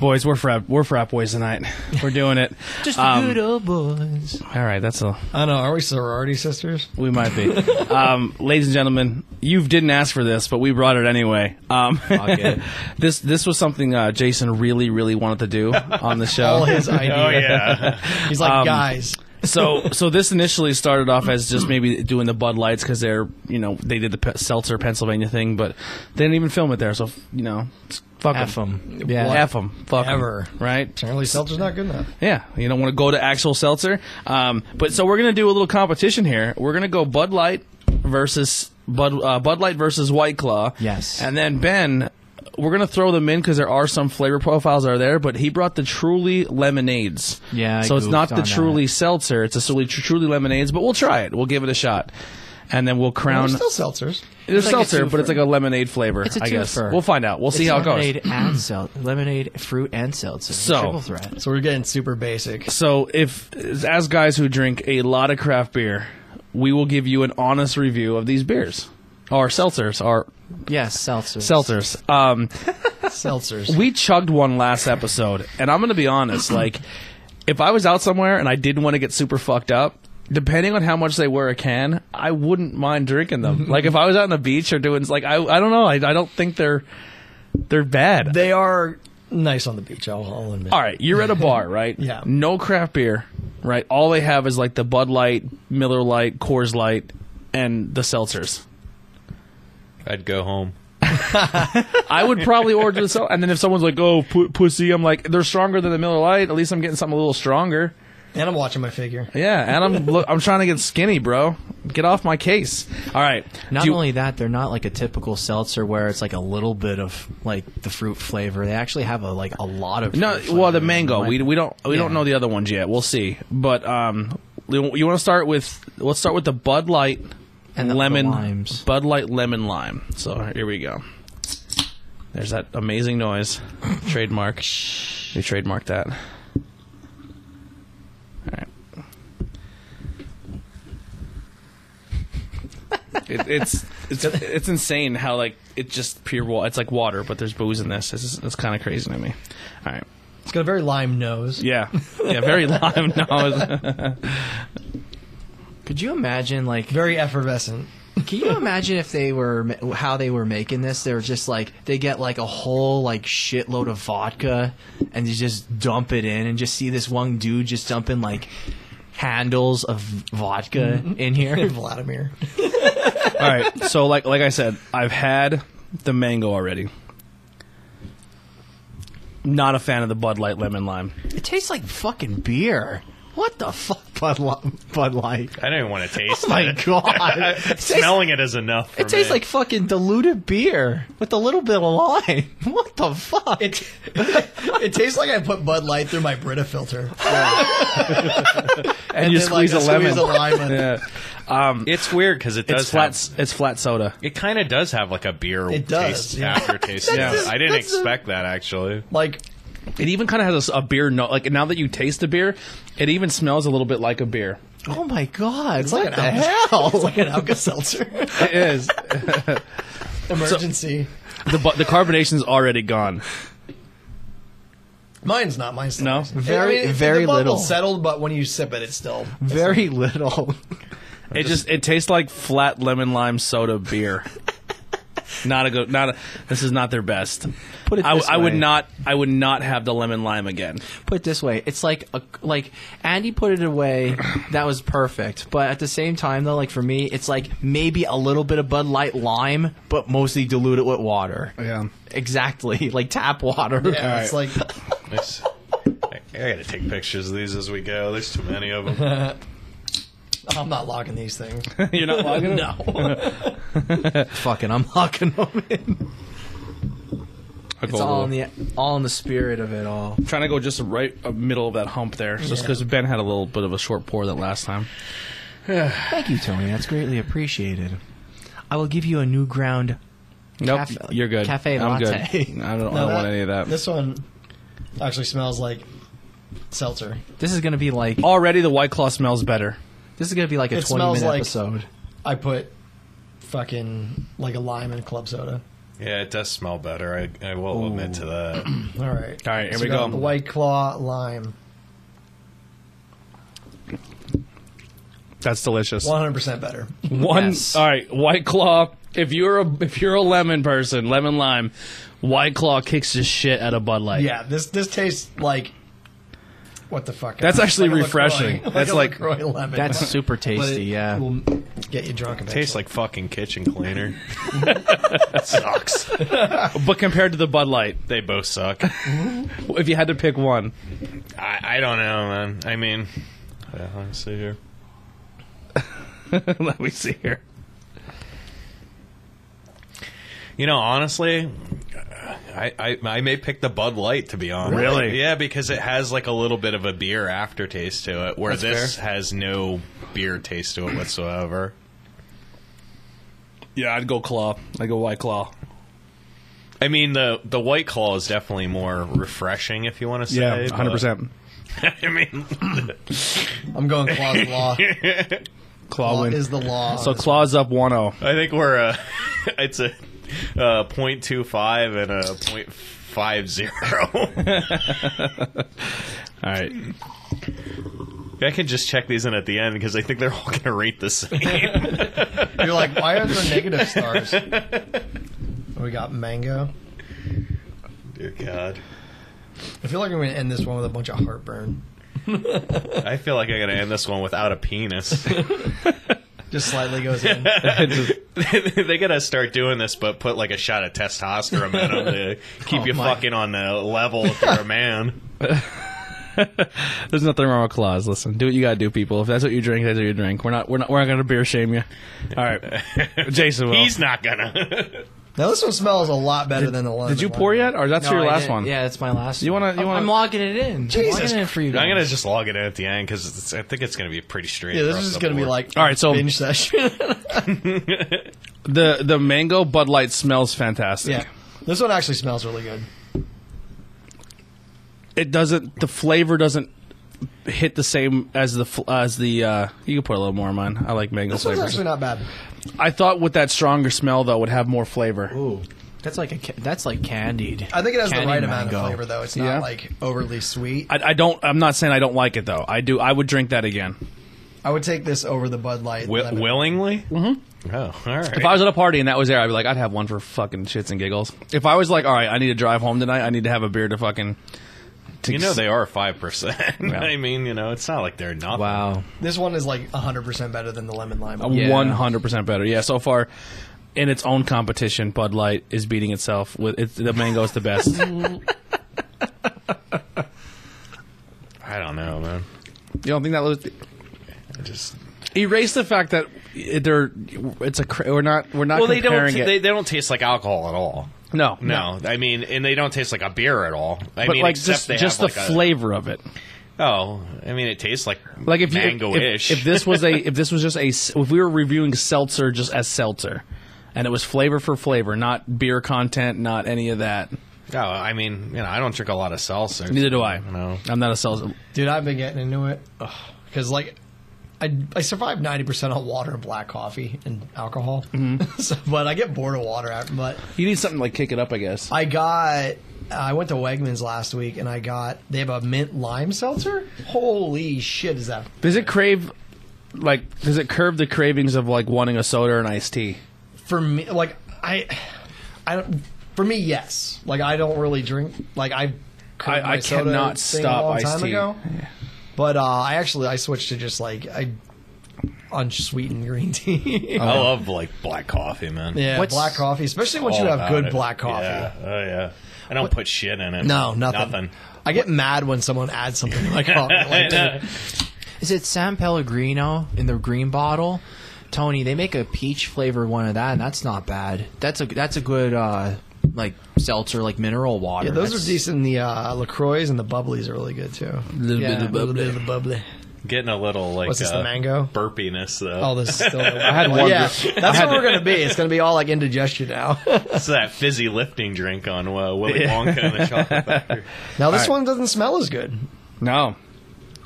Boys, we're frat we're frat boys tonight. We're doing it. Just Um, good old boys. All right, that's all. I don't know. Are we sorority sisters? We might be. um, ladies and gentlemen, you didn't ask for this, but we brought it anyway. Um, it. this this was something uh, Jason really really wanted to do on the show. All his idea. Oh yeah. He's like, guys, so so this initially started off as just maybe doing the Bud Lights because they're you know they did the Pe- Seltzer Pennsylvania thing, but they didn't even film it there. So you know, fuck F 'em. Yeah, What F 'em. Fuck 'em. ever. Right? apparently seltzer's not good enough. Yeah, you don't want to go to actual seltzer. Um, but so we're gonna do a little competition here. We're gonna go Bud Light versus Bud uh, Bud Light versus White Claw. Yes. and then Ben. We're gonna throw them in because there are some flavor profiles that are there, but he brought the Truly lemonades. Yeah, I so it's not goofed the on Truly seltzer; it's a Truly, Truly lemonades. But we'll try it. We'll give it a shot, and then we'll crown. There's still seltzers. it's like a seltzer, but twofer. it's like a lemonade flavor. It's a I guess twofer. we'll find out. We'll see It's how it goes. lemonade And sel- lemonade, fruit, and seltzer. So- triple threat. So we're getting super basic. So, if as guys who drink a lot of craft beer, we will give you an honest review of these beers, or seltzers, or Yes, seltzer. seltzers. Um, seltzers. we chugged one last episode, and I'm going to be honest. Like, if I was out somewhere and I didn't want to get super fucked up, depending on how much they were a can, I wouldn't mind drinking them. like, if I was out on the beach or doing like, I I don't know, I, I don't think they're they're bad. They are nice on the beach. I'll, I'll admit. All right, you're at a bar, right? Yeah. No craft beer, right? All they have is like the Bud Light, Miller Light, Coors Light, and the seltzers. I'd go home. I would probably order the seltzer. And then if someone's like, oh, pu- pussy, I'm like, they're stronger than the Miller Light. At least I'm getting something a little stronger. And I'm watching my figure. Yeah, and I'm look, I'm trying to get skinny, bro. Get off my case. All right. Not Do you- only that, they're not like a typical seltzer where it's like a little bit of like the fruit flavor. They actually have a like a lot of No, fruit well, the flavor. mango. Like- We, we don't we don't Yeah. know the other ones yet. We'll see. But um, you, you want to start with let's start with the Bud Light And the- the lemon limes. Bud Light lemon lime. So here we go. There's that amazing noise. Trademark. We trademarked that. All right. It, it's it's it's insane how like it's just pure water. It's like water, but there's booze in this. It's, just- it's kind of crazy to me. All right. It's got a very lime nose. Yeah, yeah, very lime nose. Could you imagine like? Very effervescent. Can you imagine if they were ma- how they were making this? They were just like they get like a whole like shitload of vodka and you just dump it in and just see this one dude just dumping like handles of vodka in here. Vladimir. All right, so like like I said, I've had the mango already. Not a fan of the Bud Light lemon lime. It tastes like fucking beer. What the fuck, Bud, Li- Bud Light? I don't even want to taste My it. God, I- it tastes, Oh Smelling it is enough. For it tastes me. like fucking diluted beer with a little bit of lime. What the fuck? It, it tastes like I put Bud Light through my Brita filter. And, then, you like, squeeze I a lemon. squeeze a lime in. yeah. um, it's weird because it does It's flat. have- s- It's flat soda. It kind of does have like a beer It does, taste yeah. aftertaste. yeah, That's I didn't that's a- expect that actually. Like, It even kind of has a s- a, beer note. Like now that you taste the beer, it even smells a little bit like a beer. Oh my god! it's what like an the Alka- hell? It's like an Alka Seltzer. It is. Emergency. the bu- the carbonation's already gone. Mine's not. Mine's still No? nice. Very- the very bubble little. settled, but when you sip it, it's still Very little. It just it tastes like flat lemon lime soda beer. not a good. Not a. This is not their best. Put it I, this I would way. not. I would not have the lemon lime again. Put it this way, it's like a, like Andy put it away. That was perfect, but at the same time though, like for me, it's like maybe a little bit of Bud Light lime, but mostly dilute it with water. Yeah. Exactly, like tap water. Yeah, it's like It's- I, I gotta take pictures of these as we go. There's too many of them. I'm not logging these things. You're not logging it. No. Fucking, I'm locking them in. It's all in the all in the spirit of it all. trying to go just right uh, middle of that hump there, just because Ben had a little bit of a short pour that last time. Thank you, Tony. That's greatly appreciated. I will give you a new ground. Nope, Cafe- you're good. cafe I'm latte. good. I don't, I No, don't want that- any of that. This one actually smells like seltzer. This is gonna be like Already, the white claw smells better. this is gonna be like a It twenty smells minute like episode. I put fucking like a lime and club soda. Yeah, it does smell better. I, I will admit to that. All right. All right, here So we got go. the White Claw lime. That's delicious. 100% better. One. Yes. All right, White Claw. If you're a if you're a lemon person, lemon lime, White Claw kicks the shit out of Bud Light. Yeah, this this tastes like what the fuck? That's actually Like a refreshing. LaCroix. That's a like- LaCroix lemon. That's super But tasty. it Yeah. will get you drunk. Eventually. Tastes like fucking kitchen cleaner. sucks. but compared to the Bud Light, they both suck. if you had to pick one, I, I don't know, man. I mean, yeah, let me see here. let me see here. You know, honestly, I, I I may pick the Bud Light to be honest. Really? Yeah, because it has like a little bit of a beer aftertaste to it, where this has no beer taste to it whatsoever. Yeah, I'd go Claw. I'd go White Claw. I mean, the the White Claw is definitely more refreshing, if you want to say. Yeah, but- hundred percent. I mean, I'm going Claw's Law. Claw Law win. is the law. so Claw's up oh. 1-0. I think we're uh, it's a uh, 0.25 and a 0.50. All right. I can just check these in at the end because I think they're all going to rate the same. You're like, why are there negative stars? we got mango. Dear God, I feel like I'm going to end this one with a bunch of heartburn. I feel like I'm going to end this one without a penis. Just slightly goes in. they gotta start doing this, but put like a shot of testosterone in 'em to keep you my. fucking on the level if you're a man. There's nothing wrong with Claws. Listen, do what you gotta do, people. If that's what you drink, that's what you drink. We're not we're not we're not gonna beer shame you. All right, Jason. Will. He's not gonna. Now this one smells a lot better than the lemon. Did you one. pour yet, or that's No, your I last didn't. one? Yeah, it's my last. You wanna- one. you I'm- wanna- I'm logging it in. I'm Jesus logging it in for you guys. I'm gonna just log it in at the end because I think it's gonna be pretty straight. Yeah, this across is the gonna be board. like All right, so- binge session. The the mango Bud Light smells fantastic. yeah, this one actually smells really good. It doesn't. The flavor doesn't hit the same as the fl- as the. Uh, you can put a little more on mine. I like mango This one's flavors. actually not bad. I thought with that stronger smell though would have more flavor. Ooh, that's like a ca- that's like candied. I think it has Candy the right amount mango. of flavor though. It's not Yeah. like overly sweet. I, I don't. I'm not saying I don't like it though. I do. I would drink that again. I would take this over the Bud Light. Wi- lemon. willingly. Mm-hmm. Oh, all right. If I was at a party and that was there, I'd be like, I'd have one for fucking shits and giggles. If I was like, all right, I need to drive home tonight. I need to have a beer to fucking. To you know they are five percent. Yeah. I mean, you know, it's not like they're not. Wow. This one is like 100 percent better than the lemon lime. one. Yeah. One hundred percent better. Yeah, so far in its own competition, Bud Light is beating itself. With it's, the mango is the best. you I don't know, man. don't think that was I just erase the fact that it- they're it's a cra- we're not we're not well, they don't. comparing They, it. they don't taste like alcohol at all. no, No, I mean, and they don't taste like a beer at all. I But mean, like except just they just have the like flavor of it. A, oh, I mean, it tastes like Like if you if- mango-ish. If, if this was a if this was just a s- if we were reviewing seltzer just as seltzer, and it was flavor for flavor, not beer content, not any of that. No, Oh, I mean, you know, I don't drink a lot of seltzer. Neither do I. No. I'm not a seltzer. Dude, I've been getting into it because like I, I survive ninety percent on water and black coffee and alcohol, Mm-hmm. so, but I get bored of water. after- But You need something to, like kick it up, I guess. I got I went to Wegmans last week and I got they have a mint lime seltzer. Holy shit, is that Does it crave, like, does it curb the cravings of like wanting a soda or an iced tea? for me? Like I, I don't. For me, yes. Like I don't really drink. Like I, I- I my soda cannot thing stop a long iced time tea. ago. But uh, I actually I switched to just like I unsweetened green tea. Oh, I love like black coffee, man. Yeah, What's- black coffee, especially once you All have about good it. black coffee. Yeah. Oh yeah. I don't put shit in it. No, nothing. Nothing. I get mad when someone adds something to my coffee. Like, dude, Is it San Pellegrino in the green bottle? Tony, they make a peach flavor one of that, and that's not bad. That's a that's a good uh, like seltzer, like mineral water. yeah, those That's- are decent. The uh, Lacroix and the bubblies are really good too. little bit of little bit of the bubbly. Getting a little like What's this, the uh, mango? burpiness though. Oh, this is still. I had one Yeah, bit. that's what we're gonna be. It's gonna be all like indigestion now. It's that fizzy lifting drink on uh, Willy Wonka and the Chocolate Factory. now this one doesn't smell as good. No,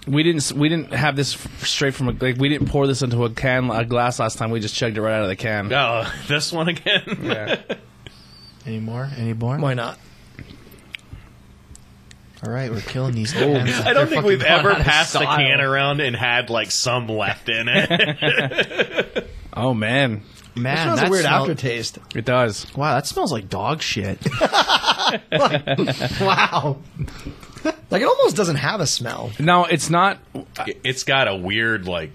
we didn't. s- We didn't have this f- straight from a like. We didn't pour this into a can, a glass last time. We just chugged it right out of the can. Oh, this one again. Yeah. Any more? Any more? Why not? All right, we're killing these. Oh. cans. I don't think we've ever out of passed a style. can around and had like some left in it. Oh man, Man, That's that a weird smell- aftertaste. it does. Wow, that smells like dog shit. Wow. like it almost doesn't have a smell. No, it's not it's got a weird like.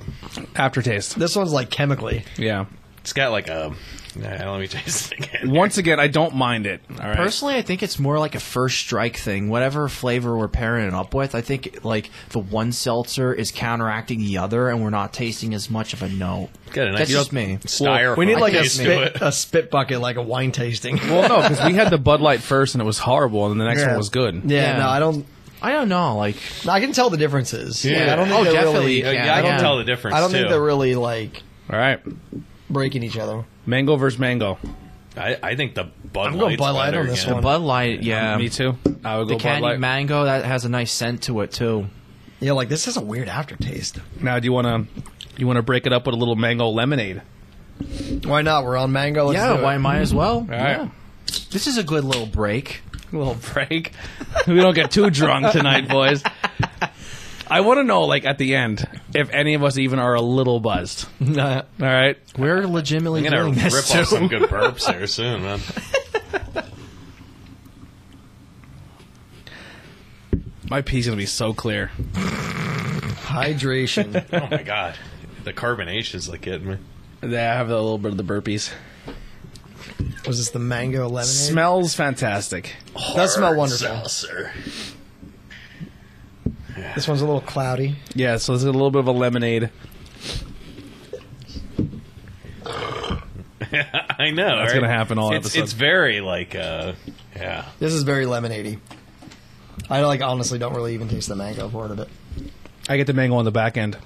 aftertaste. This one's like chemically. Yeah. It's got like a. Nah, let me taste it again. Once again, I don't mind it. All right. Personally, I think it's more like a first strike thing. Whatever flavor we're pairing it up with, I think like the one seltzer is counteracting the other, and we're not tasting as much of a note. Got a nice That's just me. Styrofoam. We need like a taste to spit, it. a spit bucket, like a wine tasting. well, no, because we had the Bud Light first and it was horrible, and the next one was good. Yeah, Yeah. no, I don't. I don't know. Like, no, I can tell the differences. Yeah, I don't think Oh, they're really. definitely. Yeah, Yeah, I can yeah. tell the difference. I don't think too. they're really like All right. breaking each other. Mango versus mango. I, I think the Bud I'm going Light's Bud Light better on this again. one. Bud Light, yeah, Me too. I would the go Bud candy Light. mango that has a nice scent to it too. Yeah, like this has a weird aftertaste. now, do you want to you want to break it up with a little mango lemonade? Why not? We're on mango. Let's do yeah, it. why might as well. right. Yeah. This is a good little break. A little break. we don't get too drunk tonight, boys. I want to know, like at the end, if any of us even are a little buzzed. Nah, All right. We're legitimately I'm gonna doing rip this too. off some good burps here soon, man. My pee's gonna be so clear. hydration. Oh my god, the carbonation's like hitting me. Yeah, I have a little bit of the burpees. Was this the mango lemonade? Smells fantastic. Does smell wonderful. Seltzer. This one's a little cloudy. Yeah, so there's a little bit of a lemonade. I know. That's gonna happen all it's, episode. It's very like, uh, yeah. This is very lemonadey. I like honestly don't really even taste the mango part of it. I get the mango on the back end.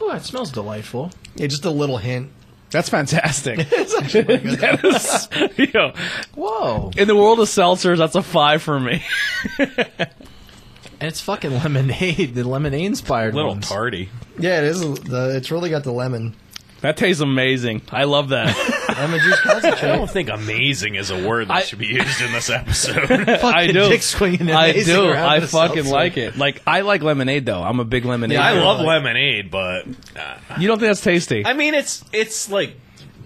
Oh, it smells delightful. Yeah, just a little hint. That's fantastic. That is- yo, Whoa, in the world of seltzers, that's a five for me. and it's fucking lemonade. The lemonade inspired Little ones. tardy. Yeah, it is. The, it's really got the lemon. That tastes amazing. I love that. Lemon juice I concentrate. don't think amazing is a word that I- should be used in this episode. I do. dick swinging I amazing do. around I the fucking seltzer. like it. Like I like lemonade though. I'm a big lemonade. I guy. love lemonade, but uh, You don't think that's tasty? I mean, it's it's like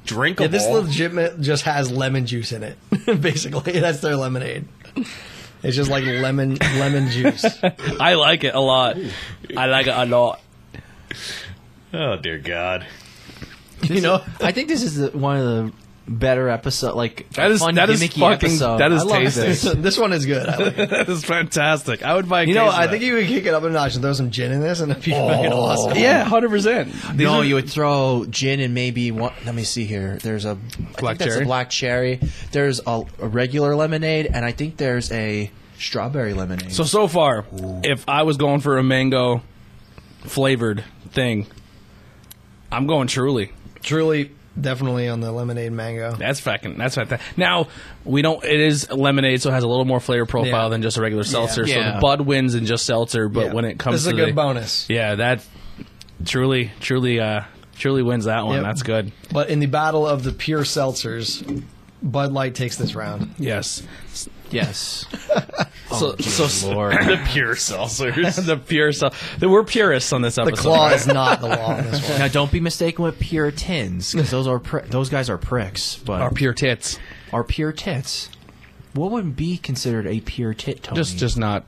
drinkable. Yeah, this legitimate just has lemon juice in it. Basically, that's their lemonade. It's just like lemon lemon juice. I like it a lot. I like it a lot. oh dear God. you know, I think this is the, one of the better episode. Like That is- fun that is gimmicky fucking- episode. that is I love tasty. this. this one is good. I like it. that is fantastic. I would buy. A You know, case of I that. Oh. think you could kick it up a notch and throw some gin in this, and it'd be fucking awesome. Yeah, hundred percent. no, you would throw gin and maybe one. Let me see here. There's a Black black cherry. cherry? a black cherry. There's a, a regular lemonade, and I think there's a strawberry lemonade. So so far, if I was going for a mango flavored thing, I'm going truly. truly, definitely on the lemonade mango. That's fucking. That's fantastic. Now we don't. It is lemonade, so it has a little more flavor profile Yeah. than just a regular seltzer. So Yeah. the bud wins in just seltzer, but Yeah. when it comes this is to a good the, bonus. yeah, that truly, truly, uh, truly wins that one. Yep. That's good. But in the battle of the pure seltzers, Bud Light takes this round. Yes. yes, Oh, So so The pure seltzers. the pure seltzer. We're purists on this The episode. claw is not the law in this one. now don't be mistaken with puritans because those are pri- those guys are pricks, but Our are, pure tits. pure tits. What would be considered a pure tit? Tony? Just just not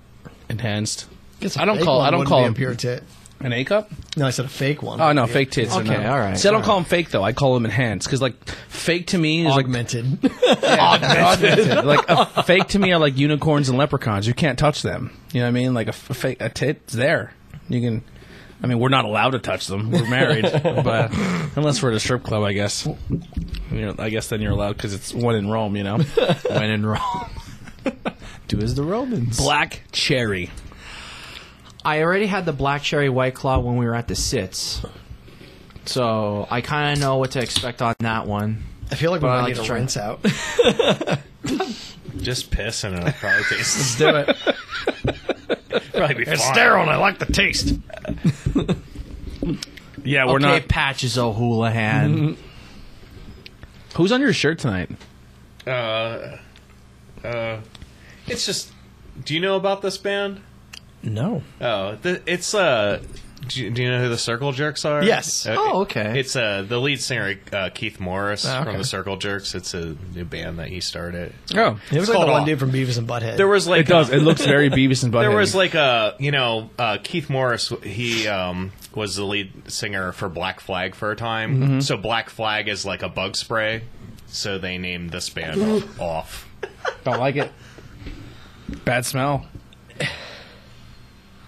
enhanced. Guess a I don't fake call- one I don't wouldn't call be a them- pure tit. An A cup? No, I said a fake one. Oh no, fake tits. are Okay, not- all right, See, I don't all call them fake though. I call them enhanced because like fake to me is like augmented. like a fake to me are like unicorns and leprechauns. You can't touch them. You know what I mean? Like a, f- a fake a tit's there. You can. I mean, we're not allowed to touch them. We're married, but unless we're at a strip club, I guess. You know, I guess then you're allowed because it's one in Rome. You know, when in Rome. Do as the Romans. black cherry. I already had the black cherry white claw when we were at the sits, so I kind of know what to expect on that one. I feel like we But I might like need to to try. rinse out. Just piss and it'll probably taste Do it. probably be fine. and I like the taste. Yeah, we're okay, not. Patches O'Houlihan. Who's on your shirt tonight? Uh, Uh, it's just. Do you know about this band? No. Oh, th- it's uh. Do you, do you know who the Circle Jerks are? Yes. Oh, okay. It's uh the lead singer uh, Keith Morris Oh, okay. from the Circle Jerks. It's a new band that he started. Oh, It was like called the one off. dude from Beavis and Butthead. There was like it does. It looks very Beavis and Butthead. There was like a you know uh, Keith Morris. He um, was the lead singer for Black Flag for a time. Mm-hmm. So Black Flag is like a bug spray. So they named this band off- off. don't like it. Bad smell.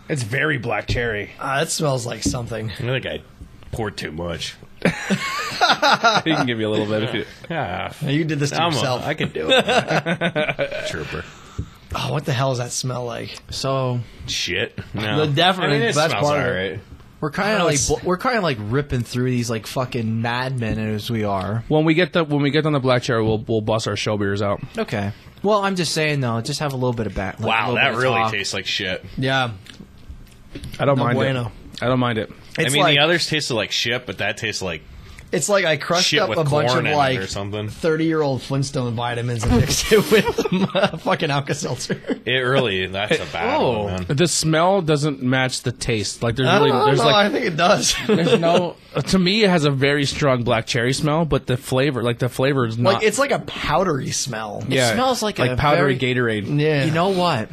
It's very black cherry. Ah, that smells like something. I think I poured too much. He can give you a little bit. If you, Ah, f- You did this to I'm a, yourself. I can do it. Trooper. Oh, what the hell does that smell like? So Shit. No. The definite I mean, it best smells part of all it. right. we're kind Oh, of like it's- bl- we're kind of like ripping through these like fucking madmen as we are. when we get the when we get on the black cherry, we'll we'll bust our show beers out. Okay. Well, I'm just saying though, just have a little bit of back. like, a Wow, little that bit of really talk. tastes like shit. Yeah. I don't No mind bueno. it. I don't mind it. It's I mean, like, the others tasted like shit, but that tastes like it's like I crushed shit up with a bunch corn of in it like or something. 30 year old Flintstone vitamins and mixed it with my fucking Alka Seltzer. It really, that's a bad oh. one, man. The smell doesn't match the taste. Like there's I really don't there's know, like I think it does. there's no to me it has a very strong black cherry smell, but the flavor like the flavor is not like, it's like a powdery smell. yeah, smells like a powdery very- Gatorade. Yeah. You know what?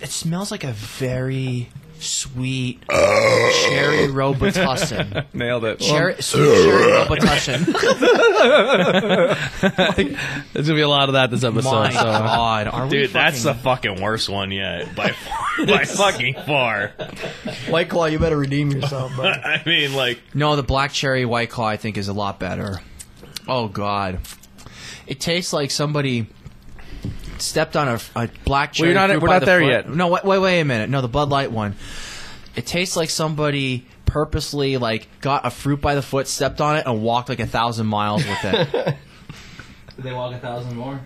It smells like a very sweet cherry Robitussin. Nailed it. Cherry, sweet cherry Robitussin. There's gonna be a lot of that this episode. My so. God, are we Dude, that's the fucking- fucking worst one yet by far, by fucking far. White Claw, you better redeem yourself, bud. I mean, like no. The black cherry White Claw I think is a lot better. Oh God, it tastes like somebody stepped on a, a black cherry. you're not- fruit we're by not the there foot. yet. No, wait, wait, wait a minute. No, the Bud Light one. It tastes like somebody purposely like got a fruit by the foot, stepped on it, and walked like a thousand miles with it. They walk a thousand more.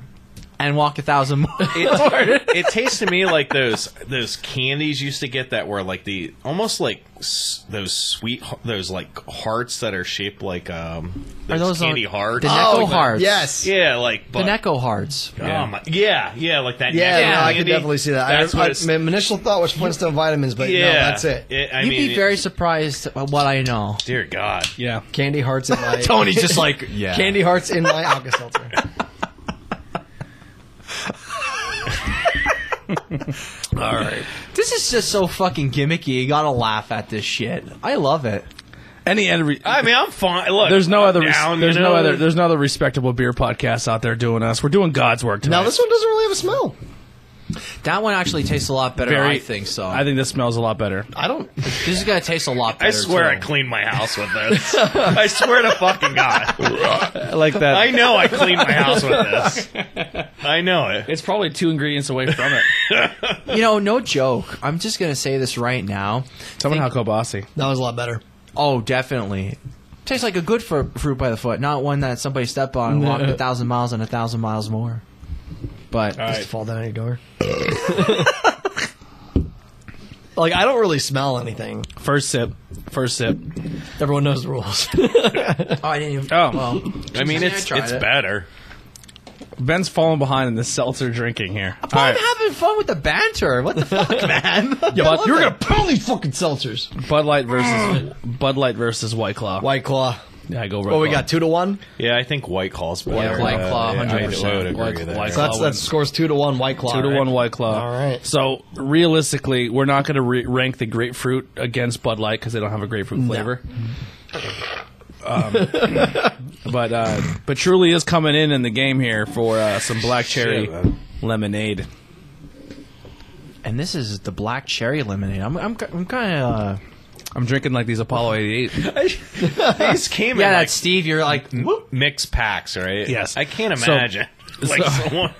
and walk a thousand more. it, it tastes to me like those those candies you used to get that were like the almost like s- those sweet those like hearts that are shaped like um those, those candy on- hearts. Oh, the Necco hearts. Oh, Yes. yeah, like The but, Necco hearts. Yeah. my, yeah, yeah, like that. Yeah, Necco no, I can candy. definitely see that. That's I, what I, it's, my initial thought was Flintstone vitamins, but yeah, no, that's it. I You'd mean, be it- very surprised at what I know. dear God. Yeah. Candy hearts in my Tony's just like, yeah. candy hearts in my Alka Seltzer. All right. This is just so fucking gimmicky. You gotta laugh at this shit. I love it. Any other? I mean, I'm fine. Look, There's no I'm other. res- down, you there's no know? other. There's no other respectable beer podcasts out there doing us. We're doing God's work tonight. Now this one doesn't really have a smell. That one actually tastes a lot better. Very- I think so. I think this smells a lot better. I don't. this is gonna taste a lot better. I swear too. I cleaned my house with this. I swear to fucking God. I like that. I know I cleaned my house with this. I know it. it's probably two ingredients away from it. You know, no joke. I'm just gonna say this right now. Someone how kielbasa. That was a lot better. Oh, definitely. Tastes like a good fru- fruit by the foot, not one that somebody stepped on and walked a thousand miles and a thousand miles more. But Just fall down your door. like I don't really smell anything. First sip. First sip. Everyone knows the rules. oh, I didn't. Even, Oh. well, I mean, I it's tried it's it. better. Ben's falling behind in the seltzer drinking here. But I'm having fun with the banter. What the fuck, man? Bud, you're gonna pour these fucking seltzers. Bud Light versus Bud Light versus White Claw. White Claw. Yeah, I go. Well, we got two to one. Yeah, I think White Claw's better. Yeah, White Claw, Uh, yeah, I 100%. would agree White- there. White So that's Claw that scores two to one. White Claw. Two to right? one White Claw. All right. So realistically, we're not going to re- rank the grapefruit against Bud Light because they don't have a grapefruit flavor. Um, but uh, but truly is coming in in the game here for uh, some black cherry man. lemonade. And this is the black cherry lemonade. I'm I'm, I'm kind of. Uh, I'm drinking like these Apollo 88. These came yeah, in like that's Steve. You're like, m- mixed packs, right? Yes. I can't So- imagine. like so- someone,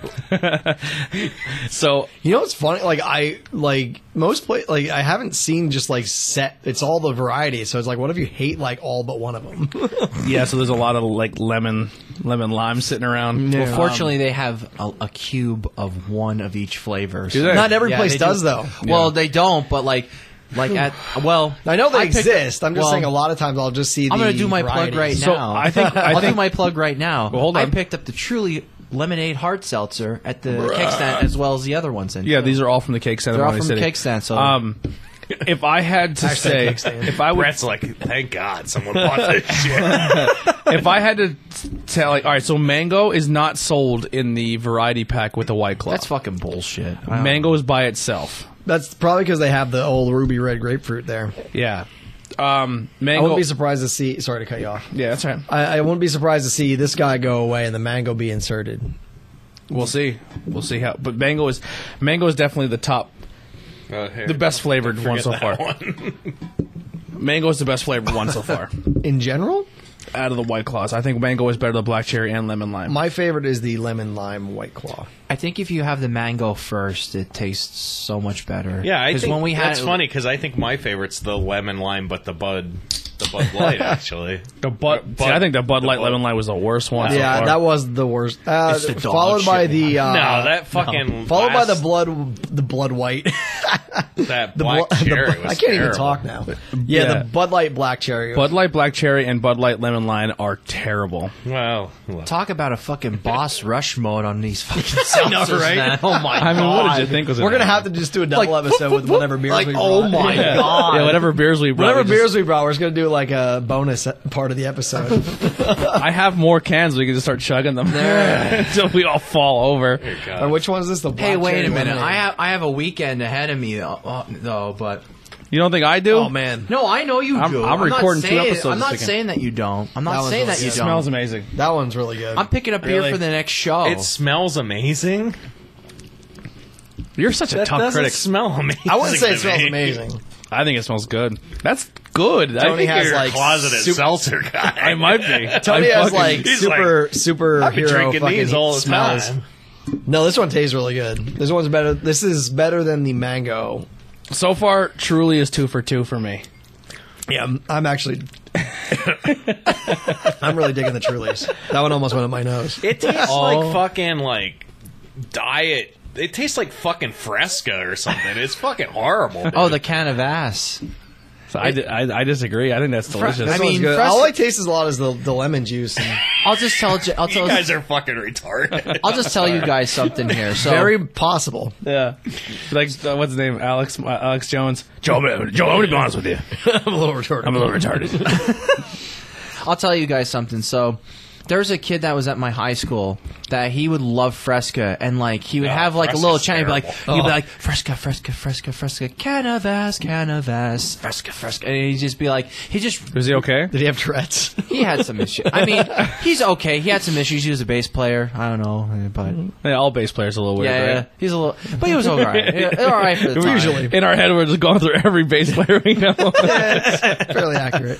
So You know what's funny? Like I like most play like I haven't seen just like set. It's all the variety. So it's like, what if you hate like all but one of them? yeah, so there's a lot of like lemon lemon lime sitting around. well, fortunately, Um, they have a, a cube of one of each flavor. so- they? Not every Yeah, place they does do. though. Well, they don't, but like, like at well, I know they picked- exist. I'm just well, saying a lot of times I'll just see. I'm the gonna do my plug varieties. So, right now. I think- I will do think- my plug right now. hold I on. picked up the truly lemonade hard seltzer at the cake stand as well as the other ones in. Yeah, these are all from the cake stand. in They're all Monterey from City. the cake stand, so- um, if I had to say, if I would, Brett's like, thank God someone bought this shit. if I had to tell, like, all right, so mango is not sold in the variety pack with the white claw. That's fucking bullshit. I don't- mango is by itself. That's probably because they have the old ruby red grapefruit there. Yeah, um, I mango. wouldn't be surprised to see. Sorry to cut you off. yeah, that's right. I, I wouldn't be surprised to see this guy go away and the mango be inserted. We'll see. We'll see how. But mango is mango is definitely the top, the best flavored one so far. mango is the best flavored one so far In general, out of the white claws. I think mango is better than black cherry and lemon lime. my favorite is the lemon lime white claw. I think if you have the mango first, it tastes so much better. Yeah, I 'Cause think when we had that's funny because I think my favorite's the lemon lime, but the Bud, the Bud Light actually. the Bud, see, I think the Bud Light lemon lime was the worst one. so yeah, far. that was the worst. Uh, It's the dog followed by shit the uh, no, that fucking followed last, by the blood the blood white. that The black blo- the cherry. bl- was I can't even terrible. talk now. Yeah, Yeah. the Bud Light black cherry. Bud Light Black Cherry and Bud Light Lemon Lime are terrible. Well, look. Talk about a fucking boss rush mode on these fucking seltzers, know, right? man. Oh my I mean, what did you God. think was in We're gonna that? have to just do a double Like, episode with whatever beers like, we oh brought. my Yeah. god. Yeah, whatever beers we brought. Whatever we beers just- we brought, we're just gonna do like a bonus part of the episode. I have more cans. We can just start chugging them until we all fall over. and which one is this? The black Hey, wait cherry a minute. lemonade? I have I have a weekend ahead of me though, uh, though but You don't think I do? Oh man, no, I know you I'm- do. I'm not recording two saying- episodes I'm this not weekend. saying that you don't. I'm That not was saying really that you good. don't. smells amazing. that one's really good. I'm picking up Really? beer for the next Oh. show. it smells amazing. You're such a That tough doesn't critic. smell amazing. I wouldn't say it to smells me. amazing. I think it smells good. That's good. I Tony think has you're- like Closeted seltzer guy. I might be. Tony I has fucking- like he's super super I've been hero drinking fucking these all the smells. time. No, this one tastes really good. This one's better. This is better than the mango. so far. Truly is two for two for me. Yeah, I'm, I'm actually. I'm really digging the Trulies. That one almost went up my nose. It tastes Oh. like fucking like diet. It tastes like fucking Fresca or something. It's fucking horrible. oh, the can of ass. So I, di- I, I disagree. I think that's delicious. This I one's mean, good. fresh- all I taste is a lot is the, the lemon juice. and- I'll just tell J- I'll tell you guys are fucking retarded. I'll just tell you guys something here. So Very possible. yeah. Like uh, what's his name? Alex uh, Alex Jones. Joe, I'm- Joe, I'm gonna be honest with you. I'm a little retarded. I'm a little retarded. I'll tell you guys something. So there's a kid that was at my high school that he would love Fresca and like he would Oh, have like Fresca's a little chant he'd be like terrible. he'd be like Fresca Fresca Fresca Fresca Canavas Canavas Fresca Fresca and he'd just be like he just Is he okay? Did he have Tourette's? he had some issues. I mean he's okay. He had some issues. He was a bass player. I don't know, eh, but Mm-hmm. Yeah, all bass players are a little weird. yeah, right? yeah, he's a little but he was alright. Yeah, alright for the time. Usually. In our head, we're just going through every bass player we know. Fairly accurate.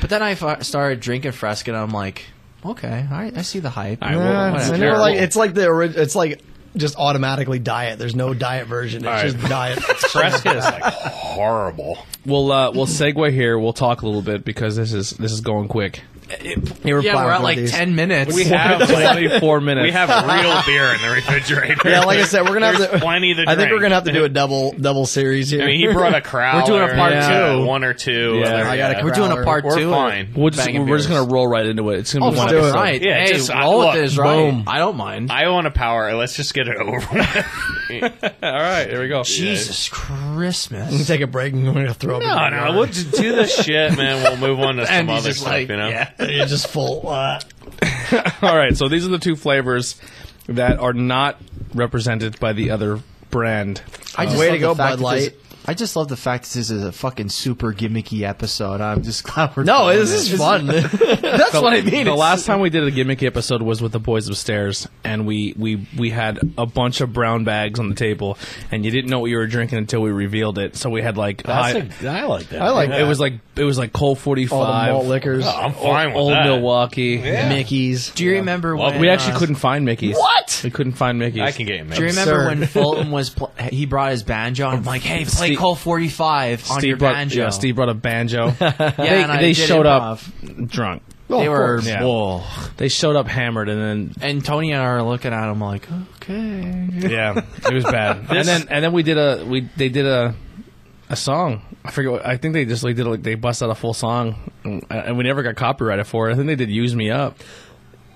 But then I fu- started drinking Fresca and I'm like okay, I, I see the hype. right, well, Uh, Whatever. it's, never like, it's like the orig- It's like just automatically diet. There's no diet version. It's right. just diet. Fresca is like horrible. we'll uh, we'll segue here. We'll talk a little bit because this is this is going quick. yeah, we're at like these. ten minutes. We have like, Twenty four minutes. we have real beer in the refrigerator. Yeah, like I said, we're gonna have There's to. plenty to I think we're drink. gonna have to do a double double series here. I mean, he brought a crowd. We're doing a part two. one or two. Yeah. other- I got a yeah. We're doing a part We're two. fine. We'll just, Banging we're just beers. gonna roll right into it. It's gonna Oh, be one fuck it. episode. right. Yeah, hey, just- roll look, with it is right. boom. I don't mind. I want a power. Let's just get it over. with. All right, here we go. Jesus We Christmas. take a break and we're gonna throw up. no, no, we'll just do this shit, man. We'll move on to some And he's other just stuff. like, you know. yeah. You're just full. Uh, All right, so these are the two flavors that are not represented by the other brand. I just Uh, Way love to go, the fact Bud that Light. this- I just love the fact that this is a fucking super gimmicky episode. I'm just glad we're no, doing this is fun. That's what I mean. The It's- last time we did a gimmicky episode was with the boys upstairs, and we, we, we had a bunch of brown bags on the table, and you didn't know what you were drinking until we revealed it. So we had like high, I like that. I like Oh, it was like it was like Cold Forty all the malt Five, liquors, I'm fine with Old that. Milwaukee. Mickey's. Do you remember Well, when We actually uh, couldn't find Mickey's. What? We couldn't find Mickey's. I can get him. Do you remember Absurd. when Fulton was pl- he brought his banjo? and I'm like, hey, play Steve- Call 45 on your Steve brought, banjo. Yeah, Steve brought a banjo. yeah, Yeah, they and I they did showed up improv. drunk. Oh, They of were course. Yeah. whoa. They showed up hammered, and And Tony and I are looking at him like, okay. then yeah, it was bad. and then and then we did a we they did a a song. I forget. What, I think they just like did like they bust out a full song, and, and we never got copyrighted for it. I think they did "Use Me Up."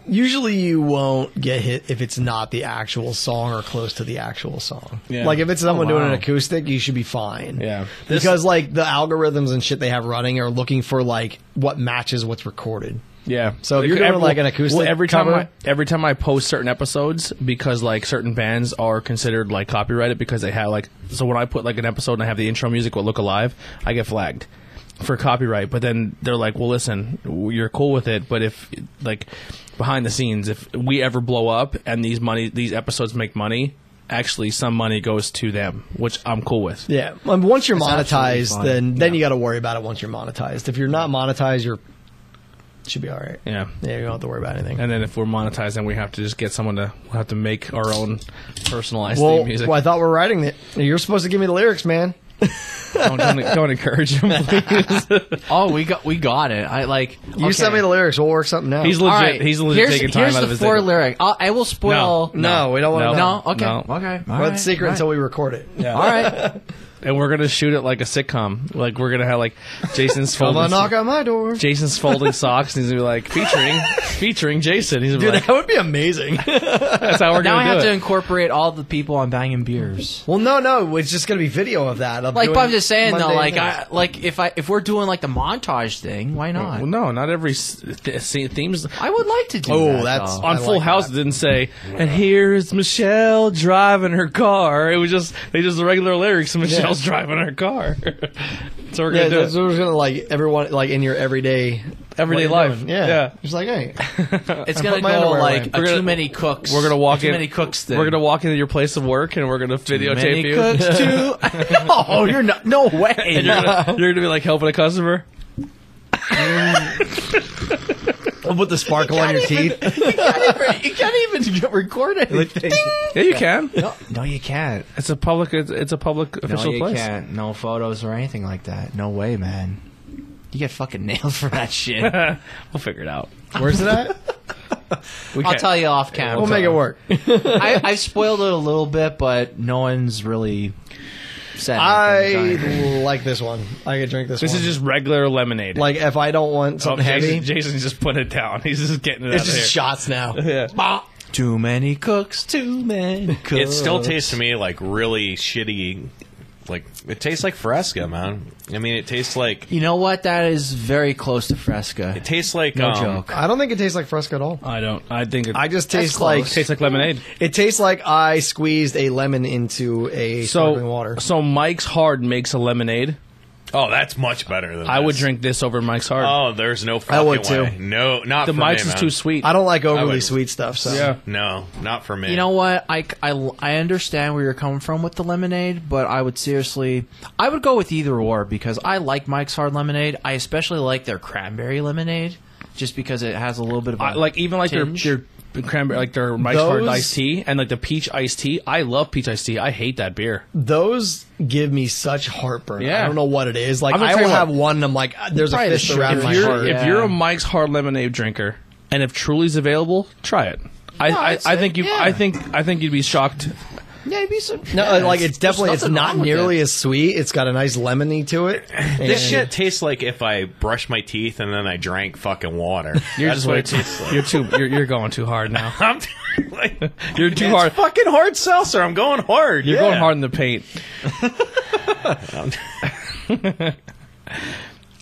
usually you won't get hit if it's not the actual song or close to the actual song. Yeah. Oh, Like if it's someone doing an wow. acoustic, you should be fine. Yeah. because like the algorithms and shit they have running are looking for like what matches what's recorded. Yeah. So if you're doing, like, an acoustic well, every time cover- I, every time I post certain episodes because like certain bands are considered like copyrighted because they have like so when I put like an episode and I have the intro music with Look Alive, I get flagged for copyright. But then they're like, "Well, listen, you're cool with it, but if like behind the scenes, if we ever blow up and these money these episodes make money, actually some money goes to them, which I'm cool with." Yeah. Um, once you're absolutely monetized, fine. then then you got to worry about it. Once you're monetized, if you're not monetized, you're should be all right. Yeah. Yeah, you don't have to worry about anything. And then if we're monetized, then we have to just get someone to we'll have to make our own personalized well, theme music. well, I thought we we're writing it. You're supposed to give me the lyrics, man. don't, don't, don't encourage him, please. Oh, we got we got it. I like You send me the lyrics. We'll work something out. He's legit. He's legit here's, taking time here's out the of his four dick. lyric. I'll, I will spoil. no, we don't want No. to know. No. Okay. No. Okay. All Well, right, it's secret all right. until we record it. Yeah. All right. And we're gonna shoot it like a sitcom. Like we're gonna have like Jason's I'm folding gonna knock on my door. Jason's folding socks, and he's gonna be like featuring featuring Jason. He's gonna be like, would be amazing. that's how we're Now gonna I have do to it. incorporate all the people on banging beers. well, no, no, it's just gonna be video of that. of Like, doing but I'm just saying though, mundane like, things. I, like if I if we're doing like the montage thing, why not? well, no, not every s- th- scene- themes. I would like to do. Oh, that, that's- though. On I like Full House, it didn't say, and here is Michelle driving her car. It was just they just the regular lyrics. Michelle's driving her car. so we're yeah, gonna do that's it. what we're gonna like everyone like in your everyday everyday what you're life. doing. Yeah. Yeah. just like hey, it's gonna put my go underwear like away. a We're gonna- too many cooks. We're gonna walk too in. many cooks. Thing. We're gonna walk into your place of work and we're gonna Too videotape many you. cooks too. no, you're not. No way. And you're gonna, you're gonna be like helping a customer. I'll put the sparkle on your teeth. you can't even get recorded. Yeah, you can. No, no, you can't. It's a public. It's, it's a public No, official you place. can't. No photos or anything like that. No way, man. You get fucking nailed for that shit. I'll We'll figure it out. Where's it at? We can't. tell you off camera. We'll make it work. I, I've spoiled it a little bit, but no one's really said. I anything. like this one. I could drink this. This one. is just regular lemonade. like if I don't want oh, something heavy, Jason, Jason's just putting it down. He's just getting it it's out of just here. shots now. too many cooks, too many cooks. It still tastes to me like really shitty. Like it tastes like Fresca, man. I mean, it tastes like You know what? That is very close to Fresca. it tastes like no um, joke. I don't think it tastes like Fresca at all. I don't. I think it I just taste close. like tastes like lemonade. it tastes like I squeezed a lemon into a So sparkling water. so Mike's Hard makes a lemonade. Oh, that's much better than I would this. drink this over Mike's Hard. Oh, there's no fucking I would too. way. No, not the for Mike's me, is man. too sweet. I don't like overly would- sweet stuff. So Yeah. No, not for me. You know what? I, I, I understand where you're coming from with the lemonade, but I would seriously, I would go with either or because I like Mike's Hard Lemonade. I especially like their cranberry lemonade, just because it has a little bit of a I, like even like their, tinge. their cranberry, like their Mike's Hard Those- iced tea and like the peach iced tea. I love peach iced tea. I hate that beer. those give me such heartburn. Yeah. I don't know what it is. Like I'm gonna I tell will you what. have one. and I'm like, ah, there's a Probably the fist around sugar my in You're- heart. Yeah. If you're a Mike's Hard Lemonade drinker, and if Truly's available, try it. I, No, I, I'd I say- think you. yeah. I think I think you'd be shocked. yeah, it'd be some, No, yeah, like it's there's definitely it's nothing not wrong with nearly it. as sweet. It's got a nice lemony to it. And- This shit tastes like if I brushed my teeth and then I drank fucking water. You're That's just what way it too. tastes like. You're too. You're, you're going too hard now. I'm like, You're too it's hard. fucking hard seltzer. I'm going hard. You're yeah. going hard in the paint.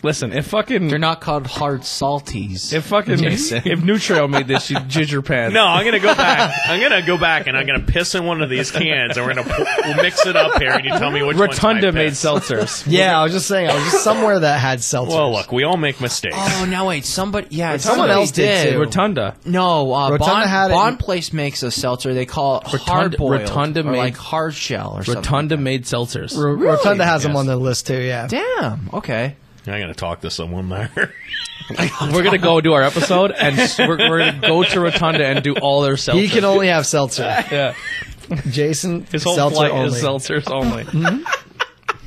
Listen, if They're fucking not called hard salties. if fucking Jason. if Nutrail made this, you would ginger pants. No, I'm gonna go back. I'm gonna go back and I'm gonna piss in one of these cans and we're gonna pour, we'll mix it up here and you tell me which Rotunda one's my made piss. seltzers. Yeah, I was just saying. I was just somewhere that had seltzers. Well, look, we all make mistakes. oh no, wait, somebody, yeah, Someone somebody else did, too. Rotunda. No, uh, Rotunda Bond, had it- Bond Place makes a seltzer. They call it hard boiled, Rotunda or made- like hard shell or something. Rotunda made seltzers. R- Rotunda has them Yes. on their list too. Yeah, Damn. Okay. I'm gonna talk to someone there. We're gonna go do our episode, and s- we're, we're gonna go to Rotunda and do all their seltzers. he can only have seltzer. yeah, Jason, his whole seltzer flight only. is seltzers only.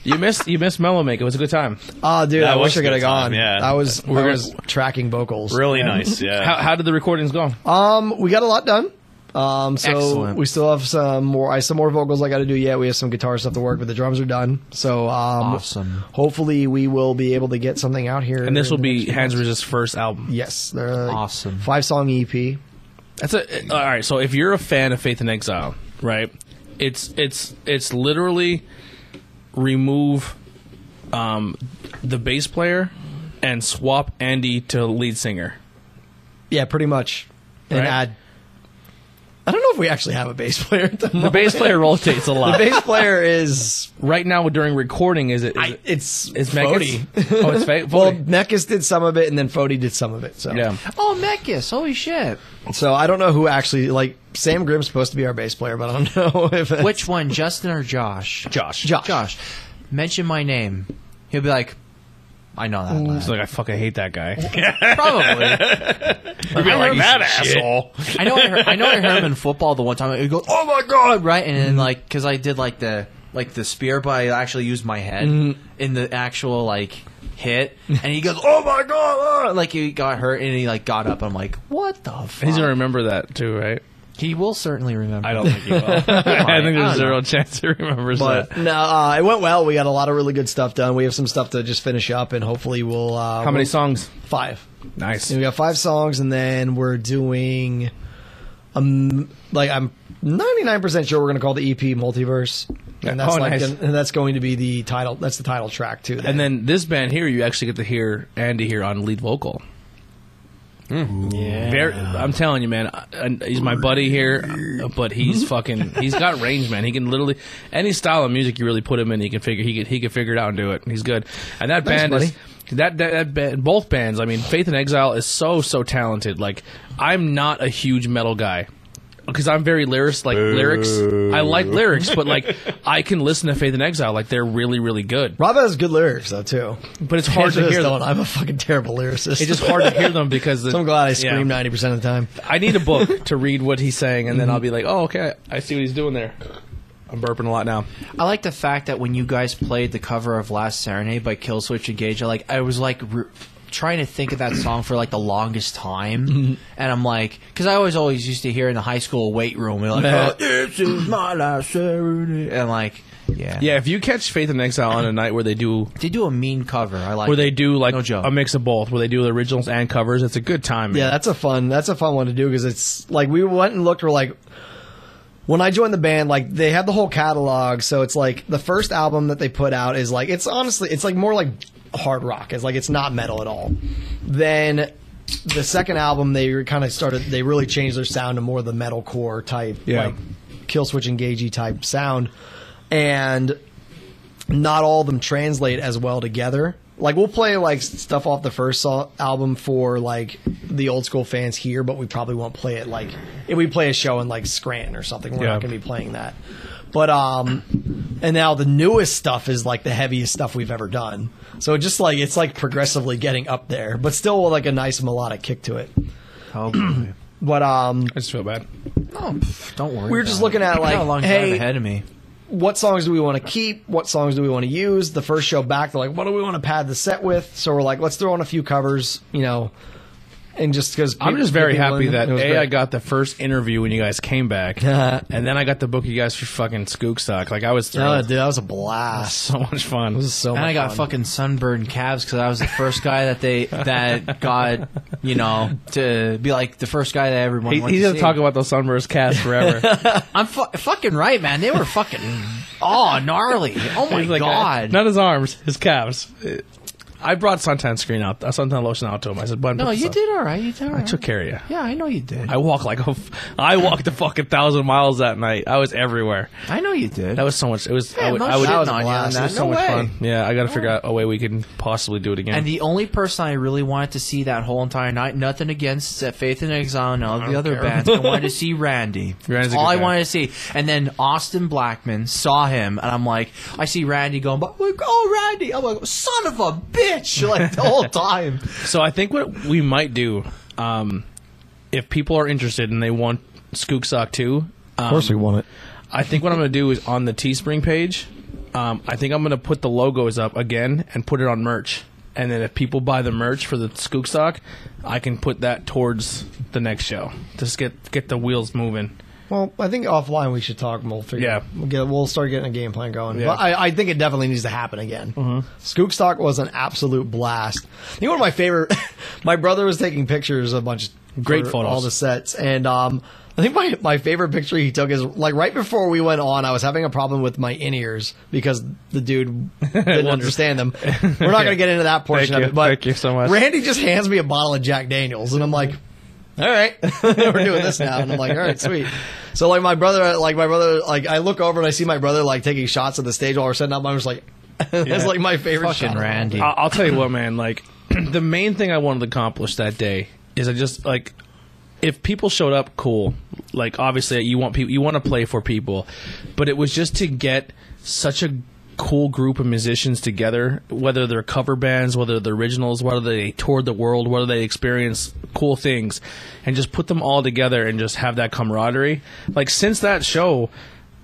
You missed, you missed Mellow Make. It was a good time. Oh, dude, I was wish I a could have good time, gone. yeah. I was. I gonna- was tracking vocals. Really nice. Yeah. How, how did the recordings go? Um, we got a lot done. Um, so Excellent. we still have some more. I some more vocals I got to do yet. We have some guitar stuff to work, but the drums are done. So um, Awesome. Hopefully, we will be able to get something out here. and this will in the be next few Hans months. Riz's first album. Yes, they're Awesome. Five song E EP. That's a uh, all right. So if you're a fan of Faith in Exile, right? It's it's it's literally remove um, the bass player and swap Andy to lead singer. Yeah, pretty much. And Right. add. I don't know if we actually have a bass player. At the, The moment. bass player rotates a lot. bass player is. right now during recording, is it? Is I, it it's is Fody. Megas? Oh, it's Fa- Well, Fody. Mekis did some of it, and then Fody did some of it. So yeah. Oh, Mekis! Holy shit! So I don't know who actually like Sam Grimm's supposed to be our bass player, but I don't know if it's Which one, Justin or Josh? Josh. Josh. Josh, mention my name. He'll be like, I know that. It's like I fucking hate that guy. Probably. like that asshole. I know. I, heard, I know. I heard him in football the one time. He goes, "Oh my god!" Right, and Mm-hmm. then like because I did like the like the spear, but I actually used my head Mm-hmm. in the actual like hit, and he goes, "Oh my god!" ah," Like he got hurt, and he like got up. I'm like, "What the fuck?" He's gonna remember that too, right? he will certainly remember. I don't think he will. I think I there's don't zero chance he remembers But that. no, uh, it went well. We got a lot of really good stuff done. We have some stuff to just finish up, and hopefully we'll. Uh, How many we'll- songs? Five. Nice. And we got five songs, and then we're doing. Um, like I'm 99% sure we're going to call the EP Multiverse, and that's Oh, like, nice. and that's going to be the title. That's the title track too. And then this band here, you actually get to hear Andy here on lead vocal. Yeah, I'm telling you, man. I- I- He's my buddy here, but he's fucking. He's got range, man. He can literally any style of music you really put him in. He can figure. He can. He can figure it out and do it. He's good. And that band is that that, that band, both bands. I mean, Faith and Exile is so so talented. Like I'm not a huge metal guy because I'm very lyrics like lyrics. I like lyrics, but like I can listen to Faith and Exile. Like they're really really good. Rob has good lyrics though too. But it's hard to Just hear them. don't. I'm a fucking terrible lyricist. It's just hard to hear them because the, So I'm glad I yeah. scream ninety percent of the time. I need a book to read what he's saying, and then I'll be like, "Oh, okay, I see what he's doing there." I'm burping a lot now. I like the fact that when you guys played the cover of Last Serenade by Killswitch Engage, I like I was like re- trying to think of that song for like the longest time, Mm-hmm. and I'm like, because I always always used to hear in the high school weight room, we're like, oh, this is my last serenade, and like, yeah, Yeah, if you catch Faith in Exile on a night where they do, They do a mean cover. I like where they it. do like No joke. a mix of both, where they do the originals and covers, it's a good time. man. Yeah, that's a fun. That's a fun one to do because it's like we went and looked. We're like, when I joined the band, like they had the whole catalog. So it's like the first album that they put out is like it's honestly it's like more like hard rock. It's like it's not metal at all. Then the second album they kind of started. They really changed their sound to more the metalcore type, Yeah. like kill switch engagey type sound, and not all of them translate as well together. Like we'll play like stuff off the first so- album for like the old school fans here, but we probably won't play it like if we play a show in like Scranton or something, we're Yeah. not going to be playing that. But um, and now the newest stuff is like the heaviest stuff we've ever done. So just like it's like progressively getting up there, but still with, like a nice melodic kick to it. Oh, boy. But um, I just feel bad. Oh, pff, don't worry. We were just about it. looking at, You got like, a long time hey- ahead of me. Oh what songs do we want to keep? What songs do we want to use? The first show back, they're like, what do we want to pad the set with? So we're like, let's throw in a few covers, you know, and just because I'm just very happy that a I I got the first interview when you guys came back, and then I got the book you guys for fucking Skookstock. Like I was Oh, thrilled. dude, that was a blast. so much fun. It was so And much I got fun. fucking sunburned calves because I was the first guy that they that got you know to be like the first guy that everyone. He- went he's to gonna see. talk about those sunburst cast forever. I'm fu- fucking right, man. They were fucking oh gnarly. Oh my He's like, god. uh, not his arms, his calves. Uh, I brought suntan screen out, uh, suntan lotion out to him. I said, "Bud, no, put this you on." did all right. You did all right. I took care of you. Yeah, I know you did. I I, walked like a, f- I walked a fucking thousand miles that night. I was everywhere. know you did. That was so much. It was. I Yeah, would. no I would shit, that was a on you blast. on It that. was no so much way. fun. yeah, I got to figure out a way we can possibly do it again. And the only person I really wanted to see that whole entire night, nothing against uh, Faith and Exile and all the other bands, I wanted to see Randy. Randy's That's a all good I guy. wanted to see. And then Austin Blackman saw him, and I'm like, I see Randy going, but like, oh, Randy. I'm like, son of a bitch. Like, the whole time. so I think what we might do, um, if people are interested and they want Skook Sock too, um, we won it. I think what I'm going to do is on the Teespring page. Um, I think I'm going to put the logos up again and put it on merch. And then if people buy the merch for the Skookstock, I can put that towards the next show. Just get get the wheels moving. Well, I think offline we should talk. and We'll figure. Yeah. we'll, get, we'll start getting a game plan going. Yeah. Mm-hmm. But I, I think it definitely needs to happen again. Skookstock was an absolute blast. You know, one of my favorite. my brother was taking pictures of a bunch of Great for photos. all the sets. And um, I think my, my favorite picture he took is like right before we went on. I was having a problem with my in ears because the dude didn't understand them. We're not going to get into that portion Thank of you. it. But Thank you so much. Randy just hands me a bottle of Jack Daniels, and I'm like. All right, we're doing this now, and I'm like, all right, sweet. So like my brother, like my brother, like I look over and I see my brother like taking shots at the stage while we're setting up. I was like, that's like my favorite Fucking shot. Randy. I- I'll tell you what, man. Like the main thing I wanted to accomplish that day is I just like if people showed up, cool. Like obviously you want people, you want to play for people, but it was just to get such a cool group of musicians together. Whether they're cover bands, whether they're originals, whether they toured the world, whether they experience cool things, and just put them all together and just have that camaraderie. Like since that show.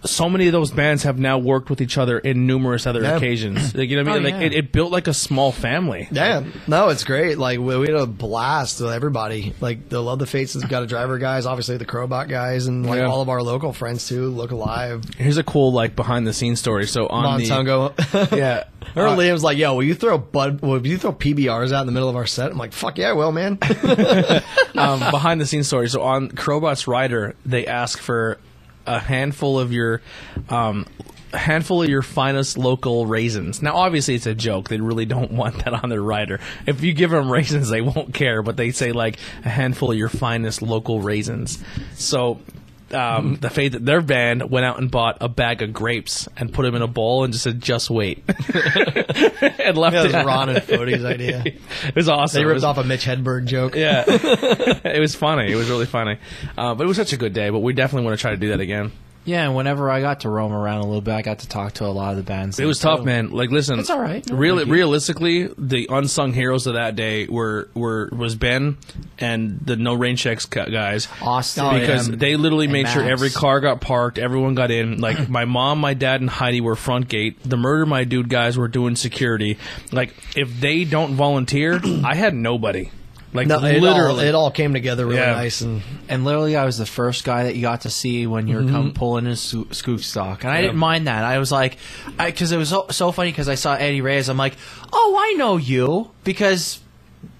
So many of those bands have now worked with each other in numerous other occasions. Like, you know what I mean? Oh, like yeah. it, it built like a small family. Yeah, no, it's great. Like we, we had a blast with everybody. Like the Love the Fates has got a driver guys, obviously the Crowbot guys, and like Yeah. all of our local friends too. Look alive, Here's a cool like behind the scenes story. So on Montungo. the yeah, Or Uh, Liam's like, yo, will you throw bud? Will you throw PBRs out in the middle of our set? I'm like, fuck yeah, well, man. um, behind the scenes story. So on Crowbot's Rider, they ask for a handful of your um, handful of your finest local raisins. Now, obviously, it's a joke. They really don't want that on their rider. If you give them raisins, they won't care. But they say like a handful of your finest local raisins. So. Mm-hmm. Um, the fate that their band went out and bought a bag of grapes and put them in a bowl and just said, "Just wait," and left That was it. Ron and Fody's idea. It was awesome. They It ripped was- off a Mitch Hedberg joke. yeah, it was funny. It was really funny. Uh, but it was such a good day. But we definitely want to try to do that again. yeah, and whenever I got to roam around a little bit, I got to talk to a lot of the bands. It was tough, man. Like, listen, It's all right. No, Real, thank you. realistically, the unsung heroes of that day were were was Ben and the No Rain Checks cu- guys. Austin because and- they literally and made sure Max. every car got parked, everyone got in. Like my mom, my dad, and Heidi were front gate. The murder my dude guys were doing security. Like if they don't volunteer, I had nobody. Like No, it all, literally, it all came together really Yeah. nice and And literally, I was the first guy that you got to see when you were Mm-hmm. come pulling his sco- scoop stock, and I didn't mind that. I was like, because it was so, so funny because I saw Eddie Reyes. I'm like, oh, I know you because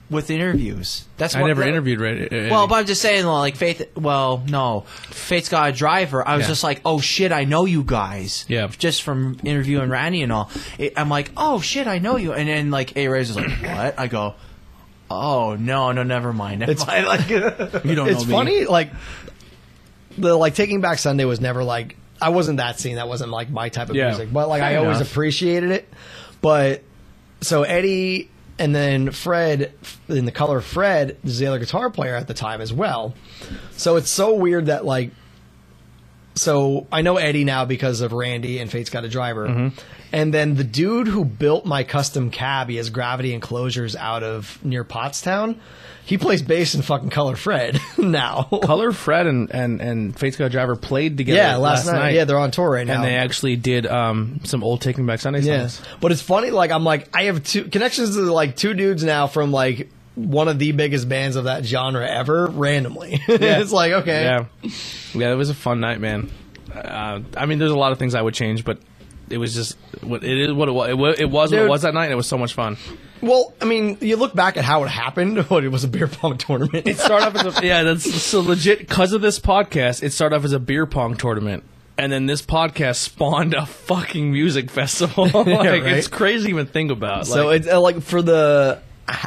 with interviews. That's I what- never that- interviewed. Right? Well, but I'm just saying, like Faith. Well, no, Faith's got a driver. I was Yeah. just like, oh shit, I know you guys. Yeah. Just from interviewing Randy and all, it, I'm like, oh shit, I know you. And then like A Reyes is like, what? I go. Oh no no never mind. Never It's- mind. Like, you don't it's know me. funny like the like taking back sunday was never like i wasn't that scene that wasn't like my type of Yeah. music but like Fair i always enough. appreciated it but so eddie and then fred in the color fred is the other guitar player at the time as well so it's so weird that like so I know Eddie now because of Randy and Fate's Got a Driver. Mm-hmm. And then the dude who built my custom cab, he has gravity enclosures out of near Pottstown. He plays bass in fucking Color Fred now. Color Fred and and and Faith Got Driver played together. yeah, last, night. Yeah, they're on tour right now. and they actually did um, some old Taking Back Sunday songs. Yes. But it's funny, like I'm like I have two connections to like two dudes now from like one of the biggest bands of that genre ever, randomly. it's like, okay. Yeah, yeah, it was a fun night, man. Uh, I mean, there's a lot of things I would change, but it was just what it is. What it was. It, wa- it was what it Dude. was that night. and It was so much fun. Well, I mean, you look back at how it happened, what it was a beer pong tournament. It started off as a yeah. That's so legit because of this podcast. It started off as a beer pong tournament. And then this podcast spawned a fucking music festival. like right? it's crazy to even think about. So like, it's uh, like for the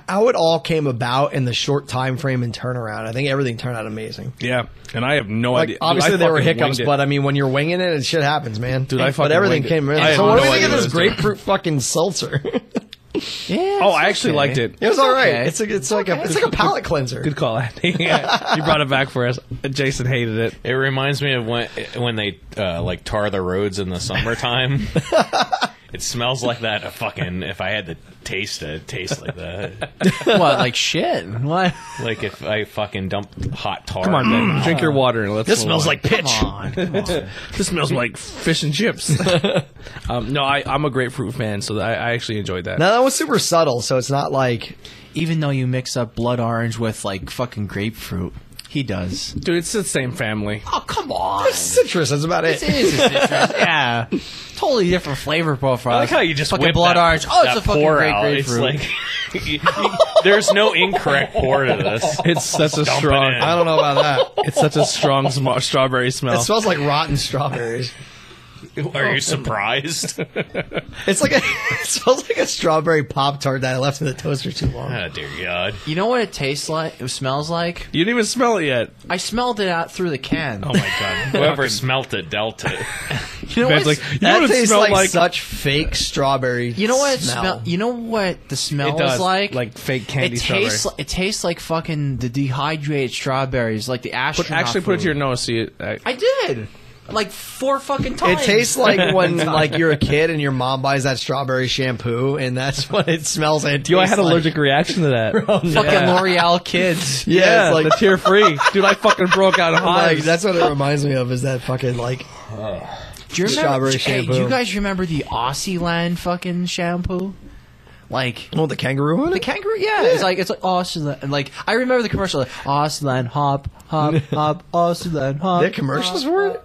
how it all came about in the short time frame and turnaround. I think everything turned out amazing. yeah, and I have no Like idea. Dude, I obviously there were fucking hiccups, winged it. but I mean when you're winging it, it shit happens, man. Dude, I but fucking everything winged it. came. I in. had So what do no we think of idea this what I was grapefruit fucking seltzer? it Yeah. Oh, it's I actually okay. liked it. was all right. okay. It's a, it's like a it's like a palate cleanser. Good call, Andy. Yeah, you brought it back for us. Jason hated it. It reminds me of when when they uh, like tar the roads in the summertime. it smells like that. uh, Fucking if I had to taste it, it tastes like that. What like shit? What? like if I fucking dumped hot tar. Come on, man. Drink your water and let's. Mm. This smells like pitch. Come on. Come on. This smells like fish and chips. um, no, I, I'm a grapefruit fan, so I, I actually enjoyed that. No, that was super subtle, so it's not like Even though you mix up blood orange with like fucking grapefruit, he does. Dude, it's the same family. Oh come on. citrus. That's about it. yeah. totally different flavor profile. I like how you just fucking whip blood that- orange. Oh, it's that a fucking pour great out. grapefruit. It's like you- you- there's no incorrect pour to this. It's such a Dump it strong. in. I don't know about that. It's such a strong sm- strawberry It smell. smells like rotten strawberries. Are you surprised? It's like a, it smells like a strawberry pop tart that I left in the toaster too long. oh dear God! you know what it tastes like? It smells like. you didn't even smell it yet. I smelled it out through the can. Oh my God! Whoever smelt it dealt it. you know Ben's what? like, you know That what it tastes smelled like, like? such fake strawberry. You know what it smell? smell? You know what the smell it does is like? like fake it candy strawberry. tastes. Like, it tastes like fucking the dehydrated strawberries, like the astronaut. Put- actually, put it to your food. nose. See it. I- I did. Like four fucking It times. tastes like when like you're a kid and your mom buys that strawberry shampoo and that's what it smells and it Yo, I tastes had an like. allergic reaction to that. fucking L'Oreal kids. Yeah, yeah, it's like, the tear free, dude. I fucking broke out like, hives. that's what it reminds me of is that fucking like Do you remember? Strawberry Hey, do shampoo. you guys remember the Aussie Land fucking shampoo? Like oh the kangaroo one. the kangaroo? Yeah, it's like it's like Aussie Land. Like I remember the commercial. Like, Aussie Land hop hop hop Aussie Land hop. Their commercials for it.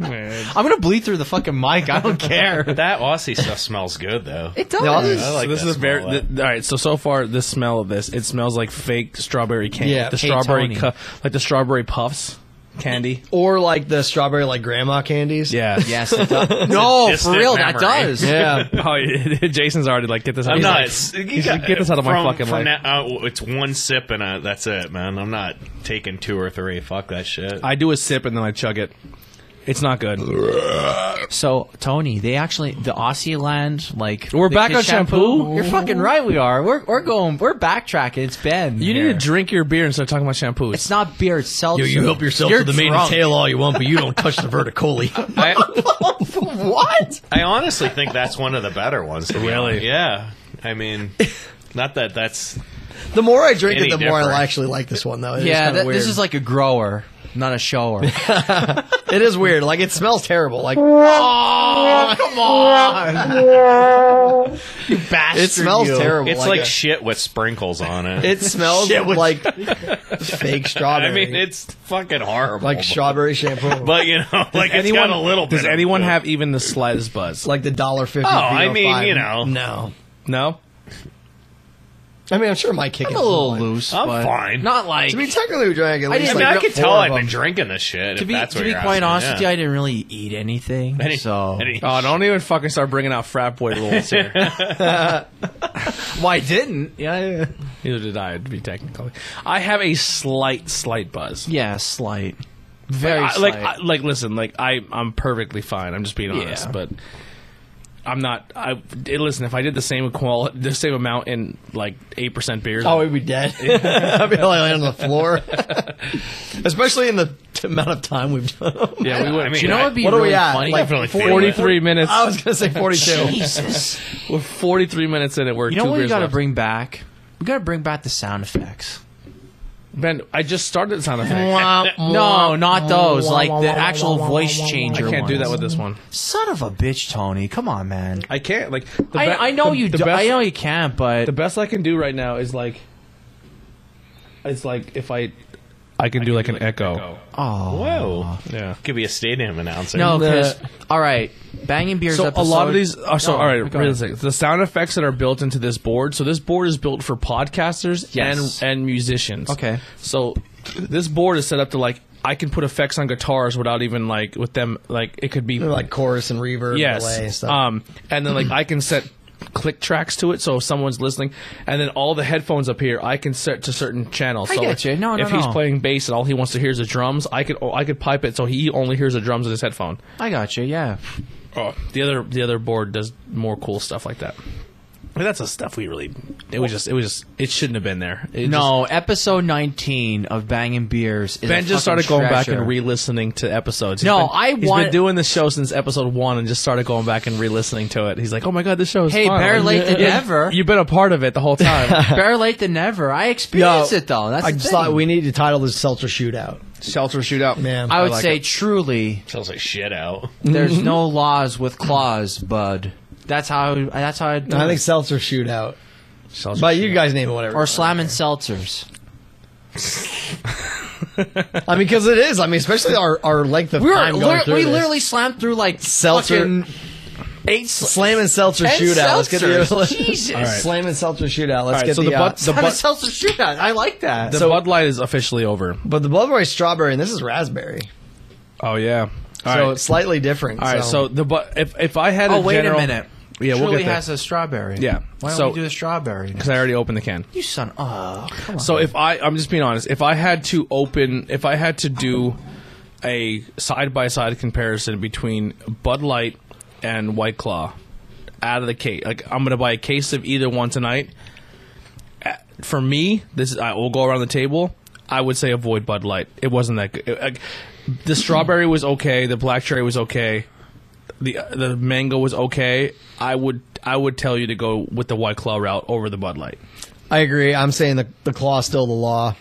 I'm gonna bleed through the fucking mic. I don't care. That Aussie stuff smells good though. It does. No, this- I like So this that is very smell, th- all right. So so far, the smell of this, it smells like fake strawberry candy. Yeah. the Hey, strawberry, Tony. cu- like the strawberry puffs candy. Or like the strawberry like grandma candies. Yeah, Yes, it does. no, for distant real, that memory. does. Yeah. oh, Jason's already like, get this. out I'm of not. my- it's- you he's got- like, get this out of my from- fucking from life. now- uh, it's one sip and uh, that's it, man. I'm not taking two or three. Fuck that shit. I do a sip and then I chug it. It's not good. So Tony, they actually the Aussie land like We're the back kid on shampoo? You're fucking right. We are. We're we're going. We're backtracking. It's Ben. You need to drink your beer and start talking about shampoos. It's not beer. It's seltzer. to You're drunk. all you want, but you don't touch the verticoli. I, what? I honestly think that's one of the better ones. to be Really? honest. Yeah. I mean, not that that's The more I drink Any it, the more different. I actually like this one though. It is Yeah, kinda that, weird. this is like a grower, not a shower. it is weird. Like it smells terrible. Like Bastard, it smells you. terrible. it's like a- shit with sprinkles on it. It smells like fake strawberry. I mean, it's fucking horrible. like strawberry shampoo. but you know, like it's got a little bit. Does of- anyone have even the slightest buzz? like the dollar fifty. Oh, I mean, you know. no. no. I mean, I'm sure my kick. I'm is a little fine. loose. I'm but fine. Not like I mean, technically, we drank at I least I just- mean, like I got could four tell of I've them. been drinking this shit. to if be that's to what be you're quite asking, honest with you, yeah. I didn't really eat anything. Any- so any- Oh, don't even fucking start bringing out frat boy rules here. why didn't? Yeah, yeah. Neither did I, to be technical. I have a slight, slight buzz. yeah, slight, very I- slight. like, I, like, listen, like I, I'm perfectly fine. I'm just being honest, Yeah. but I'm not. I eh, listen. If I did the same qual, the same amount in like eight percent beers, Oh, we'd be dead. I'd be like laying on the floor. Especially in the t- amount of time we've done. them. yeah, we would. I Do mean, you know I- what'd be What are really we at? funny? Like Definitely 40, feel it. 43 minutes. I was gonna say forty-two. Jesus. We're 43 minutes in, and we're You know two what we beers gotta left. bring back? We gotta bring back the sound effects. Ben, I just started sound effects. no, not those. Like the actual voice changer. I can't do that with ones. this one. Son of a bitch, Tony. Come on, man. I can't. Like, the be- I, I know the- you. The do, best, I know you can't, but the best I can do right now is like, it's like if I, I can do like an echo. oh Whoa. Yeah. Could be a stadium announcer. no, because all right, banging beers. So episode, a lot of these. Are, so No, all right, go real ahead. quick, the sound effects that are built into this board. So this board is built for podcasters Yes. and and musicians. Okay. So this board is set up to like I can put effects on guitars without even like with them like it could be like chorus and reverb, delay and yes. Uh, stuff. Um, and then like I can set click tracks to it, so if someone's listening, and then all the headphones up here, I can set to certain channels. I so get you. No, no, if he's no. playing bass and all he wants to hear is the drums, I could oh, I could pipe it so he only hears the drums in his headphone. I got you. Yeah, Oh, the other the other board does more cool stuff like that. But that's the stuff we really. It was just. It was just. It shouldn't have been there. It just- no. Episode nineteen of banging beers. Is ben a just fucking started going back treasure. and re-listening to episodes. He's been- No, I he's want- been doing this show since episode one, and just started going back and re-listening to it. He's like, "Oh my god, this show is Hey, fun. better late than Yeah, never. You've been a part of it the whole time. Better late than never. I experienced it though. That's I the just thing. thought we need to title this Seltzer Shootout. Shelter shootout, Man. I would like say it. truly, Sounds like shit out. there's no laws with claws, bud. That's how. That's how. I'd do I it. think Seltzer Shootout. Seltzer But you guys name it whatever. or slamming seltzers. I mean, because it is. I mean, especially our, our length of We were time going lit- through we this. literally slammed through like Seltzer- fucking Eight sl- Slam and seltzer Ten shootout. Let's get the seltzers. Jesus. All right. Slam and seltzer shootout. Let's All right, get so the, the uh, Bud- the Time Bud- to sell some shootout. I like that. the Bud Light is officially over. but the Bloodberry strawberry and this is raspberry, Oh yeah. All so right. it's slightly different. All right. So, the but if if I had oh a wait general, a minute. Yeah, we'll Truly get there. has a strawberry. Yeah. Why don't So- we do the strawberry? because I already opened the can. You son. Oh, come on. So if I, I'm just being honest. If I had to open, if I had to do a side by side comparison between Bud Light and White Claw out of the case, like I'm gonna buy a case of either one tonight. Uh, For me, this is, I will go around the table. I would say avoid Bud Light. It wasn't that good. It- like, the strawberry was okay. The black cherry was okay. The the mango was okay. I would I would tell you to go with the White Claw route over the Bud Light. I agree. I'm saying the the claw's still the law,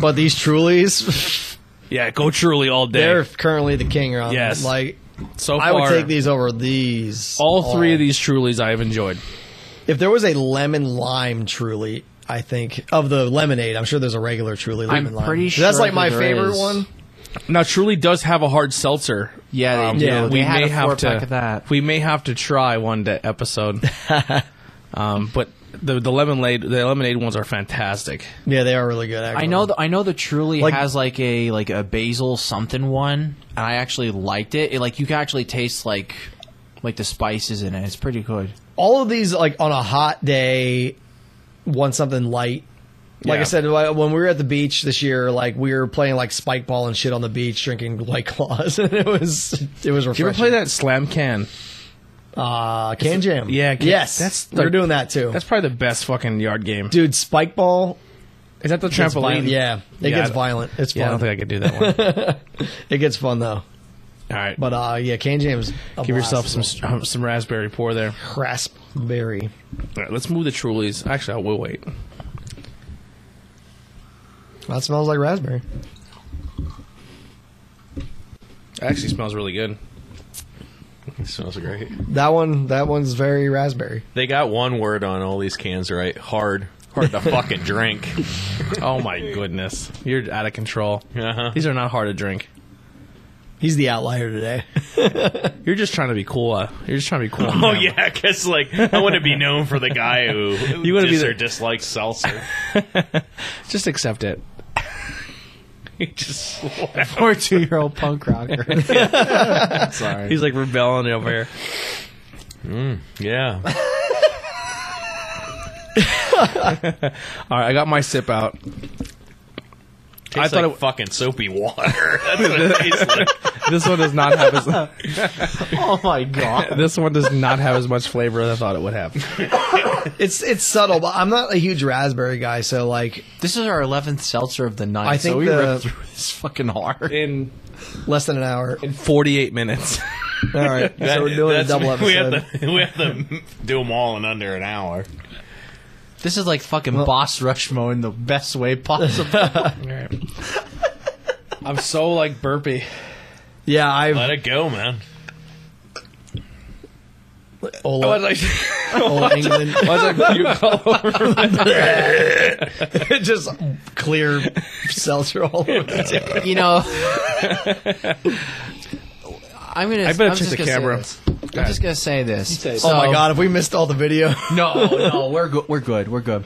but these Trulies, Yeah, go truly all day. they're currently the king. Around Yes. like so far, I would take these over these. all three of these Trulies I have enjoyed. If there was a lemon lime Truly, I think of the lemonade. I'm sure there's a regular Truly lemon lime. pretty that's sure like my there favorite is. one. Now, Truly does have a hard seltzer. Yeah, they do. yeah, They Um, we had may a have to. four-pack of that. We may have to try one day episode. um, but the the lemonade the lemonade ones are fantastic. Yeah, they are really good. Actually. I know the I know the Truly Like- has like a like a basil something one, and I actually liked it. it. Like you can actually taste like like the spices in it. It's pretty good. all of these like on a hot day want something light like Yeah. i said wh- when we were at the beach this year like we were playing like spike ball and shit on the beach drinking white claws and it was it was refreshing Do you ever play that slam can? uh can jam yeah, Can- yes that's that's we're like- doing that too That's probably the best fucking yard game. dude spike ball Is that the gets trampoline? violent. yeah it Yeah, I gets don't- violent it's fun Yeah, I don't think I could do that one. it gets fun though All right, but uh yeah can jam's a give blast. yourself some str- some raspberry pour there. raspberry All right, let's move the Trulies. Actually, I will wait. that smells like raspberry It actually smells really good. It smells great. that one that one's very raspberry They got one word on all these cans, right? Hard. Hard to fucking drink. Oh my goodness. You're out of control. Uh-huh. These are not hard to drink. he's the outlier today You're just trying to be cool. Uh, you're just trying to be cool. Oh yeah, because like I want to be known for the guy who You you wanna be dis- the- or dislikes seltzer. Just accept it. he just or two-year-old punk rocker sorry. He's like rebelling over here. Yeah, All right, I got my sip out. I thought it fucking soapy water. That's what it tastes like. This one does not have as Oh my god! this one does not have as much flavor as I thought it would have. It's it's subtle, but I'm not a huge raspberry guy, so like this is our eleventh seltzer of the night. I so think we the- ripped through this fucking hard. In less than an hour. 48 minutes. All right, so we're doing a That's- double episode. We have, to, we have to do them all in under an hour. This is like fucking Boss Rushmo in the best way possible. I'm so like burpy. yeah, I Let it go, man. I old, was like, old England I was like puke all over. just clear seltzer all over the table. you know. I'm gonna. I better am check the camera. I'm just gonna say this. Oh my So- god, if we missed all the video, No, no, we're good. We're good. We're good.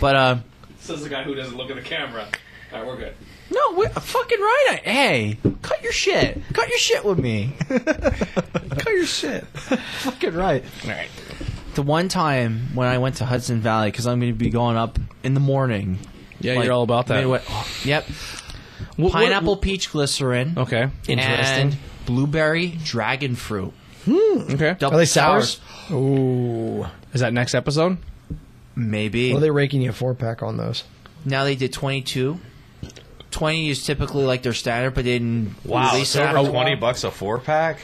But uh, Says the guy who doesn't look at the camera. All right, we're good. no, we're fucking right. I, hey, cut your shit. Cut your shit with me. cut your shit. fucking right. All right. The one time when I went to Hudson Valley because I'm going to be going up in the morning. Yeah, like, you're all about that. midway- yep. what- Pineapple peach glycerin. Okay. And blueberry dragon fruit. Okay. Double Are they sours? Is that next episode? Maybe. Well, they're raking you a four pack on those. now they did 22. 20 is typically like their standard, but they didn't Wow, release it's that. over twenty bucks a four pack.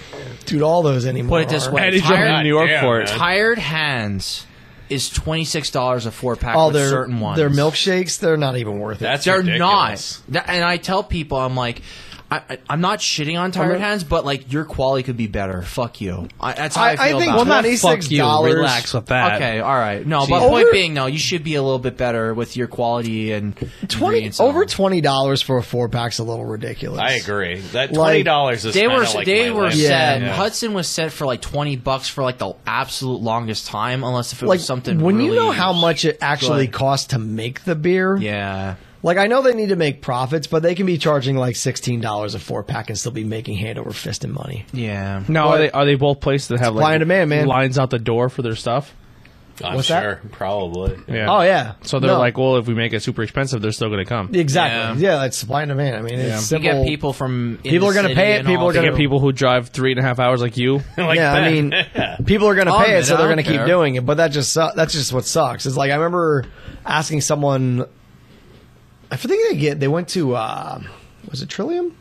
Dude, all those anymore. Put it this are. way. Eddie tired- Jordan in New York damn, for it. man. Tired Hands is twenty six dollars a four pack All with Oh, their certain ones. their milkshakes, they're not even worth it. That's They're ridiculous. not. That- and I tell people, I'm like, I, I, I'm not shitting on Tired I'm not- Hands, but like your quality could be better. Fuck you. I, that's how I, I, feel I think about it. Well, twenty six fuck you. dollars. Relax with that. Okay, all right. No, but Jeez. point Over- being, no, you should be a little bit better with your quality and Twenty ingredients and over all. twenty dollars for a four pack's a little ridiculous. I agree. That twenty Like, dollars is They kinda were like they my were limit. set. Yeah. Hudson was set for like twenty bucks for like the absolute longest time, unless if it Like was something. when you really- know how much it actually good. costs to make the beer. Yeah. Like I know they need to make profits, but they can be charging like sixteen dollars a four pack and still be making hand over fist in money. Yeah. Now, are they are they both places that have Supply like and demand, man. lines out the door for their stuff? I'm What's that? sure, probably. Yeah. Oh yeah. So they're No. like, well, if we make it super expensive, they're still going to come. Exactly. Yeah. it's supply and demand. I mean, it's You simple. get people from in People the are gonna city pay it, and people all are gonna that. Get people who drive three and a half hours like you. like yeah, that. I mean, people are going to I'll pay it, admit, so I they're don't going to keep care. doing it. But that just su- that's just what sucks. It's like I remember asking someone. I think they get they went to uh, was it Trillium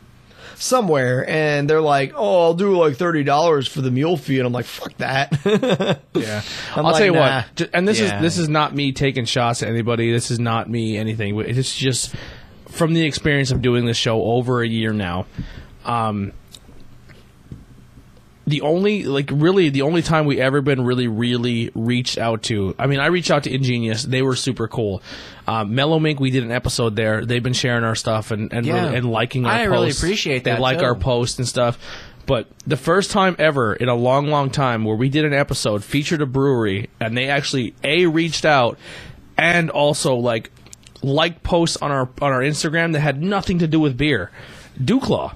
somewhere, and they're like, "Oh, I'll do like thirty dollars for the mule fee," and I'm like, "Fuck that." Yeah, i I'm will like, tell you nah. what. ju- And this Yeah. is this is not me taking shots at anybody. This is not me anything. It's just from the experience of doing this show over a year now. Um, the only like really the only time we ever been really really reached out to i mean i reached out to ingenious they were super cool um, mellow mink we did an episode there they've been sharing our stuff and and, Yeah. really, and liking our I really posts. appreciate they that, like too. our posts and stuff but the first time ever in a long long time where we did an episode featured a brewery and they actually a reached out and also like liked posts on our on our instagram that had nothing to do with beer dewclaw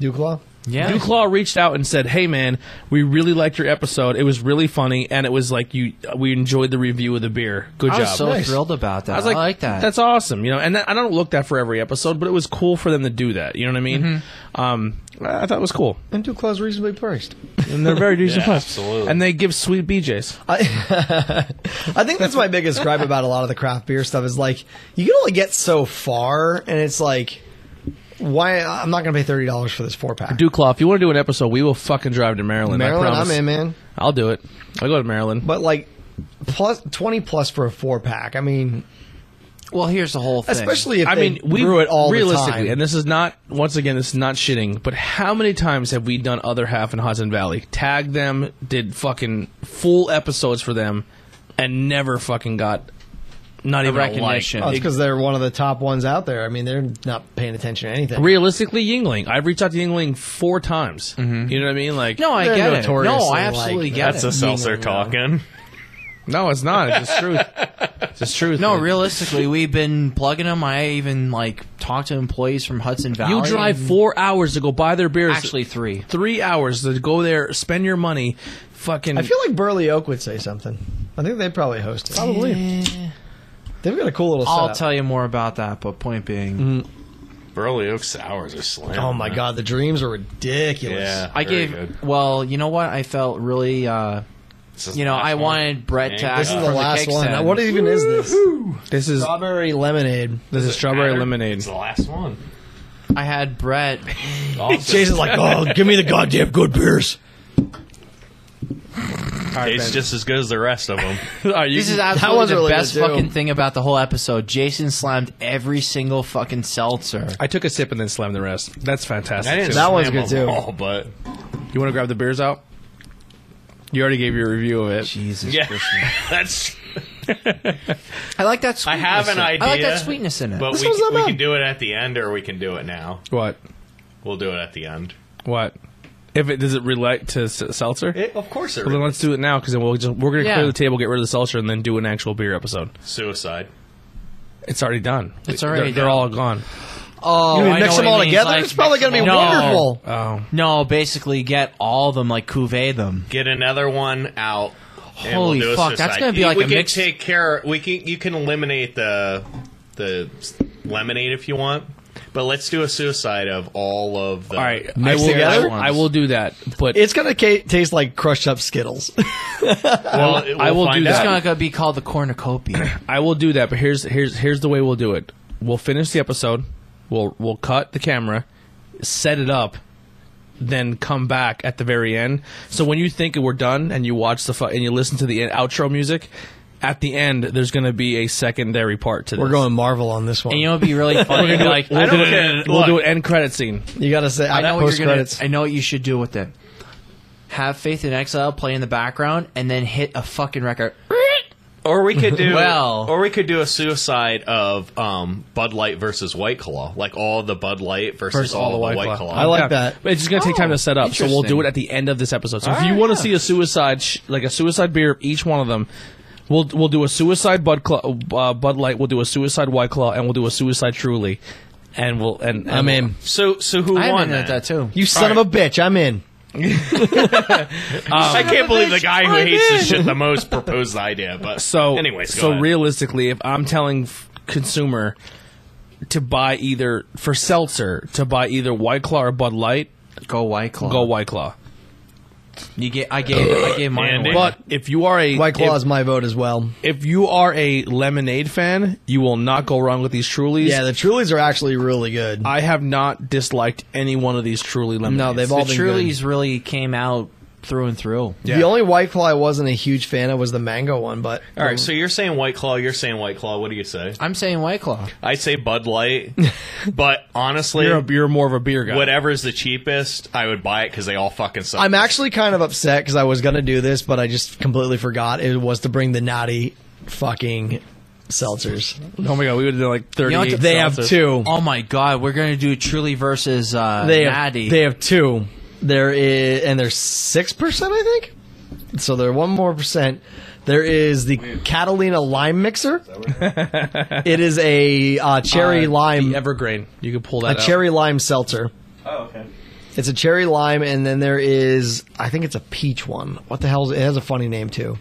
Duke Law. Yeah. Duclaw reached out and said, "Hey man, we really liked your episode. It was really funny, and it was like you. We enjoyed the review of the beer. Good I job." was so Nice. thrilled about that. I, was like, like that. That's awesome, you know. And that, I don't look that for every episode, but it was cool for them to do that. You know what I mean? Um, I I thought it was cool, And Duke Law's reasonably priced. and they're very decent. Yeah, folks. absolutely. And they give sweet BJ's. I think that's my biggest gripe about a lot of the craft beer stuff is like you can only get so far, and it's like, why? I'm not going to pay thirty dollars for this four pack. Duclaw, if you want to do an episode, we will fucking drive to Maryland. I Maryland, promise. I'm in, man. will do it. I'll go to Maryland. But like plus twenty plus for a four pack. I mean, well, here's the whole thing. especially if I mean, we brew it all realistically, the time. and this is not once again, this is not shitting, but how many times have we done other half in Hudson Valley, tagged them, did fucking full episodes for them, and never fucking got not even A recognition. Oh, like. it's because they're one of the top ones out there. I mean, they're not paying attention to anything. Realistically, Yingling, I've reached out to Yingling four times. You know what I mean? Like, no, I Mm-hmm. They're get it. No, notoriously I absolutely like- get That's it. a seltzer talking. no, it's not. It's just truth. It's just truth. No, man. realistically, we've been plugging them. I even like talked to employees from Hudson Valley. You drive four hours to go buy their beers. actually three. three hours to go there, spend your money, fucking. I feel like Burley Oak would say something. I think they'd probably host it. Eh, They've got a cool little I'll setup. tell you more about that. But point being, Mm-hmm. Burley Oak sours are slam. oh my god, the dreams are ridiculous. Yeah, I very gave. Good. Well, you know what? I felt really. uh This is You know, the last I one. wanted Brett Thank to. God. This ask is for the last cake one. stand. What even is this? this is Strawberry lemonade. this is strawberry Batter. lemonade. It's the last one. I had Brett. Jason's like, oh, give me the goddamn good beers. Tastes just as good as the rest of them. Are you- This is one's absolutely the really best good, too. fucking thing about the whole episode. Jason slammed every single fucking seltzer. I took a sip and then slammed the rest. That's fantastic. I didn't too. That one's slam good, them too. All, but you want to grab the beers out? You already gave your review of it. Jesus. yeah, that's. I like that sweetness. have in- an I like idea, that sweetness in it. But This we, one's not we bad. can do it at the end, or we can do it now. What? We'll do it at the end. What? If it does it relate to s- seltzer? It, of course, it well, then let's do it now because then we'll just, we're gonna Yeah. clear the table, get rid of the seltzer, and then do an actual beer episode. suicide. It's already done. It's already They're, they're done. all gone. oh, You I mix know them what all it means, together. like- it's probably going to be No. wonderful. Oh, No, basically get all of them, like cuvee them. Get another one out. and Holy we'll do a fuck, that's suicide. gonna be like we a can mix- Take care. We can. You can eliminate the the s- lemonade if you want, but let's do a suicide of all of the. all right. I Mixed will. I together? will- I will do that. But It's going to ca- taste like crushed up Skittles. Well, it- I will we'll do find that. It's out. gonna be called the cornucopia. I will do that, but here's here's here's the way we'll do it. We'll finish the episode. We'll we'll cut the camera, set it up, then come back at the very end. So when you think we're done and you watch the fu- and you listen to the outro music, at the end there's going to be a secondary part to this. We're going Marvel on this one. And you know what'd be really funny? like We'll, do, an, we'll do an end credit scene. you gotta say I know what post you're gonna, credits. I know what you should do with it. Have Faith in Exile play in the background and then hit a fucking record. Or we could do Well. or we could do a suicide of um, Bud Light versus White Claw, like all the Bud Light versus, all, the White, Claw. I like Yeah. that. But It's just gonna take Oh, time to set up, so we'll do it at the end of this episode. So if you want to see a suicide, sh- like a suicide beer, of each one of them, we'll we'll do a suicide Bud Claw, uh, Bud Light, we'll do a suicide White Claw, and we'll do a suicide Truly, and we'll and, and I'm in. so so who I won am at that too. You son of a bitch. I'm in. Um, I can't believe the guy who hates this shit the most proposed the idea. But So anyways, go so ahead. realistically, if I'm telling f- consumer to buy either for seltzer to buy either White Claw or Bud Light, Go White Claw. Uh-huh. go White Claw. You get. I Oh, gave. I gave mine. Andy. away. But if you are a White Claw if- is my vote as well. if you are a lemonade fan, you will not go wrong with these Trulies. Yeah, the Trulies are actually really good. I have not disliked any one of these Truly lemonades. no, they've all the been Trulies good. really came out through and through. The only White Claw I wasn't a huge fan of was the mango one, but all right, so you're saying White Claw, you're saying White Claw. What do you say? I'm saying White Claw. I say Bud Light, but honestly, You're, a, you're more of a beer guy. whatever's the cheapest, I would buy it because they all fucking suck. I'm actually kind of upset because I was gonna do this, but I just completely forgot. It was to bring the naughty fucking seltzers. Oh my god, we would have done like thirty. You know what They have two. Oh my God, we're gonna do Truly versus uh, They have, Natty. they have two. There is, and there's six percent, I think. So they're one more percent. There is the Catalina lime mixer. it is a uh, cherry lime, the Evergreen. You could pull a that. out. cherry lime seltzer. Oh, okay. It's a cherry lime, and then there is I think it's a peach one. What the hell? Is, it has a funny name too,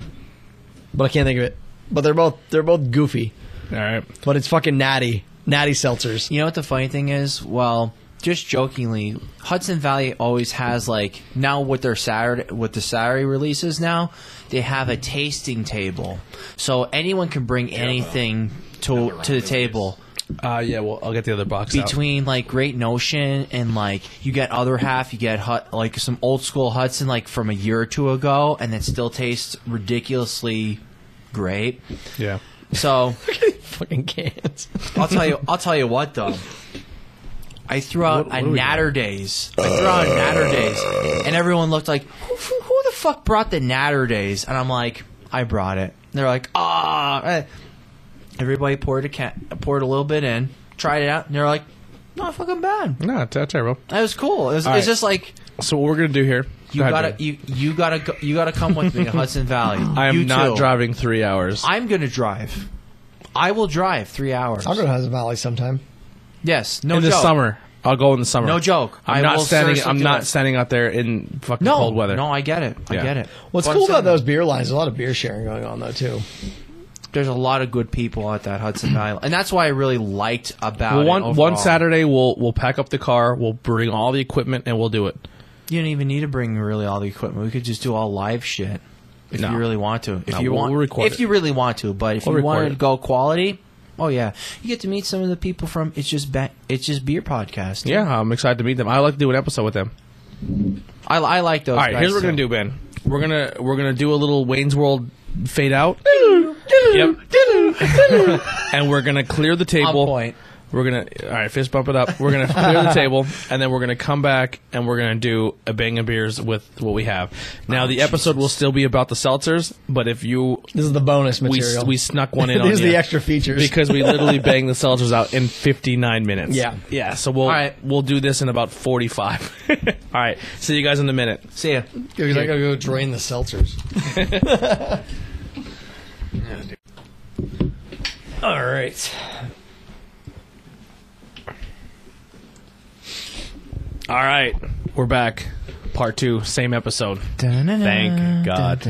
but I can't think of it. But they're both they're both goofy, All right. but it's fucking natty natty seltzers. You know what the funny thing is? Well, just jokingly, Hudson Valley always has like now with their Saturday with the Saturday releases now, they have a tasting table. So anyone can bring anything to to the table. Uh, yeah. Well, I'll get the other box out. Between like Great Notion and like you get other half, you get hut, like some old school Hudson like from a year or two ago, and it still tastes ridiculously great. Yeah. So Fucking cans. I'll tell you. I'll tell you what though. I threw out a Natter Days. I threw out a Natter Days, and everyone looked like, who, who, who the fuck brought the Natter Days? And I'm like, I brought it. And they're like, ah. eh." Everybody poured a can, poured a little bit in, tried it out, and they're like, not fucking bad. No, it's not terrible. That was cool. It was, All It's right. just like So what we're gonna do here? you Go ahead, gotta Dave. you you gotta go, you gotta come with me to Hudson Valley. I am You not too. driving three hours. I'm gonna drive. I will drive three hours. I'll go to Hudson Valley sometime. Yes, no in the joke. summer. I'll go in the summer. No joke. I'm I not will standing. seriously I'm do not it. standing out there in fucking No, cold weather. No, I get it. I Yeah. get it. What's But I'm cool about saying those beer lines? There's a lot of beer sharing going on though too. There's a lot of good people at that Hudson Valley, and that's why I really liked about Well, it one overall. one Saturday we'll we'll pack up the car, we'll bring all the equipment, and we'll do it. You don't even need to bring really all the equipment. We could just do all live shit if No. you really want to. If No, you we'll- want, we'll record if it. you really want to, but if We'll you want record to it. go quality, oh yeah, you get to meet some of the people from it's just ba- it's just beer podcast. Yeah, I'm excited to meet them. I like to do an episode with them. I, I like those. All right, guys here's what too. we're gonna do, Ben. We're gonna we're gonna do a little Wayne's World fade out. yep. and we're gonna clear the table. point. We're gonna all right, fist bump it up. We're gonna clear the table, and then we're gonna come back and we're gonna do a bang of beers with what we have. Now Oh, the episode will still be about the seltzers, but if you This is the bonus we, material. we snuck one in on These are the you extra features. because we literally banged the seltzers out in 59 minutes. Yeah. yeah. So we'll right. we'll do this in about 45. all right, see you guys in a minute. See ya. Because I gotta go drain the seltzers. All right. All right, we're back. Part two, same episode. Thank God.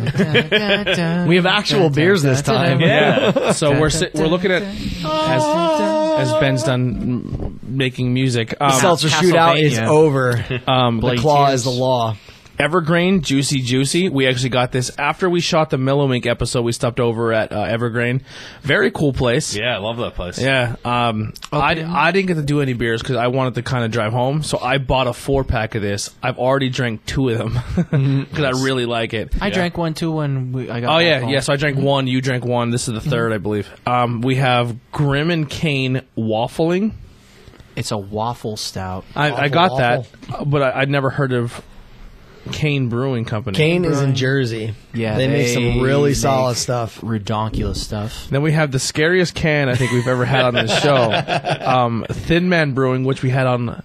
We have actual beers this time. Yeah. so we're si- we're looking at as, as Ben's done m- making music. Um, Seltzer shootout is Castlevania. over. um, The claw is the law. Evergreen Juicy Juicy. We actually got this after we shot the Millowink episode. We stopped over at uh, Evergreen. Very cool place. Yeah, I love that place. Yeah, um, I, I didn't get to do any beers because I wanted to kind of drive home. So I bought a four pack of this. I've already drank two of them Mm-hmm. because I really like it. I drank one too when we, I got. Oh back yeah, home. yeah. So I drank Mm-hmm. one. You drank one. This is the third, I believe. Um, we have Grim and Kane waffling. It's a waffle stout. I, I Waffle, got that, uh, but I, I'd never heard of Kane Brewing Company. Kane is in Jersey. Yeah, they, make some they really make- solid stuff. Redonkulous stuff. Then we have the scariest can I think we've ever had on this show, um, Thin Man Brewing, which we had on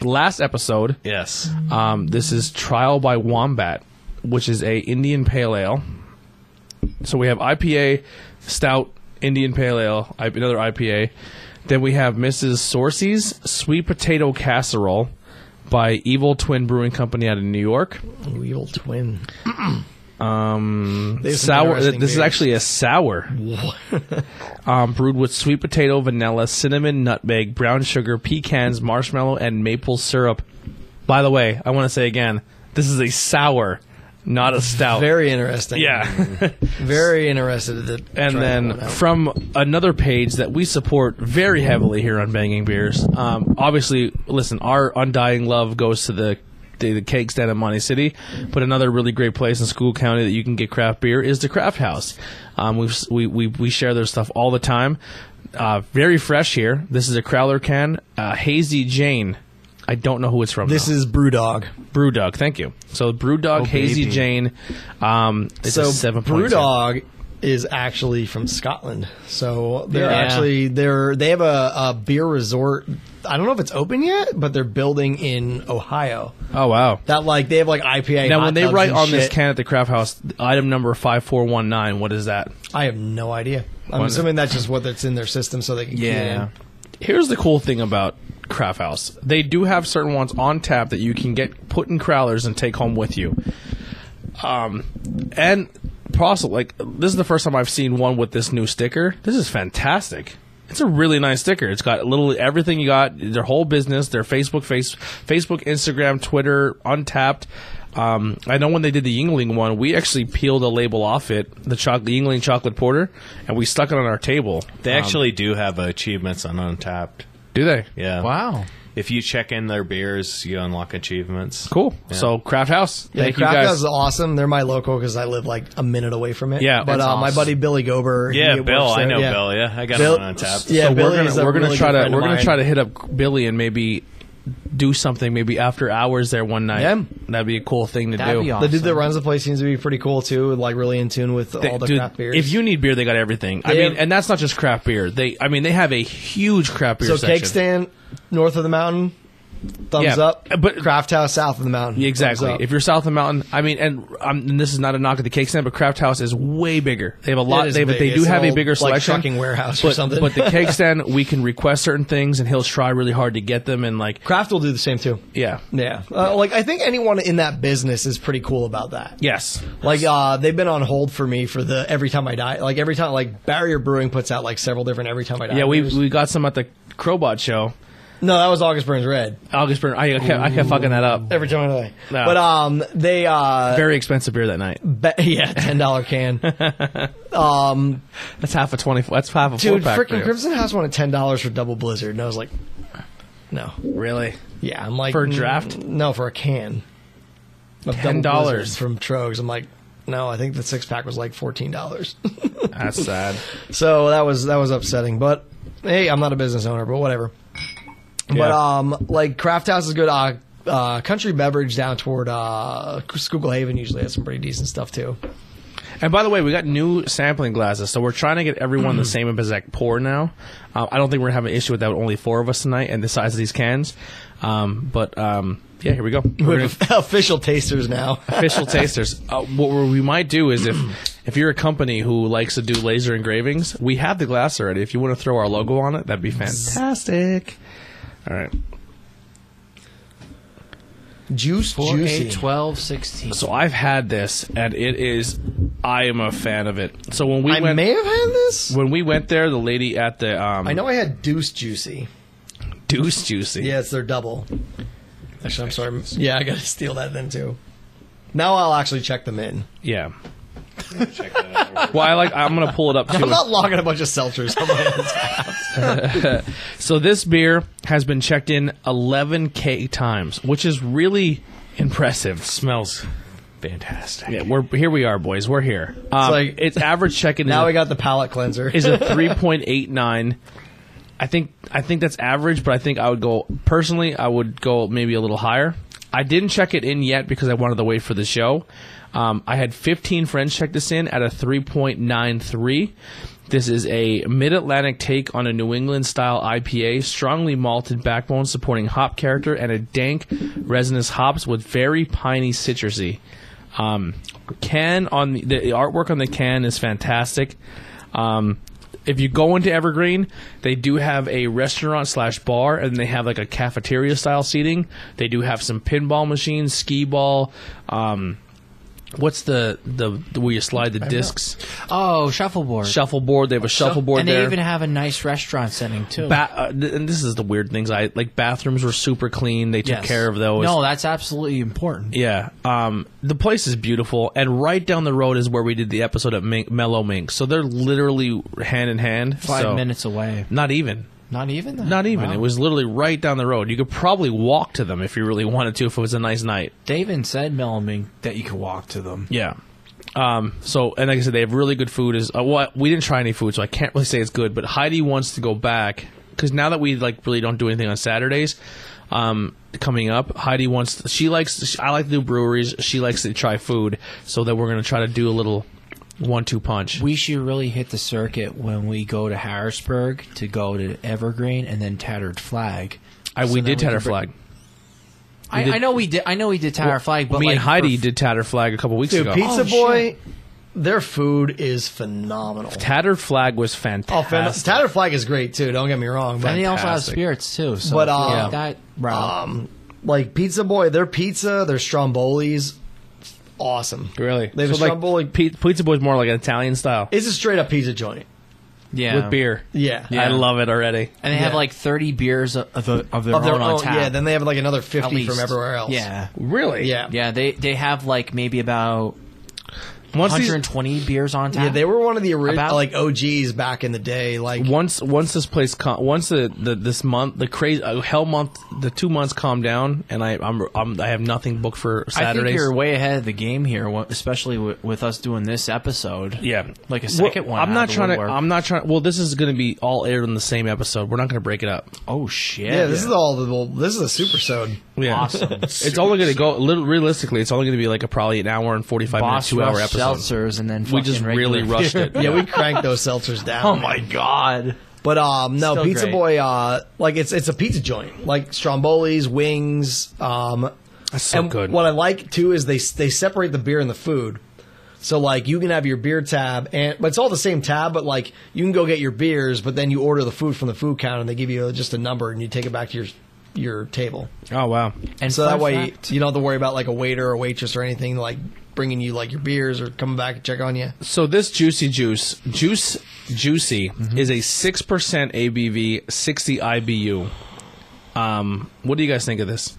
last episode. Yes. Um, this is Trial by Wombat, which is a Indian Pale Ale. So we have IPA, Stout, Indian Pale Ale, I- another IPA. Then we have Mrs. Sorcy's Sweet Potato Casserole by Evil Twin Brewing Company out of New York. Evil twin. um, sour. th- This is actually a sour. um, brewed with sweet potato, vanilla, cinnamon, nutmeg, brown sugar, pecans, marshmallow, and maple syrup. By the way, I want to say again, this is a sour, not a stout. very interesting. yeah. Oh. very interested. To and try that one then out. from another page that we support very heavily here on Banging Beers. Um, obviously, listen, our undying love goes to the the, the cake stand in Monty City, but another really great place in School County that you can get craft beer is the Craft House. Um, we've, s- we we we share their stuff all the time. Uh, very fresh here. This is a Crowler can, uh, Hazy Jane. I don't know who it's from. this is Brewdog. Brewdog. Thank you. So Brewdog, Hazy baby. Jane. Um, it's so a seven Brewdog is actually from Scotland. So they're Yeah. actually they're they have a, a beer resort. I don't know if it's open yet, but they're building in Ohio. Oh wow. That like they have like IPA. Now, hot when they tubs write and on this shit. can at the craft house, item number five four one nine. What is that? I have no idea. I'm Wonder- assuming that's just what that's in their system, so they can. Yeah. Here's the cool thing about craft house: they do have certain ones on tap that you can get put in crowlers and take home with you. Um, and also like this is the first time I've seen one with this new sticker. This is fantastic. It's a really nice sticker. It's got literally everything you got. Their whole business, their Facebook, face, Facebook, Instagram, Twitter, Untapped. Um, I know when they did the Yingling one, we actually peeled a label off it, the chocolate Yingling chocolate porter, and we stuck it on our table. They actually do have achievements on Untapped. Do they? Yeah. Wow. If you check in their beers, you unlock achievements. Cool. So Craft House. Yeah, Thank Craft you guys. House is awesome. They're my local because I live like a minute away from it. Yeah, but that's uh, my awesome. buddy Billy Gober. Yeah, he Bill. works I there. know yeah. Bill. Yeah, I got Bill- him on Untapped. Yeah, so Billy we're gonna is a we're gonna really try good to friend of we're gonna mine. try to hit up Billy and maybe do something maybe after hours there one night. Yeah. That'd be a cool thing to That'd do. be The awesome. dude that runs the place seems to be pretty cool too. Like really in tune with all the Dude, craft beers. if you need beer, they got everything. I They mean, have- and that's not just craft beer. They, I mean, they have a huge craft beer so section. cake stand north of the mountain, thumbs Yeah, up. but- craft house south of the mountain, Yeah, thumbs Exactly. up. If you're south of the mountain, I mean, and, um, and this is not a knock at the cake stand, but Craft House is way bigger. They have a lot. is They, but big. they do It's an have a old, bigger like, selection. trucking warehouse or but, something. But the cake stand, we can request certain things, and he'll try really hard to get them. And like, craft will do the same too. yeah, Yeah, uh, like I think anyone in that business is pretty cool about that. yes, Like uh, they've been on hold for me for the every time I die. Like every time, like Barrier Brewing puts out like several different every time I die. yeah. We beers. we got some at the Crowbot show. no, that was August Burns Red. August Burn. I, I kept I kept fucking that up. Every time I die. No. But um, they uh, Very expensive beer that night. ba- yeah, ten dollar can. um, That's half a twenty. That's half a dude, four pack. freaking Crimson House wanted ten dollars for Double Blizzard, and I was like, no, Really? yeah, I'm like For a mm, draft? no, for a can. of Double $10. Blizzard from Trogs. I'm like, no, I think the six pack was like fourteen dollars. That's sad. So that was that was upsetting. But hey, I'm not a business owner, but whatever. But Yeah. um, like Craft House is good. Uh, uh, country beverage down toward uh, Schuylkill Haven usually has some pretty decent stuff too. And by the way, we got new sampling glasses, so we're trying to get everyone Mm. the same exact pour now. Um, I don't think we're gonna have an issue with that with only four of us tonight and the size of these cans. Um, but um, yeah, here we go. We're We gonna- have official tasters now. official tasters. Uh, what we might do is if if you're a company who likes to do laser engravings, we have the glass already. If you want to throw our logo on it, that'd be fantastic. All right. Juice, Four, juicy. eight, 12, 16. So I've had this, and it is. I am a fan of it. So when we I went may have had this. when we went there, the lady at the um, I know I had Deuce Juicy. Deuce Juicy. Yeah, it's their double. Actually, I'm sorry. Yeah, I gotta steal that then too. Now I'll actually check them in. Yeah. Check that out. Well, I like. I'm gonna pull it up too. I'm not logging a bunch of seltzers. on my hands. So this beer has been checked in 11k times, which is really impressive. smells fantastic. Yeah, we're here. We are, boys. We're here. Um, it's like- average check-in now I is, got the palate cleanser. a, is a 3.89. I think I think that's average, but I think I would go personally. I would go maybe a little higher. I didn't check it in yet because I wanted to wait for the show. Um, I had 15 friends check this in at a 3.93. This is a mid-Atlantic take on a New England-style IPA, strongly malted backbone supporting hop character and a dank, resinous hops with very piney citrusy. Um, can on the, the artwork on the can is fantastic. Um, if you go into Evergreen, they do have a restaurant slash bar, and they have like a cafeteria style seating. They do have some pinball machines, skee ball. Um, what's the, the the where you slide the discs? Oh, shuffleboard. Shuffleboard. They have a shuffleboard and there. they even have a nice restaurant setting too. Ba- uh, th- and this is the weird things. I like bathrooms were super clean. They took Yes. care of those. No, that's absolutely important. Yeah. Um, the place is beautiful, and right down the road is where we did the episode at Mink, Mellow Mink. So they're literally hand in hand. Five So- minutes away. Not even. Not even. That. Not even. Wow. It was literally right down the road. You could probably walk to them if you really wanted to, if it was a nice night. They even said Melaming that you could walk to them. Yeah. Um, so, and like I said, they have really good food. Is uh, well, we didn't try any food, so I can't really say it's good. But Heidi wants to go back because now that we like really don't do anything on Saturdays, um, coming up, Heidi wants. She likes. I like to do breweries. She likes to try food. So that we're gonna try to do a little one-two punch. We should really hit the circuit when we go to Harrisburg to go to Evergreen and then Tattered Flag. I, we So then did can Tatter bring- Flag. I, I know we did. I know we did Tattered Flag, but Me like and Heidi for- did Tatter Flag a couple weeks Dude, ago. Pizza Oh, Boy, their food is phenomenal. Tatter Flag was Oh, fantastic. fan- Tatter Flag is great too. Don't get me wrong, and they but also have fantastic. spirits too. So But, if you uh, like that route. um, like Pizza Boy, their pizza, their Stromboli's, awesome. Really? They have So, a like, Stromboli. Pi- Pizza Boy's more like an Italian style it's a straight up pizza joint. yeah, with beer. Yeah, I love it already. and they have yeah. like thirty beers of, of, the- of their, Of their own, on own- tap. yeah. Then they have like another at fifty least. from everywhere else. Yeah, Really? yeah, yeah. They they have like maybe about Once these- 120 beers on tap. Yeah, they were one of the original About- like OGs back in the day. Like once once this place cal- once the, the this month the crazy uh, hell month the two months calm down and I I'm, I'm I have nothing booked for I think Saturdays. you're way ahead of the game here, wa- especially with, with us doing this episode. yeah, like a Well, second one. I'm out not of the trying to. woodwork. I'm not trying. Well, this is going to be all aired in the same episode. We're not going to break it up. oh shit! yeah, this is all the well, this is a super sode. Yeah. awesome. It's only going to go. lit- Realistically, it's only going to be like a probably an hour and 45 minute Boss two hour rushed episode. seltzers, and then We just fucking regular really rushed it. Yeah, we cranked those seltzers down. Oh my god! But um, no, Still Pizza great. Boy, uh, like it's it's a pizza joint, like Stromboli's, wings. Um, That's so and good. What I like too is they they separate the beer and the food. So like you can have your beer tab, and but it's all the same tab. But like you can go get your beers, but then you order the food from the food counter, and they give you just a number, and you take it back to your your table. oh wow. And So that fun way fact- you don't have to worry about like a waiter or waitress or anything like bringing you like your beers or coming back and check on you. So this juicy juice, juice juicy, is a six percent ABV, sixty IBU. Um, what do you guys think of this?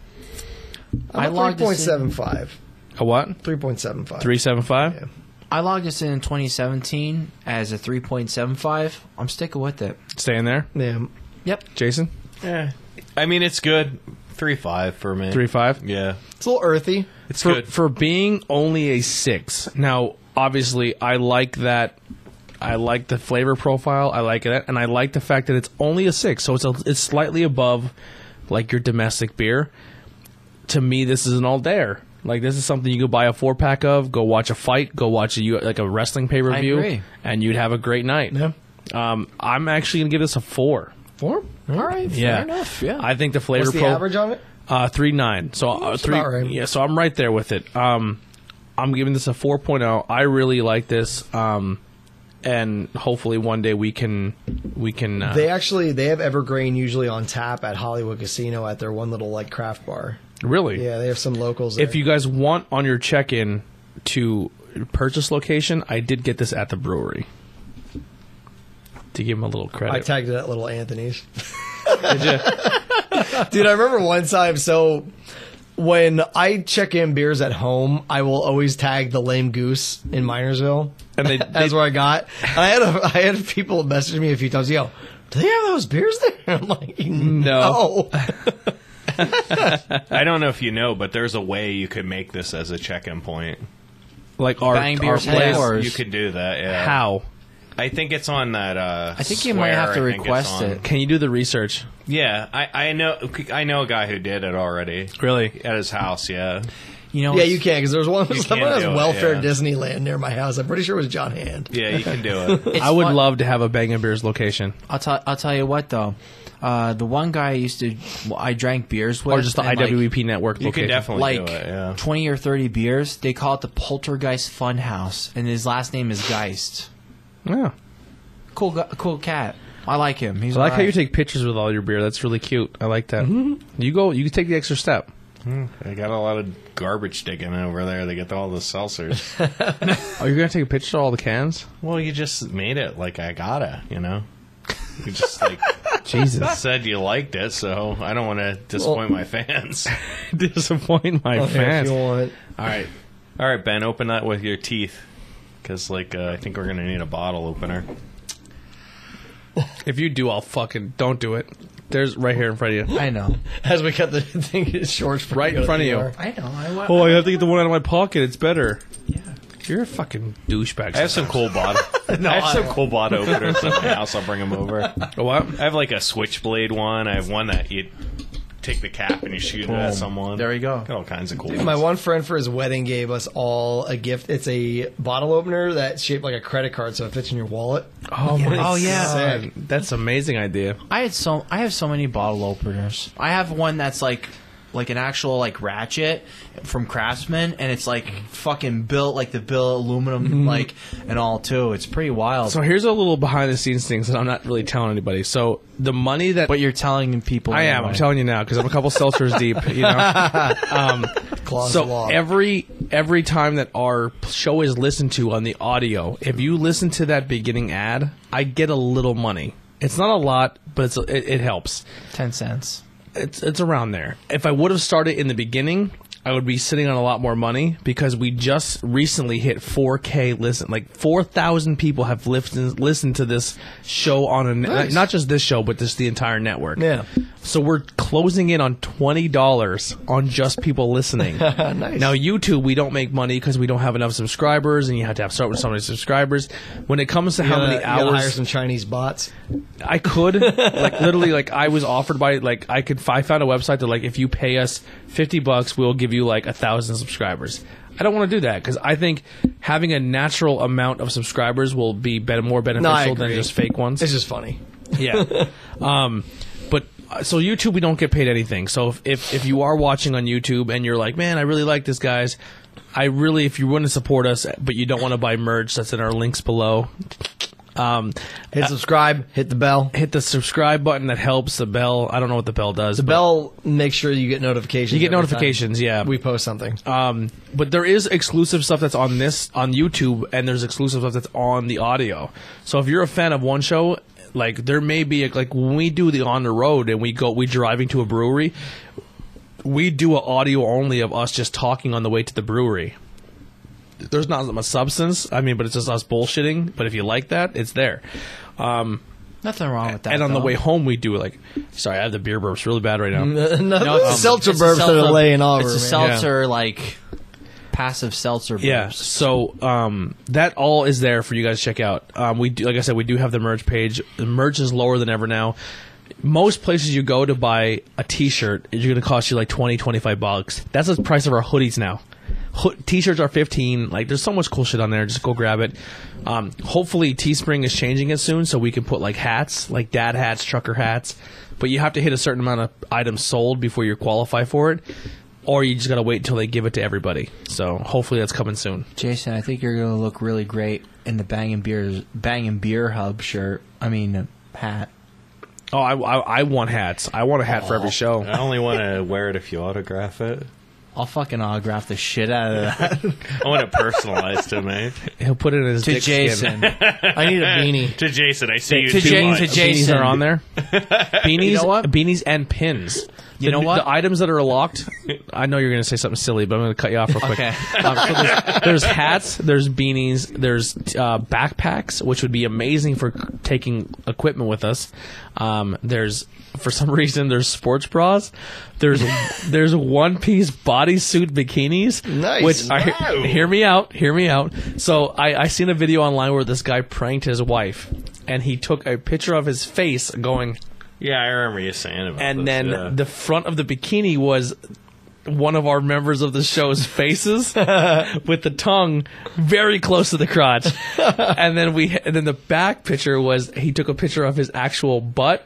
i I three logged point this in- seven five. A what? Three point seven five. Three seven five. Yeah. I logged this in in 2017 as a 3.75. I'm sticking with it. Staying there, Yeah. Yep. Jason. Yeah. I mean, it's good. Three five for me. Three five. Yeah. It's a little earthy. It's for good. for being only a six. Now, obviously, I like that. I like the flavor profile. I like that, and I like the fact that it's only a six, so it's a, it's slightly above like your domestic beer. To me, this is an all dayer. Like this is something you could buy a four pack of, go watch a fight, go watch a U- like a wrestling pay per view, agree. and you'd have a great night. Yeah. Um, I'm actually gonna give this a four. Four. All right. Fair Yeah. enough. Yeah. I think the flavor What's the profile. average on it? Uh, three nine. So uh, That's three. about right. Yeah. So I'm right there with it. Um, I'm giving this a 4.0. I really like this. Um, and hopefully one day we can we can. Uh, They actually they have Evergreen usually on tap at Hollywood Casino at their one little like craft bar. really. Yeah, they have some locals. If there. you guys want on your check in to purchase location, I did get this at the brewery. To give him a little I credit. tagged it at Little Anthony's. Did you? Dude, I remember one time. So when I check in beers at home, I will always tag the lame goose in Minersville. And they- that's they- where I got. And I had a, I had people message me a few times. Yo, do they have those beers there? I'm like, no. I don't know if you know, but there's a way you could make this as a check-in point. like our, Bang our beers place. Or- You could do that. Yeah. How I think it's on that. Uh, I think you might have to request it. can you do the research? Yeah, I, I know. I know a guy who did it already Really? at his house. Yeah. You know, yeah, it's- you can because there was one. Someone can has do it, Welfare yeah. Disneyland near my house. I'm pretty sure it was John Hand. Yeah, you can do it. it's I would fun- love to have a Bang and Beers location. I'll tell. I'll tell you what though. Uh, the one guy I used to, well, I drank beers with, Or just the E and, like, IWEP network You location. can definitely like do it. Yeah. 20 or 30 beers. They call it the Poltergeist Funhouse, and his last name is Geist. Yeah. Cool, gu- cool cat. I like him. He's I like how alright. you take pictures with all your beer. That's really cute. I like that. You go. You take the extra step. They got a lot of garbage digging over there. They get all the seltzers. Are you Oh, gonna take a picture of all the cans? well, you just made it like I gotta, you know. You just like Jesus, said you liked it, so I don't want to disappoint my fans. disappoint my fans. If you want. all right, all right, Ben, open that with your teeth, because like uh, I think we're gonna need a bottle opener. If you do, I'll fucking don't do it. There's right here in front of you. I know. As we cut the thing short, before Right we in go front of too you. far. I know. I want. Oh, I have to get the one out of my pocket. It's better. Yeah. You're a fucking douchebag. I have some cool bottle. I have some cool bottle openers at my house. I'll bring them over. A what? I have like a switchblade one. I have one that you take the cap and you shoot it at someone. There you go. Got all kinds of cool. My ones. one friend for his wedding gave us all a gift. It's a bottle opener that's shaped like a credit card, so it fits in your wallet. Oh my. Oh, yeah. God. That's amazing idea. I had so. I have so many bottle openers. I have one that's like. Like an actual like ratchet from Craftsman, and it's like fucking built like the bill aluminum like and all too. It's pretty wild. Mm-hmm. So here's a little behind the scenes thing that I'm not really telling anybody. So the money that but you're telling people. I am. anyway. I'm telling you now because I'm a couple seltzers deep. You know. Clause so of law. every every time that our show is listened to on the audio, if you listen to that beginning ad, I get a little money. It's not a lot, but it's it, it helps. ten cents. It's it's around there. If I would have started in the beginning, I would be sitting on a lot more money because we just recently hit 4K listen. Like 4,000 people have listened listened to this show on a ne- not just this show, but just the entire network. Yeah. So we're closing in on twenty dollars on just people listening. nice. Now YouTube, we don't make money because we don't have enough subscribers, and you have to have so so many subscribers. When it comes to how You gotta- many you gotta hire hours some Chinese bots. I could, like literally, like I was offered by like I could. I found a website that like if you pay us fifty bucks, we'll give you like a thousand subscribers. I don't want to do that because I think having a natural amount of subscribers will be better, more beneficial than agree. just fake ones. It's just funny. Yeah. um, but uh, so YouTube, we don't get paid anything. So if, if if you are watching on YouTube and you're like, man, I really like this guys. I really, if you want to support us, but you don't want to buy merch, that's in our links below. Um, Hit subscribe, hit the bell. hit the subscribe button. That helps. The bell. I don't know what the bell does. The Bell makes sure you get notifications. You get every time notifications. Yeah. We post something. Um, but there is exclusive stuff that's on this on YouTube, and there's exclusive stuff that's on the audio. So if you're a fan of one show, like there may be like when we do the on the road and we go we driving to a brewery, we do an audio only of us just talking on the way to the brewery. There's not much substance. I mean, but it's just us bullshitting. But if you like that, it's there. Um, Nothing wrong with that. and on the though. way home, we do like, sorry, I have the beer burps really bad right now. no, it's a- seltzer it's a burps that seltzer- are laying all over. It's a man. seltzer like passive seltzer. Yeah. burps. So um, that all is there for you guys to check out. Um, we do, like I said, we do have the merch page. The merch is lower than ever now. Most places you go to buy a T-shirt, it's going to cost you like 20, 25 bucks. That's the price of our hoodies now. Hood, t-shirts are 15 like there's so much cool shit on there just go grab it um, hopefully teespring is changing it soon so we can put like hats like dad hats trucker hats but you have to hit a certain amount of items sold before you qualify for it or you just gotta wait until they give it to everybody so hopefully that's coming soon Jason, I think you're gonna look really great in the Bang and Beer Bang and Beer Hub shirt. I mean hat. Oh, I, I, I want hats. I want a hat for every Oh. show. I only want to wear it if you autograph it. I'll fucking autograph the shit out of that I want it personalized to me. He'll put it in his to dick skin. Jason. I need a beanie. To Jason, I see you. To too Ja- much. to Beanies Jason. are on there. Beanies, You know what? beanies and pins. You know what? The items that are locked. I know you're going to say something silly, but I'm going to cut you off real quick. Okay. Um, so there's, there's hats, there's beanies, there's uh, backpacks, which would be amazing for c- taking equipment with us. Um, there's for some reason there's sports bras. There's there's one piece bodysuit bikinis. Nice. Which I, Wow. hear me out. Hear me out. So I I seen a video online where this guy pranked his wife, and he took a picture of his face going Yeah, I remember you saying about and this, then yeah. the front of the bikini was one of our members of the show's faces with the tongue very close to the crotch and then we and then the back picture was he took a picture of his actual butt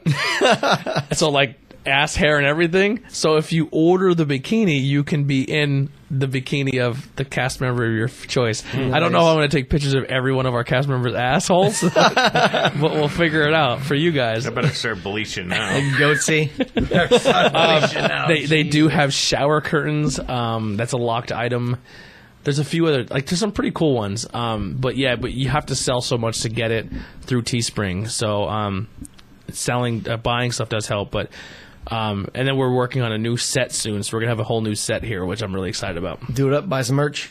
so like ass hair and everything so if you order the bikini you can be in the bikini of the cast member of your choice i don't know if i'm going to take pictures of every one of our cast members assholes but we'll figure it out for you guys I better start bleaching now. Goatsy. they they do have shower curtains. Um, that's a locked item. There's a few other like there's some pretty cool ones. Um, but yeah, but you have to sell so much to get it through Teespring. So um, selling uh, buying stuff does help, but. Um, and then we're working on a new set soon, so we're gonna have a whole new set here, which I'm really excited about. Do it up, buy some merch.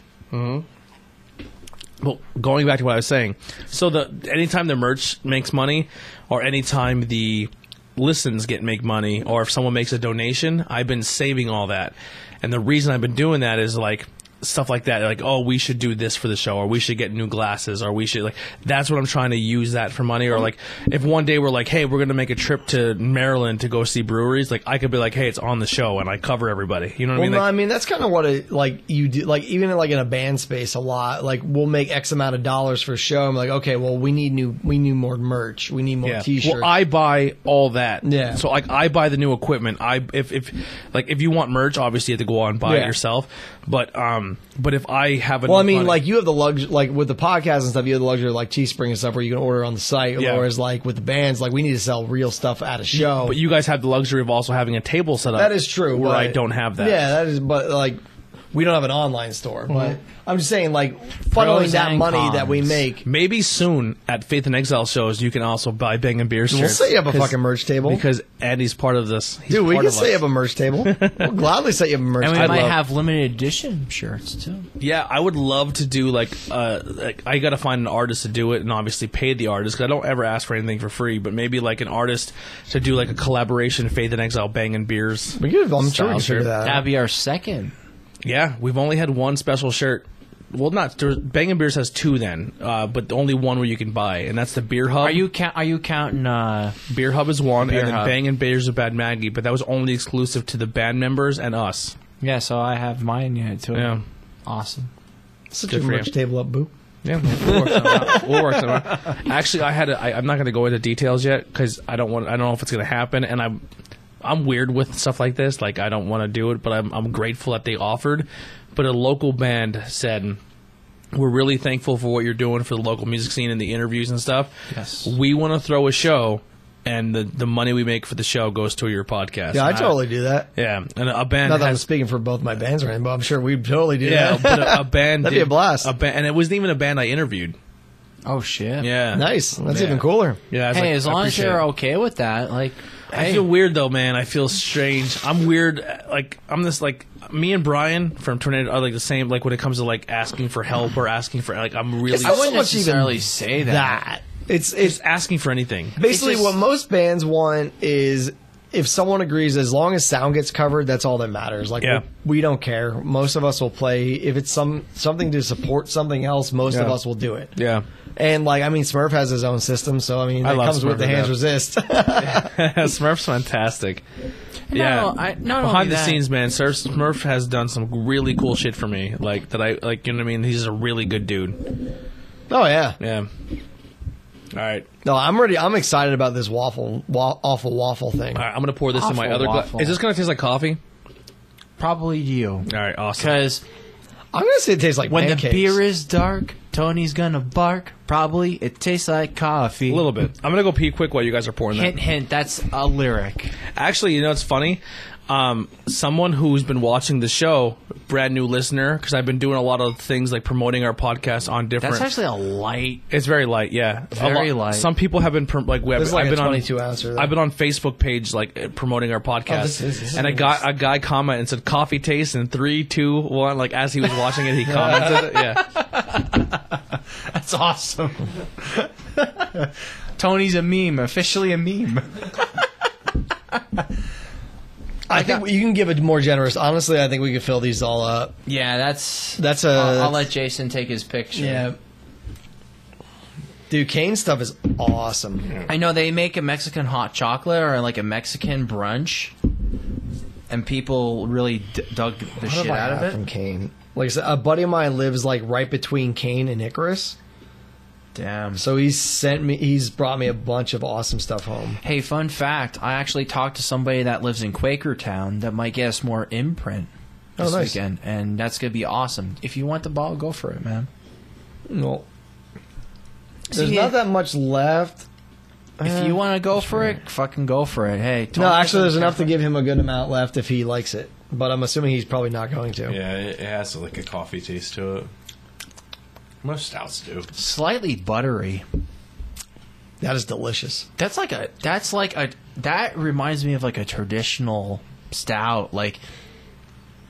Well, going back to what I was saying, so the anytime the merch makes money, or anytime the listens get make money, or if someone makes a donation, I've been saving all that, and the reason I've been doing that is like stuff like that, like oh we should do this for the show, or we should get new glasses, or we should like that's what I'm trying to use that for money, or like if one day we're like hey we're gonna make a trip to Maryland to go see breweries, like I could be like hey it's on the show and I cover everybody, you know what Well, I mean? no, Like, I mean that's kind of what it like you do. Like even like in a band space, a lot like we'll make X amount of dollars for a show. I'm like, okay, well we need new, we need more merch, we need more T-shirts. Well, I buy all that. Yeah. So like, I buy the new equipment. I if if like if you want merch, obviously you have to go out and buy Yeah. it yourself. But um, but if I have a Well, I mean, like you have the luxury, like with the podcast and stuff, you have the luxury, of, like Teespring and stuff, where you can order on the site. Yeah. Whereas, like with the bands, like we need to sell real stuff at a show. but you guys have the luxury of also having a table set up. that is true. Where I but- don't have that. Yeah, that is. But like, we don't have an online store. But I'm just saying, like funneling Pros that and money that we cons. make. Maybe soon at Faith and Exile shows, you can also buy Bang and Beer shirts. We'll set you up a 'Cause- fucking merch table, because Andy's part of this. He's dude. We part can of set you us. up a merch table. we'll gladly set you up a merch And we table. might have limited edition shirts too. Yeah, I would love to do like uh like I got to find an artist to do it and obviously pay the artist 'cause I don't ever ask for anything for free, but maybe like an artist to do like a collaboration Faith in Exile Bang and Beers. We could, I'm sure we Style can figure shirt. that. out. That'd be our second. Yeah, we've only had one special shirt. Well, not there, Bang and Beers has two then, uh, but only one where you can buy, and that's the Beer Hub. Are you count? Are you counting? Uh, Beer Hub is one, Beer and then Hub. Bang and Beers of Bad Maggie, but that was only exclusive to the band members and us. yeah, so I have mine yet too. Yeah. Awesome. Set Good your for merch you. table up, boo. Yeah, we'll work something out. We'll work something out. Actually, I had a, I, I'm not going to go into details yet because I don't want. I don't know if it's going to happen, and I'm I'm weird with stuff like this. Like I don't want to do it, but I'm I'm grateful that they offered. But a local band said. We're really thankful for what you're doing for the local music scene and the interviews and stuff. Yes. We want to throw a show, and the, the money we make for the show goes to your podcast. Yeah, I And totally do that. Yeah, and a band Not that I'm has speaking for both my bands right now, but I'm sure we totally do yeah, that. but a, a band That'd be did- a blast. A band, and it wasn't even a band I interviewed. Oh shit. Yeah, nice. That's Yeah. even cooler. Yeah, I was Hey, like, as I long as appreciate you're it. okay with that, like, I hey, feel weird though, man. I feel strange. I'm weird. Like I'm this like me and Brian from Tornado are like the same. Like when it comes to like asking for help or asking for like I'm really I wouldn't so much even necessarily say that. It's it's just asking for anything. basically It's just- what most bands want is if someone agrees as long as sound gets covered that's all that matters like Yeah. we, we don't care most of us will play if it's some something to support something else most of Yeah. us will do it Yeah, and like i mean smurf has his own system so i mean I that love comes with Smurf, the hands yeah. resist Smurf's fantastic. yeah, I- not only behind the that- scenes, man. Smurf, Smurf has done some really cool shit for me. Like that, I like. You know what I mean? He's a really good dude. oh yeah Yeah. All right. no i'm ready i'm excited about this waffle wa- awful waffle thing All Uh, right. I'm gonna pour this in my Awful other glass. waffle. Is this gonna taste like coffee? Probably you, All right. Awesome. because i'm gonna say it tastes like when the pancakes. beer is dark, Tony's gonna bark. Probably it tastes like coffee. A little bit. I'm gonna go pee quick while you guys are pouring that. Hint, hint. That's a lyric. Actually, you know it's funny. um, someone who's been watching the show, brand new listener, because I've been doing a lot of things like promoting our podcast on different. That's actually a light. It's very light, yeah. A Very lot- light. Some people have been prom- like, we have, This is like I've a been on 22 ouncer, though. I've been on Facebook page like eh, promoting our podcast, Oh, this is- this is and I got a guy comment and said coffee taste in three, two, one. Like as he was watching it, he commented, it. yeah. That's awesome. Tony's a meme, officially a meme. I think you can give it more generous. Honestly, I think we could fill these all up. Yeah, that's. That's a I'll, I'll let Jason take his picture. yeah. Dude, Kane stuff is awesome. I know they make a Mexican hot chocolate or like a Mexican brunch, and people really d- dug the shit I out of got it. from Kane? Like I said, a buddy of mine lives like right between Kane and Icarus, Damn. so he's sent me. He's brought me a bunch of awesome stuff home. Hey, fun fact: I actually talked to somebody that lives in Quakertown that might get us more imprint this Oh, nice. weekend, and that's gonna be awesome. If you want the ball, go for it, man. No, there's See, not that much left. If you want to go for it, fucking go for it. Hey, Uh, No, Tony actually, there's doesn't enough to care. give him a good amount left if he likes it. But I'm assuming he's probably not going to. Yeah, it it has like a coffee taste to it. Most stouts do. slightly buttery. That is delicious. That's like a. That's like a. That reminds me of like a traditional stout, like.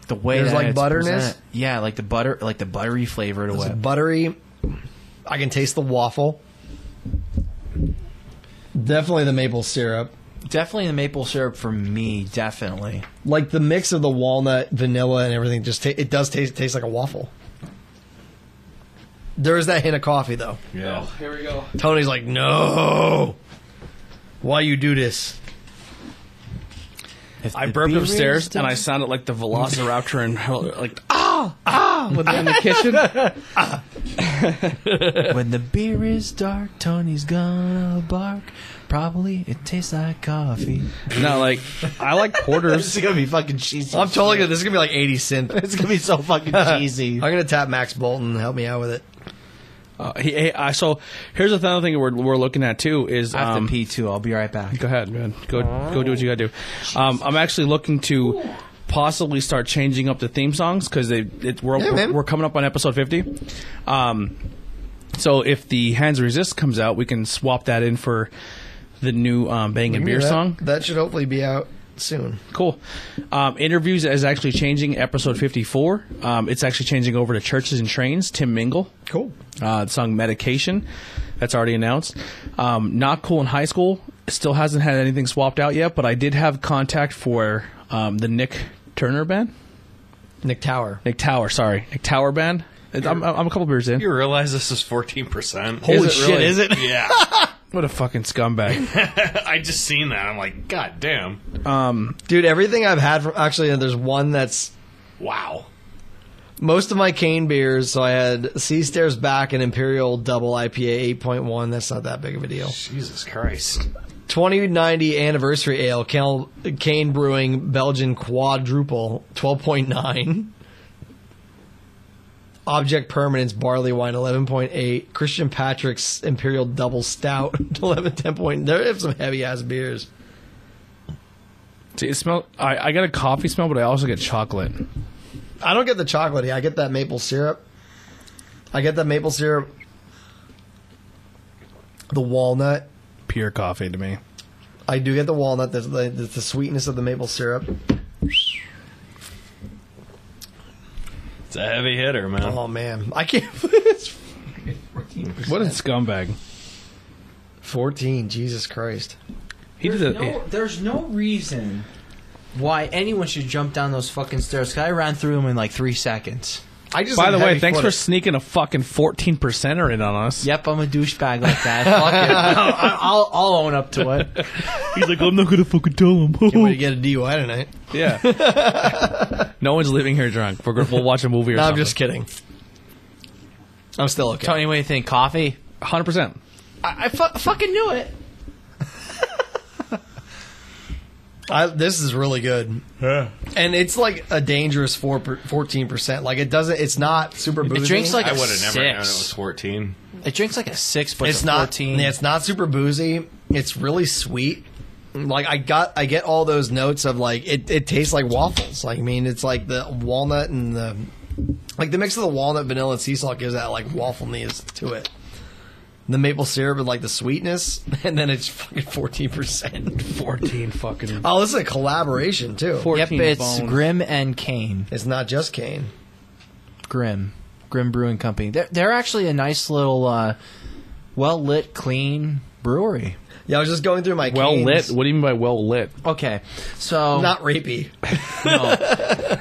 The way There's, that like, it's butterness? presented. yeah, like the butter, like the buttery flavor to It's it. buttery. I can taste the waffle. Definitely the maple syrup. Definitely the maple syrup for me. Definitely. Like the mix of the walnut, vanilla, and everything. Just ta- it does taste taste like a waffle. There is that hint of coffee though. Yeah. Here we go. Tony's like, no. Why you do this? I burped upstairs and I sounded like the Velociraptor in hell, like ah ah when they're in the kitchen. When the beer is dark, Tony's gonna bark. Probably it tastes like coffee. No, like I like porters. is gonna be fucking cheesy. I'm totally gonna. This is gonna be like 80 cent. I'm It's gonna be so fucking cheesy. gonna tap Max Bolton and help me out with it. Uh, he, he, I, so here's another thing we're we're looking at too is I have um, to pee too. I'll be right back. Go ahead, man. Go go do what you gotta do. Um, I'm actually looking to possibly start changing up the theme songs because they it, we're, Yeah, man. we're coming up on episode 50. Um, so if the Hands Resist comes out, we can swap that in for the new um, Bang and Beer that, song. That should hopefully be out soon. Cool. Um, interviews is actually changing. Episode 54. Um, it's actually changing over to Churches and Trains. Tim Mingle. Cool. Uh, the song Medication. That's already announced. Um, Not Cool in High School still hasn't had anything swapped out yet, but I did have contact for um, the Nick Turner band. Nick Tower. Nick Tower, sorry. Nick Tower band. I'm, I'm a couple beers in. You realize this is 14%? Holy shit, is it? Yeah. What a fucking scumbag. I just seen that. I'm like, God damn. Um, Dude, everything I've had from actually, there's one that's Wow. most of my cane beers. So I had Sea Stairs Back and Imperial Double IPA 8.1. That's not that big of a deal. Jesus Christ. 2090 Anniversary Ale, Cal- Cane Brewing Belgian Quadruple 12.9. Object Permanence Barley Wine 11.8. Christian Patrick's Imperial Double Stout 11 10.0. There have some heavy ass beers. See, it smell, I, I got a coffee smell, but I also get chocolate. I don't get the chocolatey. I get that maple syrup. I get that maple syrup. The walnut. Pure coffee to me. I do get the walnut. There's the, there's the sweetness of the maple syrup. It's a heavy hitter, man. Oh man, I can't. it's What a scumbag. 14. Jesus Christ. He did There's a, no, there's no reason why anyone should jump down those fucking stairs. 'cause I ran through them in like three seconds. I just. By am the way, heavy thanks for footed. sneaking a fucking 14%er in on us. Yep, I'm a douchebag like that. Fuck it. I'll, I'll, I'll own up to it. He's like, I'm not going to fucking tell Can't wait to him. get a DUI tonight. yeah. no one's leaving here drunk. We're gonna, we'll watch a movie or No, I'm something. just kidding. I'm still okay. Tony, what do you think? Coffee? 100%. I, I fu- fucking knew it. I, this is really good. And it's like a dangerous four fourteen percent. Like it doesn't. It's not super. Boozy. drinks like I a would have never known it six. was 14. It drinks like a six, but It's it's, a not. 14. yeah, It's not super boozy. It's really sweet. like I got I get all those notes of like it, it tastes like waffles. Like I mean it's like the walnut and the like the mix of the walnut, vanilla, and sea salt gives that like waffleness to it. The maple syrup and like the sweetness, and then it's fucking fourteen percent. Fourteen fucking. Oh, this is a collaboration too. Yep, 14 it's bone. Grim and Kane. It's not just Kane. Grim, Grim Brewing Company. They're, they're actually a nice little, uh, well lit, clean brewery. Yeah, I was just going through my Well lit. Canes. What do you mean by well lit? Okay, so not rapey.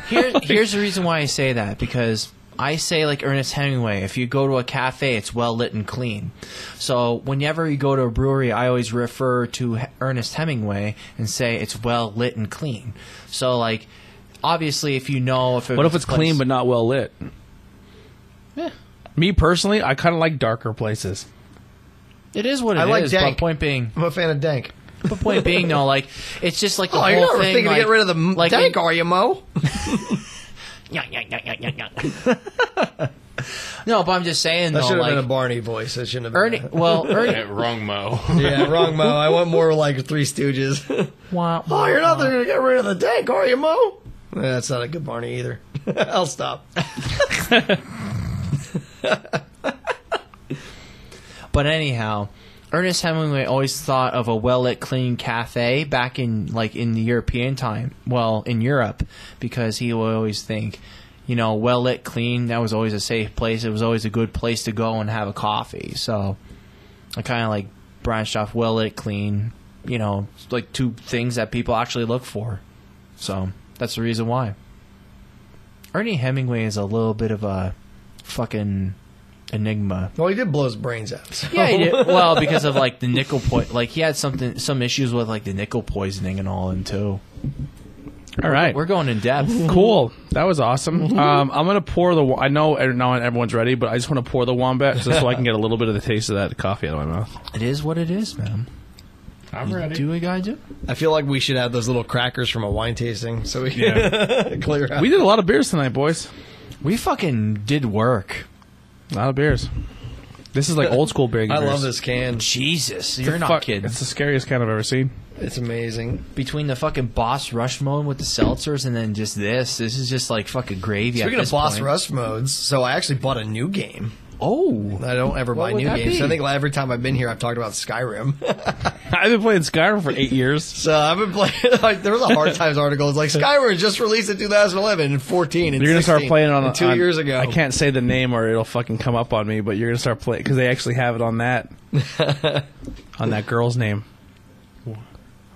Here, here's the reason why I say that because I say like Ernest Hemingway. If you go to a cafe, it's well lit and clean. So whenever you go to a brewery, I always refer to H- Ernest Hemingway and say it's well lit and clean. So like, obviously, if you know if it What if was it's clean placed- but not well lit? Me personally, I kind of like darker places. it is what it I is. like dank. but point being, I'm a fan of Dank. but point being, no, like it's just like the Oh, whole you're not thing. thinking like, to get rid of the m- like Dank, in- are you, Mo? no, but I'm just saying That though, should have like been a Barney voice. That shouldn't have Ernie. been. Well, Ernie. Eh, Wrong mo. yeah, wrong, Mo. I want more like Three Stooges. wah, wah, Oh, you're not wah. going to get rid of the tank, are you, Mo? Yeah, that's not a good Barney either. I'll stop. But anyhow, Ernest Hemingway always thought of a well-lit, clean cafe back in like in the European time. Well, in Europe, because he would always think, you know, well-lit, clean. That was always a safe place. It was always a good place to go and have a coffee. So I kind of like branched off well-lit, clean. You know, like two things that people actually look for. So that's the reason why. Ernie Hemingway is a little bit of a fucking enigma. Well, he did blow his brains out. so- Yeah, he did. well, because of like the nickel po- like he had something some issues with like the nickel poisoning and all and too. All right. We're going in depth. Cool. That was awesome. Um, I'm gonna pour the. wa- I know not everyone's ready, but I just want to pour the wombat just so I can get a little bit of the taste of that coffee out of my mouth. It is what it is, man. I'm ready. Do what you gotta do. I feel like we should have those little crackers from a wine tasting so we can clear out. We did a lot of beers tonight, boys. We fucking did work. A lot of beers. This is like old school beer. I beers. love this can. Jesus, you're not Fuck, kidding. It's the scariest can I've ever seen. It's amazing. Between the fucking boss rush mode with the seltzers and then just this, this is just like fucking gravy. at Speaking of this boss point. rush modes, so I actually bought a new game. oh, I don't ever buy would new that games. be? I think every time I've been here, I've talked about Skyrim. I've been playing Skyrim for eight years. So uh, I've been playing. Like, there was a Hard Times article. It's like Skyrim just released in 2011 and 14 and You're gonna start 16, playing on and two on- years ago. I can't say the name or it'll fucking come up on me, but you're gonna start playing because they actually have it on that on that girl's name.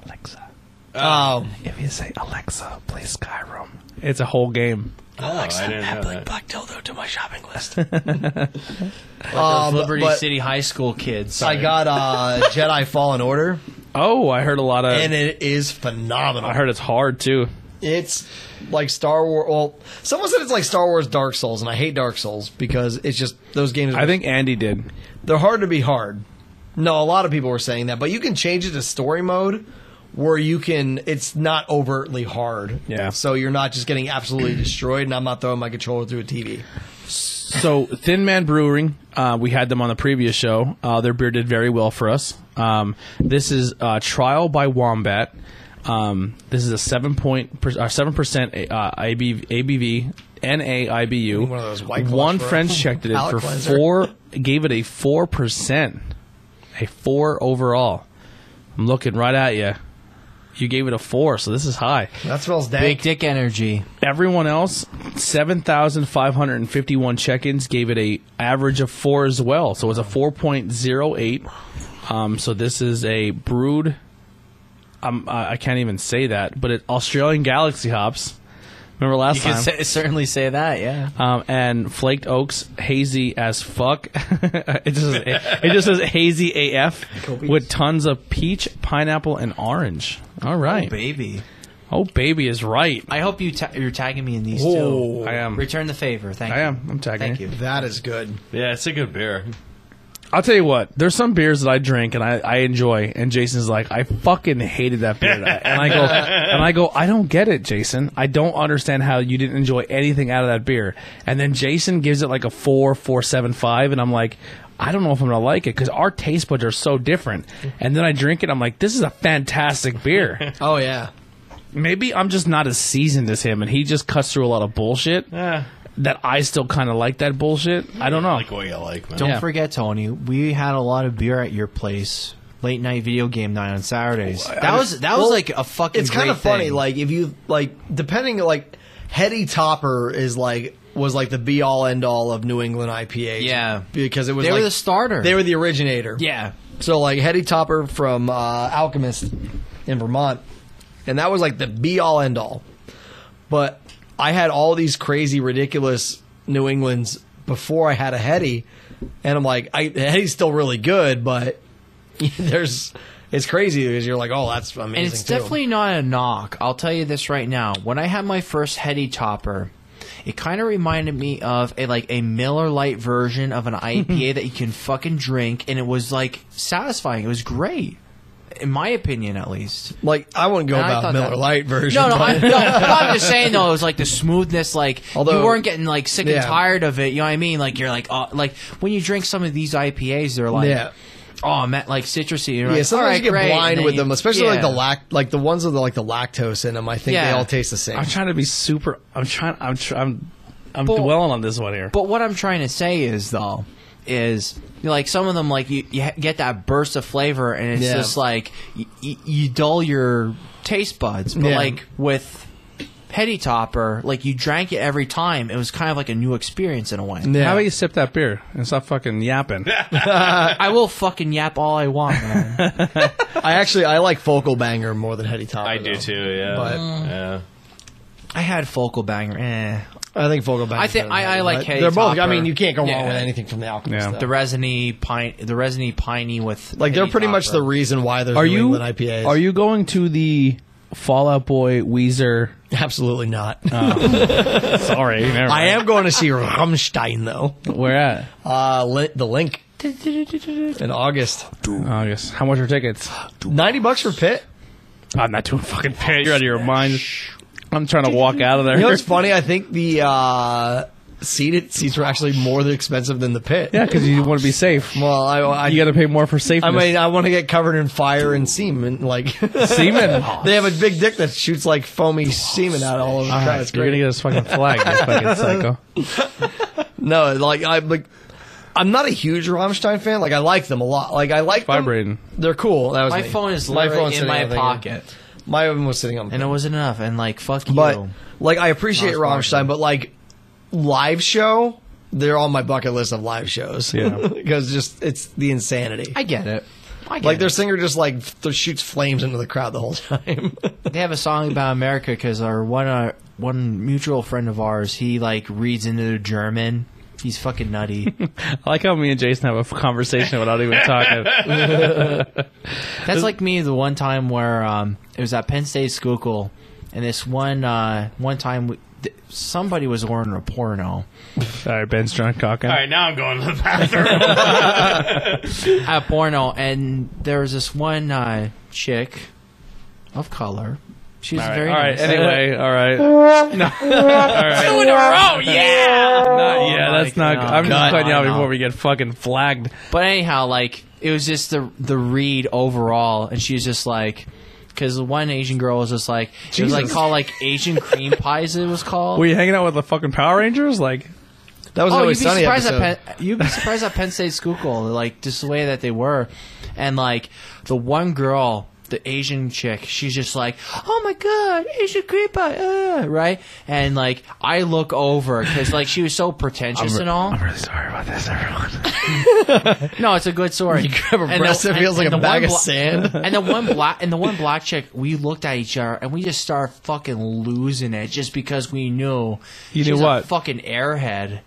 Alexa, Oh, if you say Alexa, play Skyrim. It's a whole game. I didn't know that. Black dildo to my shopping list. uh, but- Oh, Liberty but City High School kids. I got uh, Jedi Fallen Order, Oh, I heard a lot of. and it is phenomenal. I heard it's hard too. It's like Star Wars. Well, someone said it's like Star Wars Dark Souls, and I hate Dark Souls because it's just those games. I think Andy did. they're hard to be hard. No, a lot of people were saying that, but you can change it to story mode where you can. It's not overtly hard. Yeah. So you're not just getting absolutely destroyed, and I'm not throwing my controller through a TV. So Thin Man Brewing, uh, we had them on the previous show. Uh, their beer did very well for us. Um, this is uh, Trial by Wombat. Um, this is a seven point seven percent uh, ABV, ABV NAIBU. One of those White Claws One for- French checked it in Palate for cleanser. four. Gave it a four percent, a four overall. I'm looking right at you. You gave it a four, so this is high. That smells Big dank. dick energy. Everyone else, 7,551 check-ins gave it a average of 4 as well. So it's a 4.08. Um, so this is a brewed um, I I can't even say that, but it Australian Galaxy hops. Remember last You time? can say, certainly say that, yeah. um, and flaked oaks hazy as fuck. it just says, it just says hazy AF with tons of peach, pineapple and orange. All right. Oh, Baby, baby is right. I hope you ta- you're tagging me in these Whoa. two. I am. Return the favor. Thank I you. am. I'm tagging. Thank you. you. That is good. Yeah, it's a good beer. I'll tell you what. There's some beers that I drink and I, I enjoy, and Jason's like, I fucking hated that beer, and I- and I go, and I go, I don't get it, Jason. I don't understand how you didn't enjoy anything out of that beer. And then Jason gives it like a four, four, seven, five, and I'm like, I don't know if I'm gonna like it because our taste buds are so different. And then I drink it, I'm like, this is a fantastic beer. Oh yeah. Maybe I'm just not as seasoned as him, and he just cuts through a lot of bullshit Eh, that I still kind of like that bullshit. I don't know. like what you like, man. Don't Yeah. forget, Tony. We had a lot of beer at your place. Late night video game night on Saturdays. that was that was Oh, Well, like a fucking. it's kind of great thing. funny like if you like depending like heady topper is like was like the be all end all of new england ipa Yeah. because it was They were like- the starter. they were the originator yeah, so like heady topper from uh, alchemist in vermont and that was like the be all end all but i had all these crazy ridiculous new englands before i had a heady and i'm like I, heady's still really good but there's it's crazy because you're like oh that's amazing and it's too. definitely not a knock. I'll tell you this right now. When I had my first heady topper, it kind of reminded me of a like a Miller Lite version of an IPA that you can fucking drink, and it was like satisfying. It was great, in my opinion, at least. Like I wouldn't go And I about thought Miller that- Lite version. No, no, but- I, no. I'm just saying though, it was like the smoothness. Like Although- you weren't getting like sick Yeah. and tired of it. You know what I mean? Like you're like, oh, like when you drink some of these IPAs, they're like, Yeah. oh, man, like citrusy. You're yeah, like, sometimes "All right, you get great," and blind then with you- them, especially like the Yeah. lac, like the ones with like the lactose in them. I think they Yeah. all taste the same. I'm trying to be super. I'm trying. I'm. Tr- I'm. I'm But- dwelling on this one here. But what I'm trying to say is though, is like some of them like you, you ha- get that burst of flavor and it's Yeah. just like y- y- you dull your taste buds. But Yeah. like with Petty Topper, like you drank it every time. It was kind of like a new experience in a way. Yeah. How about you sip that beer and stop fucking yapping? I will fucking yap all I want, man. I actually I like Focal Banger more than Heady Topper. I do though. too. Yeah. But- yeah. I had Focal Banger. Eh. I think Focal Banger. I think- I- I like Heady They're both. I Topper. mean, you can't go wrong Yeah. with anything from the Alchemist. Yeah. though. The resiny pine, the resiny piney with like they're Heady pretty much Topper. the reason why there's Are New you? England IPAs. Are you going to the Fallout Boy Weezer? absolutely not? Sorry, never I mind. am going to see Rammstein though. Where at? Uh, li- the link in August. August. Oh, How much are tickets? Ninety bucks for Pitt. I'm not doing fucking fair. You're out of your mind. I'm trying to walk out of there. You know, it's funny. I think the uh, seated seats were actually more expensive than the Pit. yeah, because you want to be safe. Well, I, I You got to pay more for safety. I mean, I want to get covered in fire and semen. Like they semen. have a big dick that shoots like foamy semen out all over. the crowd. It's Ah, You're gonna great. get us fucking flagged, you fucking psycho. No, like I'm like I'm not a huge Rammstein fan. Like I like them a lot. Like I like them. Vibrating. They're cool. That was My me. phone is My literally phone's in sitting my on the thing. pocket, My phone was sitting on. The and it thing. wasn't enough. And like fuck but you. like I appreciate Not as Rammstein, but like live show, they're on my bucket list of live shows. Yeah. because just it's the insanity. I get it. I get like their it. singer just like th- shoots flames into the crowd the whole time. they have a song about America because our one our, one mutual friend of ours, he like reads into German. He's fucking nutty. I like how me and Jason have a f- conversation without even talking. That's like me the one time where um, it was at Penn State Schuylkill, and this one uh, one time we, th- somebody was ordering a All porno right, Ben's drunk cocking. All right, now I'm going to the bathroom. at porno, and there was this one uh, chick of color. She was very all right. nice. Anyway, all right. No. All right. Oh yeah. Not, yeah, that's my not. God. I'm just God. cutting you out No, no. before we get fucking flagged. But anyhow, like it was just the the read overall, and she was just like. Because the one Asian girl was just like it was like Jesus. called like Asian cream pies. It was called. Were you hanging out with the fucking Power Rangers? Like, That was Oh, you'd be always sunny surprised episode. at Penn, you'd be surprised at Penn State Schuylkill, like just the way that they were, and like the one girl, the Asian chick, she's just like, "Oh my god, Asian creeper," uh, right? And like I look over because like she was so pretentious and all. I'm really sorry about this, everyone. no, it's a good story. You Grab a breast, it feels like a bag of sand. And the one black and the one black chick, we looked at each other and we just started fucking losing it just because we knew You she knew was what? a fucking airhead.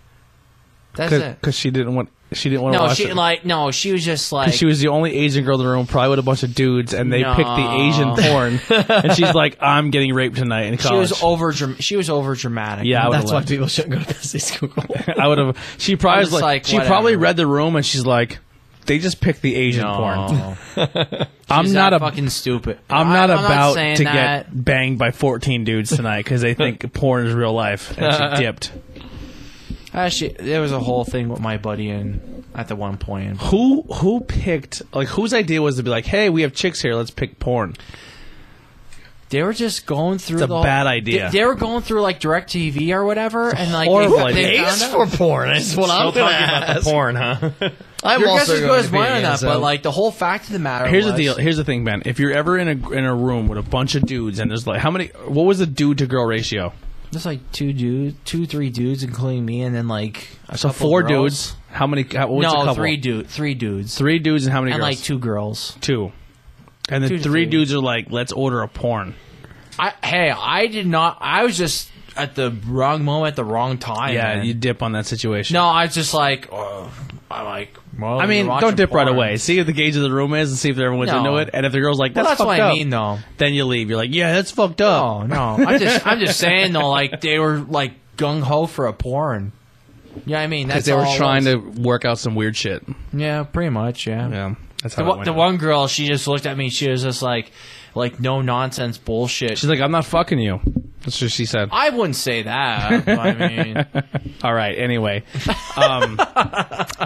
That's it. Because she didn't want. She didn't want to No, watch she it. like no, she was just like 'Cause she was the only Asian girl in the room, probably with a bunch of dudes, and they No. picked the Asian porn. and she's like, "I'm getting raped tonight in she college." was over dram- she was over dramatic. yeah, I would have That's why left. people shouldn't go to Penn State Schuylkill. I would have. She probably was like, like, she probably whatever. read the room, and she's like, "They just picked the Asian porn." no. I'm She's not a. that fucking stupid. I'm not I- about saying to that. get banged by 14 dudes tonight because they think porn is real life and she dipped. Actually, Ah, there was a whole thing with my buddy and at the one point. Who who picked like whose idea was to be like, hey, we have chicks here, let's pick porn. They were just going through It's a the whole- bad idea. They, they were going through like direct TV or whatever and like horrible they, they idea. found It's out- for porn. That's what I'm Still gonna talking about ask. the porn, huh? I'm Your guess also is going good as to be mine on in, that, so- but like the whole fact of the matter Here's was, the deal. Here's the thing, Ben. If you're ever in a in a room with a bunch of dudes and there's like how many what was the dude to girl ratio? There's like two dudes, two three dudes, including me, and then like a So couple four girls. dudes. How many how, what's a No, couple? three dude, three dudes, Three dudes and how many and girls? like two girls. two. And then Two to three three. dudes are like, let's order a porn. I hey, I did not. I was just at the wrong moment at the wrong time. Yeah, man. you dip on that situation. no, I was just like, oh, I like. Well, I mean, you're watching don't dip right porn. away. See if the gauge of the room is and see if everyone's No. into it. And if the girl's like, Well, that's, that's fucked what I up, mean, though. then you leave. You're like, yeah, that's fucked up. Oh no, I'm just I'm just saying though, like they were like gung ho for a porn. Yeah, I mean Because that's they were all it trying was. to work out some weird shit. Yeah, pretty much. Yeah. Yeah, that's how it The, one- uh, went the out. one girl, she just looked at me. She was just like, like no nonsense bullshit. She's like, I'm not fucking you. That's what she said. I wouldn't say that. but I mean, All right. Anyway, um,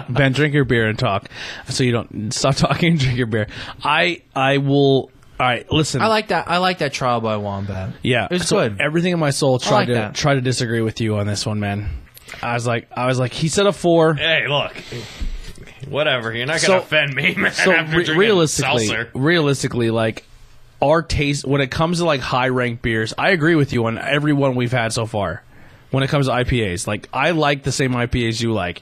Ben, drink your beer and talk, so you don't stop talking. and Drink your beer. I I will. All right. Listen. I like that. I like that trial by wombat. Yeah, it was so good. Everything in my soul tried like to that. try to disagree with you on this one, man. I was like, I was like, he said a four. hey, look. Whatever. You're not So- gonna offend me, man. So after re- drinking realistically, seltzer. realistically, like our taste when it comes to like high ranked beers, I agree with you on every one we've had so far. When it comes to IPAs, like I like the same IPAs you like.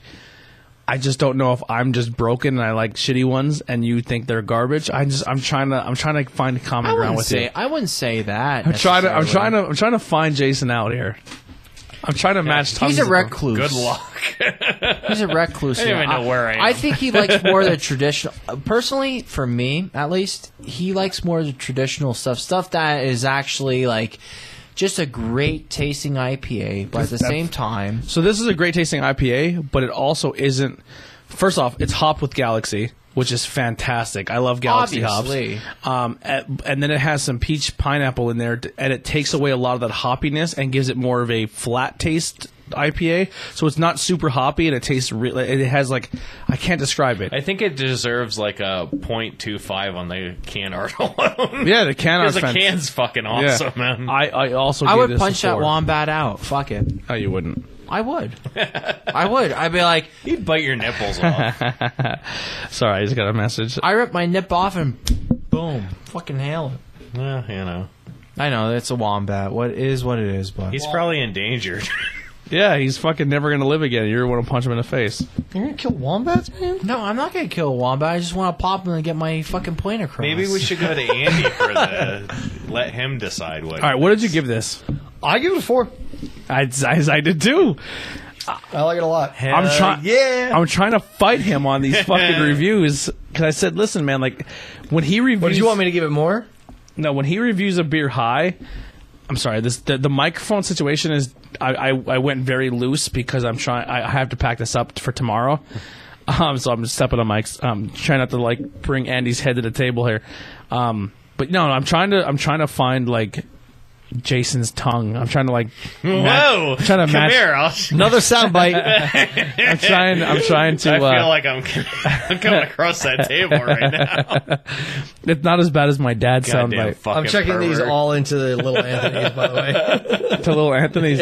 I just don't know if I'm just broken and I like shitty ones, and you think they're garbage. I just I'm trying to I'm trying to find common I ground wouldn't with say. you. I wouldn't say that. I'm trying to I'm trying necessarily. to I'm trying to find Jason out here. I'm trying to match. tons He's a of- recluse. Good luck. He's a recluse. I don't even know where I am. think he likes more the traditional. uh, Personally, for me at least, he likes more the traditional stuff. Stuff that is actually like just a great tasting IPA, but at the same time, So this is a great tasting IPA, but it also isn't. First off, it's hopped with Galaxy, which is fantastic. I love Galaxy Obviously. hops. Um, at- and then it has some peach pineapple in there, t- and it takes away a lot of that hoppiness and gives it more of a flat taste IPA. So it's not super hoppy, and it tastes. Re- it has like I can't describe it. I think it deserves like a .25 on the can art alone. yeah, the can Because art the fans. can's fucking awesome, man. I, I also I gave would this a punch that four. wombat out. Fuck it. No, you wouldn't. I would. I would. I'd be like, You'd bite your nipples off. Sorry, I just got a message. I rip my nip off and boom, fucking hail it. well, you know. I know that's a wombat. What it is what it is, but He's probably endangered. yeah, he's fucking never gonna live again. You're gonna punch him in the face. You're gonna kill wombats, man. no, I'm not gonna kill a wombat. I just want to pop him and get my fucking point across. Maybe we should go to Andy for the. Let him decide what. All right, what did you give this? I give it a four. I, I, I did too. I like it a lot. I'm trying. Uh, yeah. I'm trying to fight him on these fucking reviews because I said, listen, man, like when he reviews. But did you want me to give it more? No, when he reviews a beer high. I'm sorry. This the, the microphone situation is. I, I I went very loose because I'm trying. I I have to pack this up for tomorrow. Um, so I'm stepping on Mike's. Um, trying not to like bring Andy's head to the table here. Um, but no, I'm trying to. I'm trying to find like Jason's tongue. I'm trying to like. Whoa! I'm trying to Come match- here. I'll, Another soundbite. I'm trying. I'm trying to. I uh, feel like I'm, I'm coming across that table right now. It's not as bad as my dad's Goddamn soundbite. fucking I'm checking these pervert. all into the little Anthony's, by the way. To little Anthony's.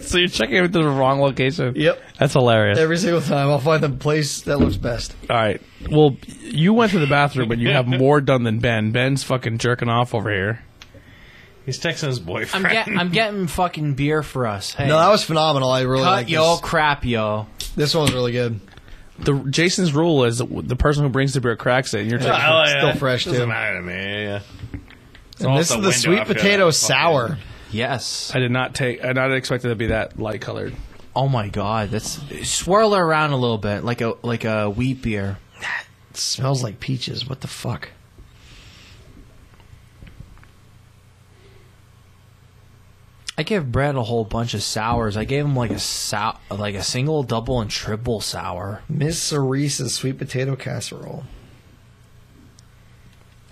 so you're checking it to the wrong location. Yep. That's hilarious. Every single time, I'll find the place that looks best. All right. Well, you went to the bathroom, but you have more done than Ben. Ben's fucking jerking off over here. He's texting his I'm, boyfriend. get, I'm getting fucking beer for us. Hey, No, that was phenomenal. I really cut like yo this. crap yo. This one was really good. The Jason's rule is the person who brings the beer cracks it. And you're I taking like Still that. fresh, Oh, Doesn't too. matter to me. Yeah. And this is off the the window, I sweet feel potato like. sour. Yes. I did not take. I not expected it to be that light colored. Oh my god, that's swirl it around a little bit like a like a wheat beer. It smells like peaches. What the fuck? I gave Brad a whole bunch of sours. I gave him like a sou- like a single, double, and triple sour. Miss Cerise's sweet potato casserole.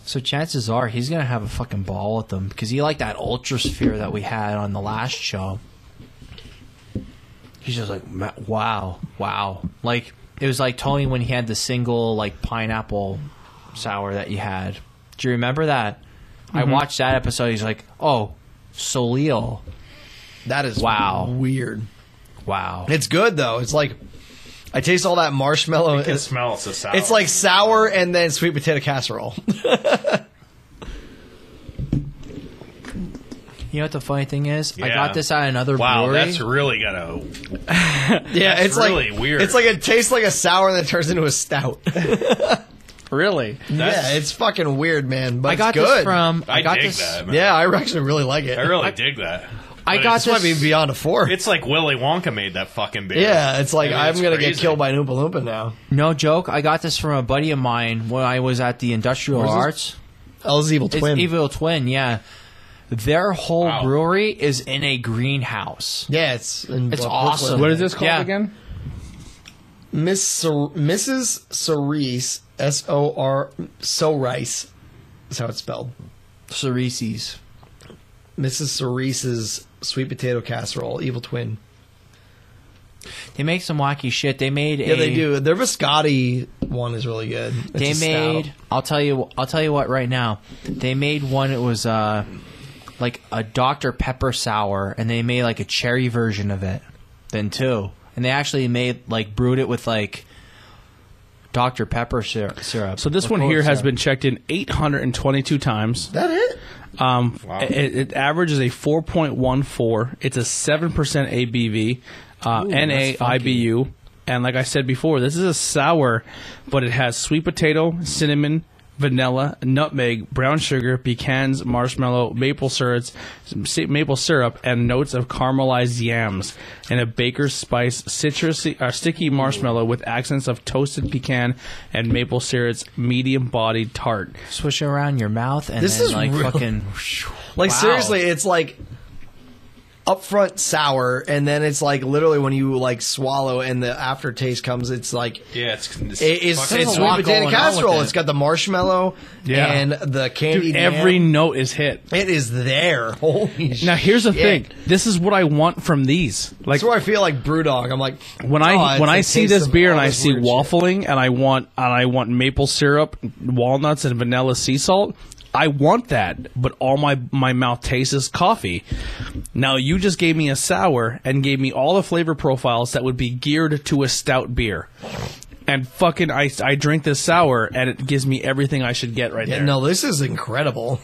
So chances are he's gonna have a fucking ball with them because he liked that ultra sphere that we had on the last show. he's just like "Ma- wow, wow. Like it was like Tony when he had the single like pineapple sour that you had. Do you remember that? Mm-hmm. I watched that episode. He's like, oh, Solil. That is Wow. weird. Wow. It's good though. It's like I taste all that marshmallow. It Oh, It's, smells the sour. it's like sour and then sweet potato casserole. You know what the funny thing is? I Yeah. got this at another wow, brewery. that's really gonna. yeah, That's it's really like weird. It's like it tastes like a sour and then turns into a stout. Really? yeah, it's fucking weird, man. But I got it's good. this from. I, I, got dig this. that. Man. Yeah, I actually really like it. I really dig that. I But got it's, this might be this- beyond a four. It's like Willy Wonka made that fucking beer. yeah, it's like I mean, I'm it's gonna get crazy. killed by an Oompa Loompa now. No joke. I got this from a buddy of mine when I was at the Industrial Where's this? Arts. El's evil It's twin. Evil Twin. Yeah, their whole Wow. brewery is in a greenhouse. Yeah, it's in It's Brooklyn. awesome. What is this called Yeah. again? Miss Sor- Mrs. Cerise S O R So Rice. That's how it's spelled. Cerisi's. Mrs. Cerise's sweet potato casserole, evil twin. They make some wacky shit. They made Yeah, a, they do. Their biscotti one is really good. It's They a stout. made. I'll tell you. I'll tell you what. Right now, they made one. It was uh, like a Dr Pepper sour, and they made like a cherry version of it. Then too, and they actually made like brewed it with like Dr Pepper syrup. syrup So this Or one Coke here has syrup. been checked in 822 times. that it? Um, Wow. it, it averages a 4.14. It's a seven percent ABV, uh, NA IBU, and like I said before, this is a sour, but it has sweet potato, cinnamon, vanilla, nutmeg, brown sugar, pecans, marshmallow, maple syrup, maple syrup, and notes of caramelized yams, and a baker's spice citrusy uh, sticky marshmallow with accents of toasted pecan and maple syrup's medium-bodied tart. swish it around your mouth, and This then, is like real- fucking. Like Wow. seriously, it's like upfront sour, and then it's like literally when you like swallow and the aftertaste comes, it's like yeah. It's it's, it- it's, fucking- it's a lot sweet potato going on with casserole. it. It's got the marshmallow Yeah. and the candy. Dude, every yam. note is hit. it is there. Holy Now here's the shit. thing. This is what I want from these. Like That's where I feel like Brewdog. I'm like when I oh, it's when the I see taste this of beer all and I this see weird shit. waffling and I want and I want maple syrup, walnuts and vanilla sea salt. I want that, but all my my mouth tastes is coffee. Now you just gave me a sour and gave me all the flavor profiles that would be geared to a stout beer. And fucking I I drink this sour and it gives me everything I should get right Yeah, there. no, this is incredible.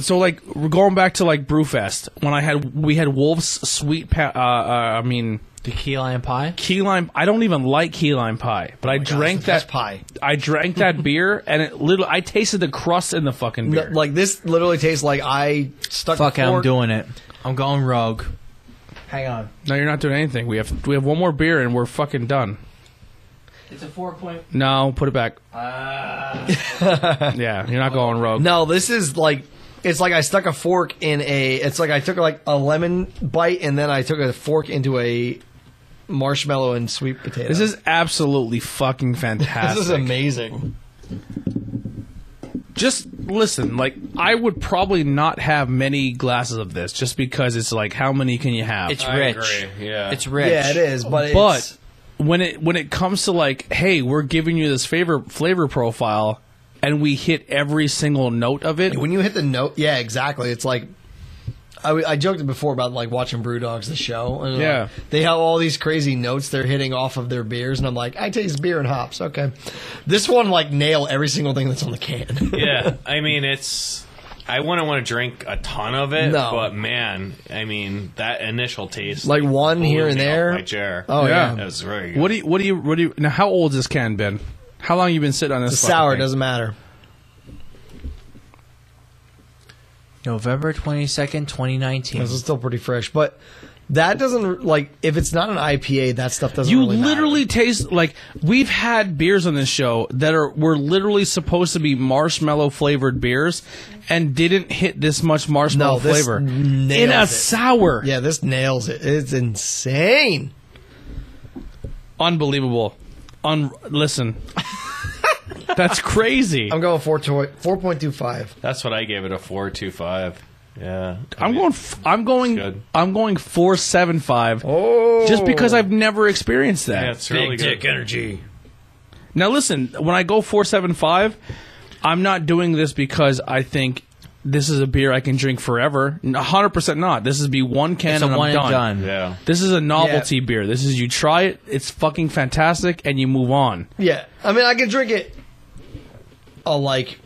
so like we're going back to like Brewfest when I had we had Wolf's sweet pa- uh, uh I mean The key lime pie. key lime I don't even like key lime pie but I drank Oh the best that pie. I drank that beer and it little I tasted the crust in the fucking beer like this literally tastes like I stuck. Fuck a it, I'm fork- doing it. I'm going rogue. Hang on. no you're not doing anything we have we have one more beer and we're fucking done It's a four point. Ah. no put it back yeah you're not going rogue No, this is like it's like I stuck a fork in a. It's like I took like a lemon bite and then I took a fork into a marshmallow and sweet potato. this is absolutely fucking fantastic this is amazing. just listen like I would probably not have many glasses of this just because it's like how many can you have It's I rich. agree, yeah. It's rich. Yeah, it is, but it's, but when it when it comes to like hey we're giving you this favor flavor profile and we hit every single note of it when you hit the note, yeah, exactly. It's like. I, I joked before about like watching Brew Dogs the show. And like, Yeah. they have all these crazy notes they're hitting off of their beers, and I'm like, I taste beer and hops. Okay, this one like nail every single thing that's on the can. yeah. I mean, it's. I wouldn't want to drink a ton of it, No. but man, I mean, that initial taste, like one blew here me and off there. my chair. Oh yeah, Yeah. that was very good. what do you what do you what do you now how old is this can been how long you been sitting on this It's fucking sour thing? doesn't matter. November 22nd, 2019. This is still pretty fresh, but that doesn't like if it's not an IPA, that stuff doesn't. you really matter. literally taste like we've had beers on this show that are were literally supposed to be marshmallow flavored beers and didn't hit this much marshmallow No, this flavor in nails a it. sour yeah, this nails it. It's insane. unbelievable Un- listen that's crazy I'm going four point two five. That's what I gave it a four two five. Yeah. I'm going. F- I'm going. good. I'm going four seven five. Oh, Just because I've never experienced that. Yeah, it's really Big good. dick energy. Now listen, when I go 475, I'm not doing this because I think this is a beer I can drink forever. 100% not. This is be one can It's and a I'm one and done. done. Yeah. This is a novelty beer. This is you try it, it's fucking fantastic and you move on. yeah. I mean, I can drink it, uh, like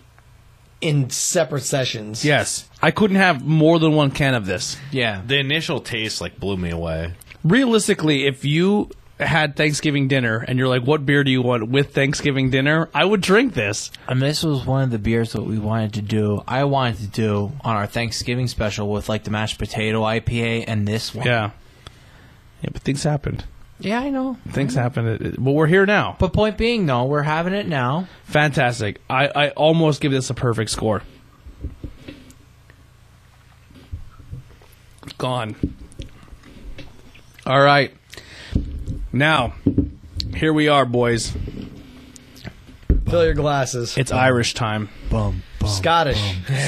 in separate sessions. Yes. I couldn't have more than one can of this. Yeah. The initial taste like blew me away. Realistically, if you had Thanksgiving dinner and you're like what beer do you want with Thanksgiving dinner? I would drink this. And this was one of the beers that we wanted to do. I wanted to do on our Thanksgiving special with like the mashed potato IPA and this one. Yeah. Yeah, but things happened. Yeah, I know. Things happened. It- it- But we're here now. But point being, though, we're having it now. Fantastic. I, I almost give this a perfect score. Gone. All right. Now, here we are, boys. Fill your glasses. It's Irish time, Boom. Scottish.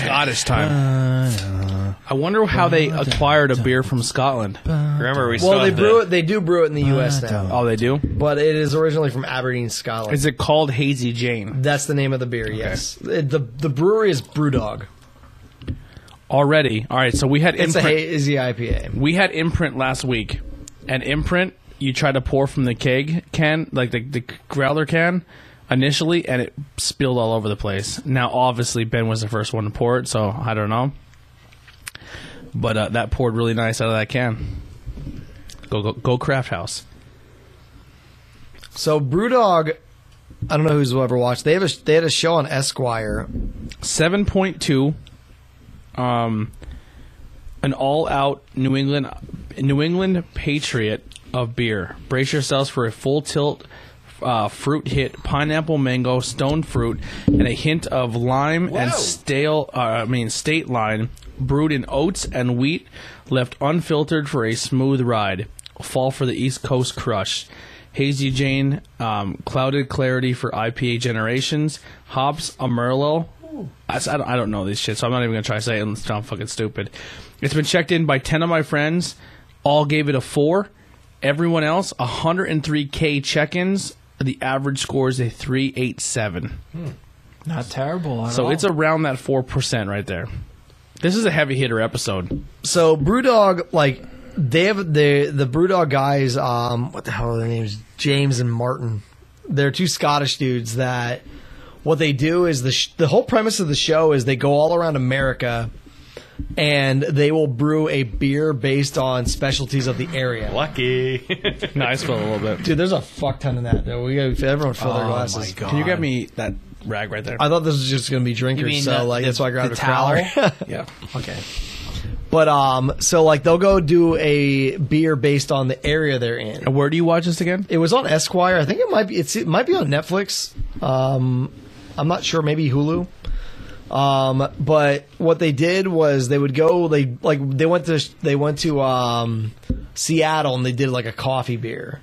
Scottish time. I wonder how they acquired a beer from Scotland. Remember we Oh, Well, saw they the, brew it. They do brew it in the U.S. now, Oh, they do? but it is originally from Aberdeen, Scotland. Is it called Hazy Jane? That's the name of the beer. Yes. It- the The brewery is BrewDog. Already. All right, so we had It's a imprint, hazy IPA. we had imprint last week. And imprint, you try to pour from the keg can, like the, the growler can, initially, and it spilled all over the place. Now, obviously, Ben was the first one to pour it, so I don't know. But uh, that poured really nice out of that can. Go go go, Craft House. So BrewDog, I don't know who's ever watched. They have a they had a show on Esquire. Seven point two. Um, an all-out New England New England patriot of beer. Brace yourselves for a full tilt uh, fruit hit: pineapple, mango, stone fruit, and a hint of lime and stale. Uh, I mean, state line brewed in oats and wheat, left unfiltered for a smooth ride. Fall for the East Coast crush. Hazy Jane, um, clouded clarity for IPA generations. Hops, Amarillo, I, s- I don't, I don't know this shit, so I'm not even gonna try to say it unless I'm fucking stupid. It's been checked in by ten of my friends. All gave it a four. Everyone else, 103k check-ins. The average score is a three eight seven. Not terrible. At So all. it's around that four percent right there. This is a heavy hitter episode. So BrewDog, like they have the the BrewDog guys. Um, what the hell are their names? James and Martin. They're two Scottish dudes that. What they do is the sh- the whole premise of the show is they go all around America, and they will brew a beer based on specialties of the area. lucky. Nice feel a little bit. Dude, there's a fuck ton in that. We gotta, everyone fill their Oh, glasses. Uh, my God. Can you get me that rag right there? I thought this was just gonna be drinkers, mean so the- like the- that's why I grabbed the a crowler. yeah. okay. But um, so like they'll go do a beer based on the area they're in. And where do you watch this again? It was on Esquire. I think it might be. It's, it might be on Netflix. Um, I'm not sure. Maybe Hulu. Um, but what they did was they would go. They like they went to they went to um, Seattle and they did like a coffee beer.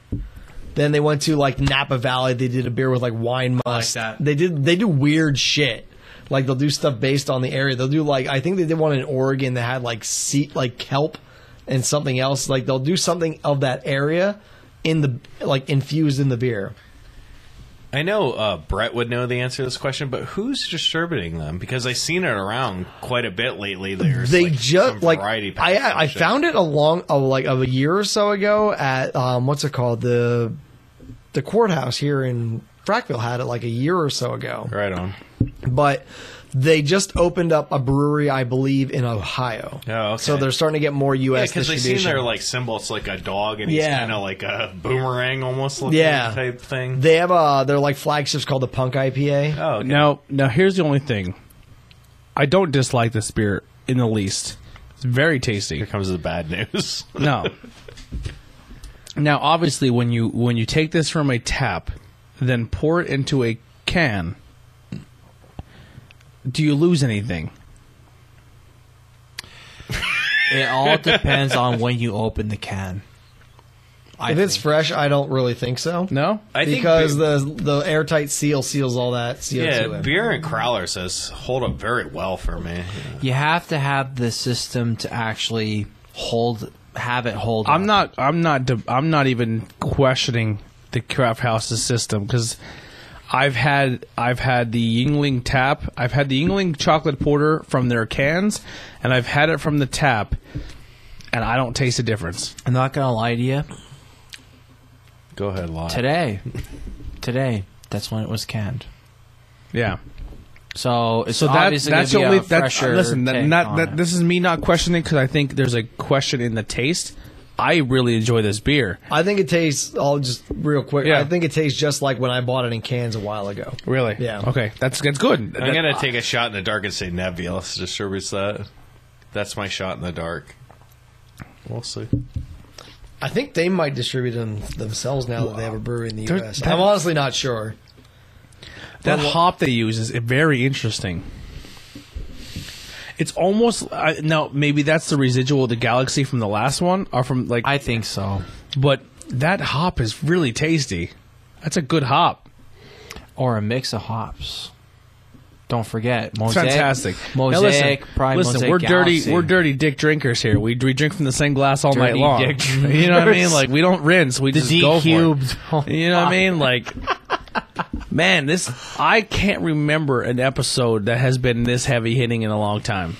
Then they went to like Napa Valley. They did a beer with like wine must. that. They did they do weird shit. Like they'll do stuff based on the area. They'll do like I think they did one in Oregon that had like seat like kelp and something else. Like they'll do something of that area in the like infused in the beer. I know uh, Brett would know the answer to this question, but who's distributing them? Because I've seen it around quite a bit lately. There's they like, just some like variety I packs I and shit. found it a long a, like of a year or so ago at um what's it called the the courthouse here in Frackville had it like a year or so ago, right on. but they just opened up a brewery I believe in Ohio. Oh, okay. so they're starting to get more Yeah, U.S. because they seen distribution. their like symbol. It's like a dog, and he's Yeah. kind of like a boomerang almost looking Yeah. type thing. they have uh their like flagships called the Punk IPA. oh, okay. Now, now here's the only thing. I don't dislike this beer in the least. It's very tasty. here comes the bad news. No. now, obviously, when you when you take this from a tap, then pour it into a can, do you lose anything? it all depends on when you open the can. I if it's think. fresh, I don't really think so. No? I think because beer- the the airtight seal seals all that CO2. Yeah, in. beer and crowlers has hold up very well for me. you have to have the system to actually hold have it hold. I'm up. not. I'm not. de- I'm not even questioning the craft house's system because I've had. I've had the Yingling tap. I've had the Yingling chocolate porter from their cans, and I've had it from the tap, and I don't taste a difference. I'm not gonna lie to you. Go ahead, lie. Today, today, that's when it was canned. Yeah. So it's So that, obviously that's the gonna be only. a That's, fresher listen. That, take not on that. it. This is me not questioning because I think there's a question in the taste. I really enjoy this beer. I think it tastes. I'll just real quick. Yeah. I think it tastes just like when I bought it in cans a while ago. Really. Yeah. Okay. That's that's good. I'm gonna take a shot in the dark and say nebulous distributes that. That's my shot in the dark. We'll see. I think they might distribute them themselves now that they have a brewery in the They're- U.S. that- I'm honestly not sure. That hop they use is very interesting. It's almost I, now maybe that's the residual of the galaxy from the last one, or from like. I think so. but that hop is really tasty. That's a good hop. Or a mix of hops. Don't forget mosaic. Fantastic. Now Mosaic. Prime listen, mosaic we're Galaxy. dirty. We're dirty dick drinkers here. We, we drink from the same glass all night Dirty long. dick you know what I mean? Like we don't rinse. We The just D go for it. cubed. Oh, You know what I mean? Like, man, this I can't remember an episode that has been this heavy hitting in a long time.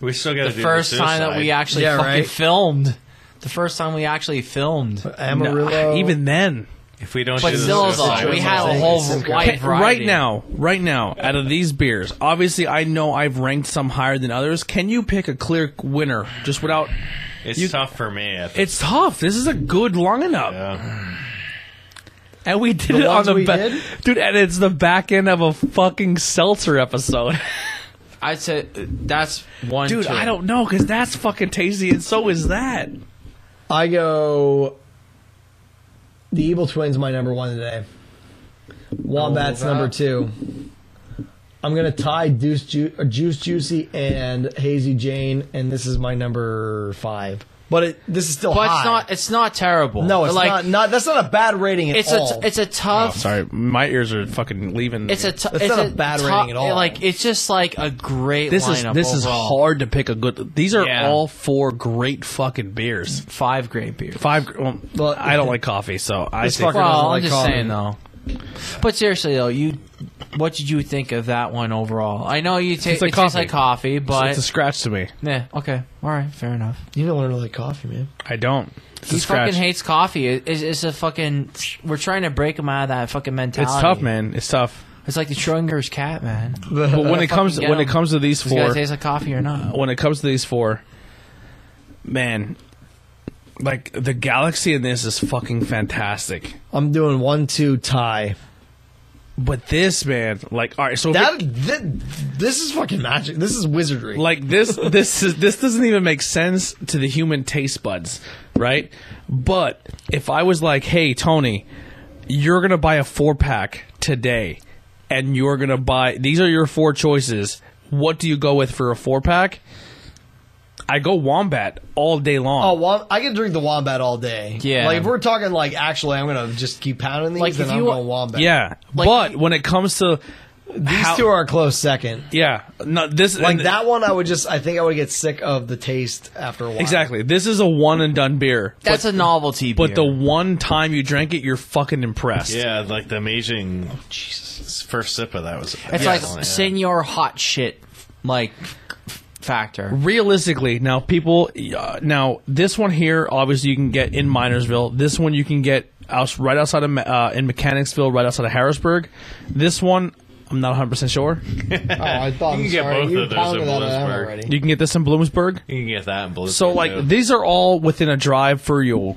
We still got The first time that we actually Yeah, fucking right. filmed. The first time we actually filmed. Amarillo. Even then, if we don't, But do this still, this though, time, we we'll had a see. whole This is wide Okay, variety. right now, right now, out of these beers, obviously I know I've ranked some higher than others. Can you pick a clear winner just without? It's you- tough for me. I think. It's tough. This is a good lineup, Yeah. and we did The it on ones the we back, did? dude. And it's the back end of a fucking seltzer episode, I'd say uh, that's one. dude. two. I don't know because that's fucking tasty, and so is that. I go. The Evil Twins, my number one today. Wombat's Oh, that- number two. I'm gonna tie Deuce Ju- uh, Juice Juicy and Hazy Jane, and this is my number five. But it, this is still But high. it's not. It's not terrible. no, it's like, not, not. That's not a bad rating at It's a. all. It's a tough. Oh, Sorry, my ears are fucking leaving. It's a. T- That's it's not a a bad tou- rating at all. Like it's just like a great. this is lineup this is overall. hard to pick a good. These are Yeah. all four great fucking beers. Five great beers. Five. Well, Well, I don't like coffee, so I It's think fucking- Well, like I'm just coffee. saying though. But seriously though, you, what did you think of that one overall? I know you take like it tastes coffee. like coffee, but it's a scratch to me. yeah, okay, all right, fair enough. you don't really like coffee, man. I don't. It's He a scratch. fucking hates coffee. It- it's, it's a fucking. We're trying to break him out of that fucking mentality. it's tough, man. It's tough. It's like the Schrodinger's cat, man. But when it comes fucking get when it him. comes to these Does it gotta four, taste like coffee or not? when it comes to these four, man, like the galaxy in this is fucking fantastic. I'm doing one two tie. But this man, like, all right, so if That it- thi- this is fucking magic. This is wizardry. like this this is this doesn't even make sense to the human taste buds right but if i was like hey tony you're gonna buy a four pack today and you're gonna buy these are your four choices what do you go with for a four pack i go wombat all day long Oh, wom- I could drink the wombat all day. Yeah. Like if we're talking like actually, I'm gonna just keep pounding these, Like, then if I'm you- going wombat. yeah Like- but when it comes to these two are a close second. yeah no this Like and- that one, I would just I think I would get sick of the taste after a while. exactly this is a one and done beer That's a novelty but beer. the one time you drank it you're fucking impressed Yeah, like the amazing. Jesus, first sip of that was. it's excellent, like yeah. senior hot shit, like factor. realistically now people uh, now this one here obviously you can get in minersville this one you can get out, right outside of Ma- uh, in mechanicsville right outside of harrisburg this one i'm not 100% sure Oh, I thought You can get both of those in Bloomsburg. you can get this in bloomsburg you can get that in blue. so like these are all within a drive for you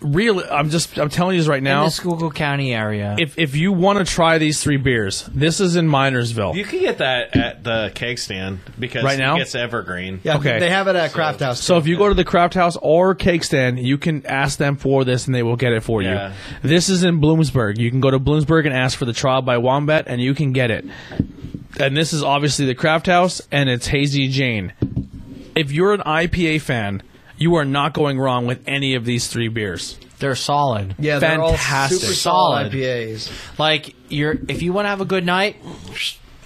Real, i'm just i'm telling you this right in now the Schuylkill County area. if if you want to try these three beers this is in minersville you can get that at the keg stand because Right now? it gets evergreen. Yeah, Okay. they have it at Craft House. So if you go to the craft house or cake stand, you can ask them for this and they will get it for Yeah. you. This is in Bloomsburg. You can go to Bloomsburg and ask for the trial by Wombat and you can get it. And this is obviously the craft house and it's Hazy Jane. If you're an IPA fan, you are not going wrong with any of these three beers. They're solid. Yeah, they're Fantastic. all super Solid. solid IPAs. Like you're if you want to have a good night,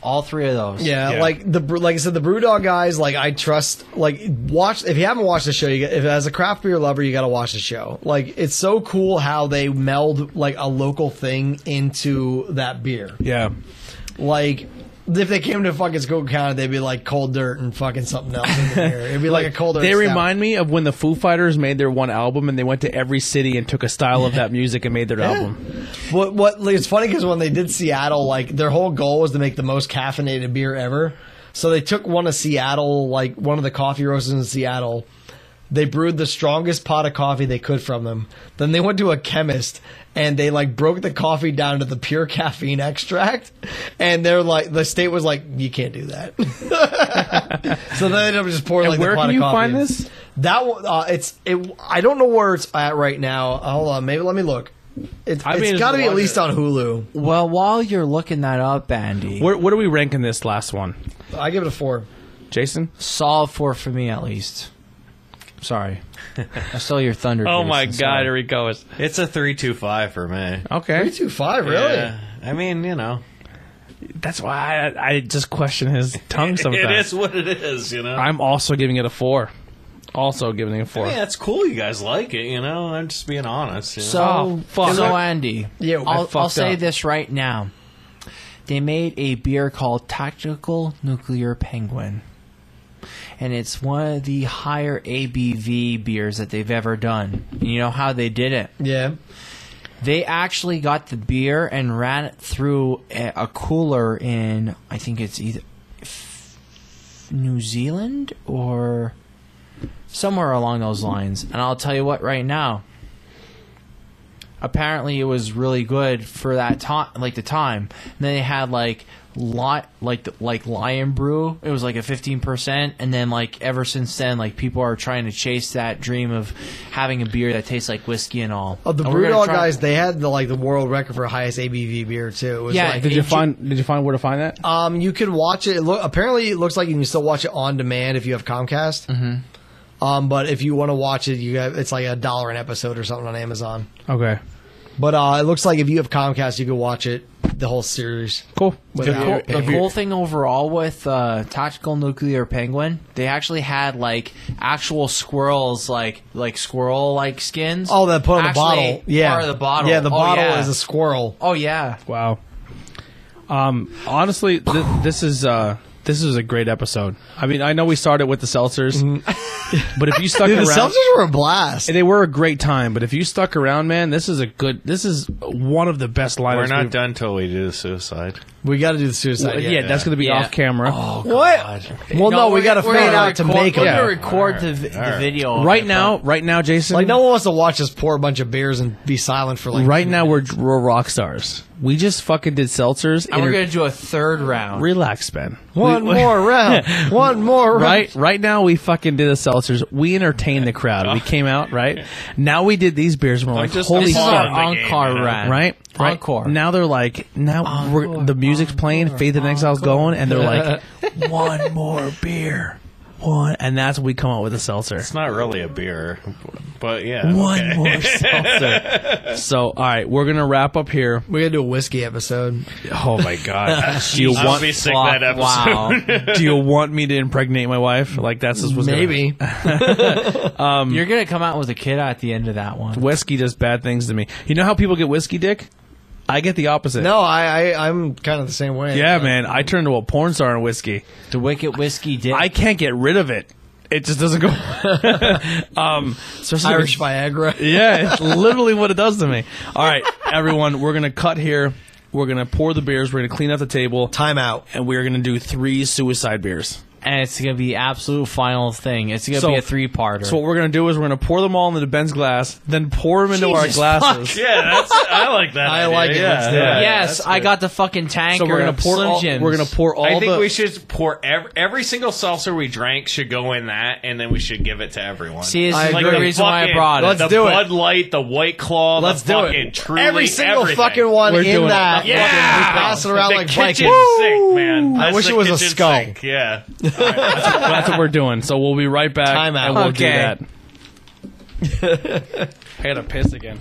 all three of those. Yeah, Yeah. like the Bre- like I said, the BrewDog guys. Like I trust. Like watch if you haven't watched the show, you get, if as a craft beer lover, you got to watch the show. Like it's so cool how they meld like a local thing into that beer. Yeah. Like if they came to fucking School County, they'd be like cold dirt and fucking something else in the beer. It'd be like, a cold dirt. They stout. remind me of when the Foo Fighters made their one album and they went to every city and took a style of that music and made their album. What what like, it's funny because when they did Seattle, like their whole goal was to make the most caffeinated beer ever. So they took one of Seattle, like one of the coffee roasters in Seattle. They brewed the strongest pot of coffee they could from them. Then they went to a chemist and they like broke the coffee down to the pure caffeine extract. And they're like, the state was like, you can't do that. so then they ended up just pouring And like where the pot can of you coffee find in. this? That one, uh, it's it. I don't know where it's at right now. Hold on, maybe let me look. It, I may it's as got to well be at watch least it. on Hulu. Well, while you're looking that up, Andy, Where, what are we ranking this last one? I give it a four. Jason? solve four for me at least. Sorry, I stole your thunder. Oh Jason, my sorry. god, here he goes. It's a three two five for me. Three Okay. two five, really? Yeah. I mean, you know, That's why I, I just question his tongue sometimes. it is what it is. You know, I'm also giving it a four. Also giving it a four. yeah, it's cool. You guys like it. You know, I'm just being honest. You know? So, Oh, fuck. so Andy, Yeah, I I'll, fucked I'll say up. this right now. They made a beer called Tactical Nuclear Penguin, and it's one of the higher ABV beers that they've ever done. And you know how they did it? Yeah. They actually got the beer and ran it through a, a cooler in, I think it's either F- New Zealand or somewhere along those lines. And I'll tell you what, right now, apparently it was really good for that time, like the time. And then they had like lot like the, like lion brew it was like a 15% and then like ever since then like people are trying to chase that dream of having a beer that tastes like whiskey and all Oh, the And we're gonna Brewdog try- guys, they had the like the world record for highest ABV beer too. It was Yeah. like- Did you It- find did you find where to find that? um, you can watch it. it look, apparently, it looks like you can still watch it on demand if you have Comcast. Mm-hmm. Um, but if you want to watch it, you have, it's like a dollar an episode or something on Amazon. Okay. But uh, it looks like if you have Comcast, you can watch it the whole series. Cool. Without Good call. your the whole thing overall with uh, tactical nuclear penguin they actually had like actual squirrels like like squirrel like skins Oh, that put on the Actually, bottle. Yeah, part of the bottle Yeah, the Oh, bottle yeah. is a squirrel. oh yeah Wow. Um, honestly, th- this is uh, this is a great episode. I mean, I know we started with the seltzers, but if you stuck Dude, Mm-hmm. the around, seltzers were a blast. they were a great time. But if you stuck around, man, this is a good. This is one of the best lineups. We're not we've- done till we do the suicide. We got to do the suicide. Well, yeah, that's going to be Yeah. off camera. Oh, what? Well, no, we we're got to figure gonna- we're it gonna out to record- make we're them. gonna record the, vi- All the right. video of Right it, now, right now, Jason. Like no one wants to watch us pour a bunch of beers and be silent for like. right now, we're, we're rock stars. We just fucking did seltzers. but- and we're inter- gonna do a third round relax, Ben. One We- we- more round. One more round. Right, right now we fucking did the seltzers. We entertained the crowd. We came out right. Now we did these beers. And we're like, just holy this is fuck, appalled. our Pause the game, encore you know? round right? Right. encore Now they're like, now we're, the music's playing, Faith in Exile's going, and they're like, one more beer, one, and that's when we come out with a seltzer. It's not really a beer, but yeah. One more seltzer. So, all right, we're gonna wrap up here. We got to do a whiskey episode. Oh my god, do you I'll want? be sick Wow. that episode. Do you want me to impregnate my wife? Like that's just what's gonna- Maybe. Um, You're gonna come out with a kid at the end of that one. Whiskey does bad things to me. You know how people get whiskey dick? I get the opposite. No, I, I I'm kind of the same way. Yeah, man. I turn to a porn star in whiskey. The Wicked Whiskey did. I can't get rid of it. It just doesn't go. um, especially with- Irish Viagra. yeah, it's literally what it does to me. All right, everyone, we're gonna cut here. We're gonna pour the beers. We're gonna clean up the table, Time out. and we're gonna do three suicide beers. and it's gonna be absolute final thing. It's gonna So- be a three parter. So what we're gonna do is we're gonna pour them all into Ben's glass, then pour them into Jesus our glasses. Yeah, that's I like that. I idea, like it. Yeah, Let's do it. yeah. yes, I got the fucking tanker. So we're gonna of pour. Slim All, Jims. we're gonna pour all. I think the, we should pour every, every single seltzer we drank should go in that, and then we should give it to everyone. See, this I is like agree. the reason why I brought it. Let's the do it. Bud Light, the White Claw, Let's the do fucking it. Truly, Every single everything. fucking one We're in doing it. that. Yeah, fucking- we pass it around the like kitchen Vikings. sink, man. I That's wish the it was a kitchen skull. sink, Yeah. That's what we're doing. So we'll be right back. Time out. And we'll do Okay. that. I gotta piss again.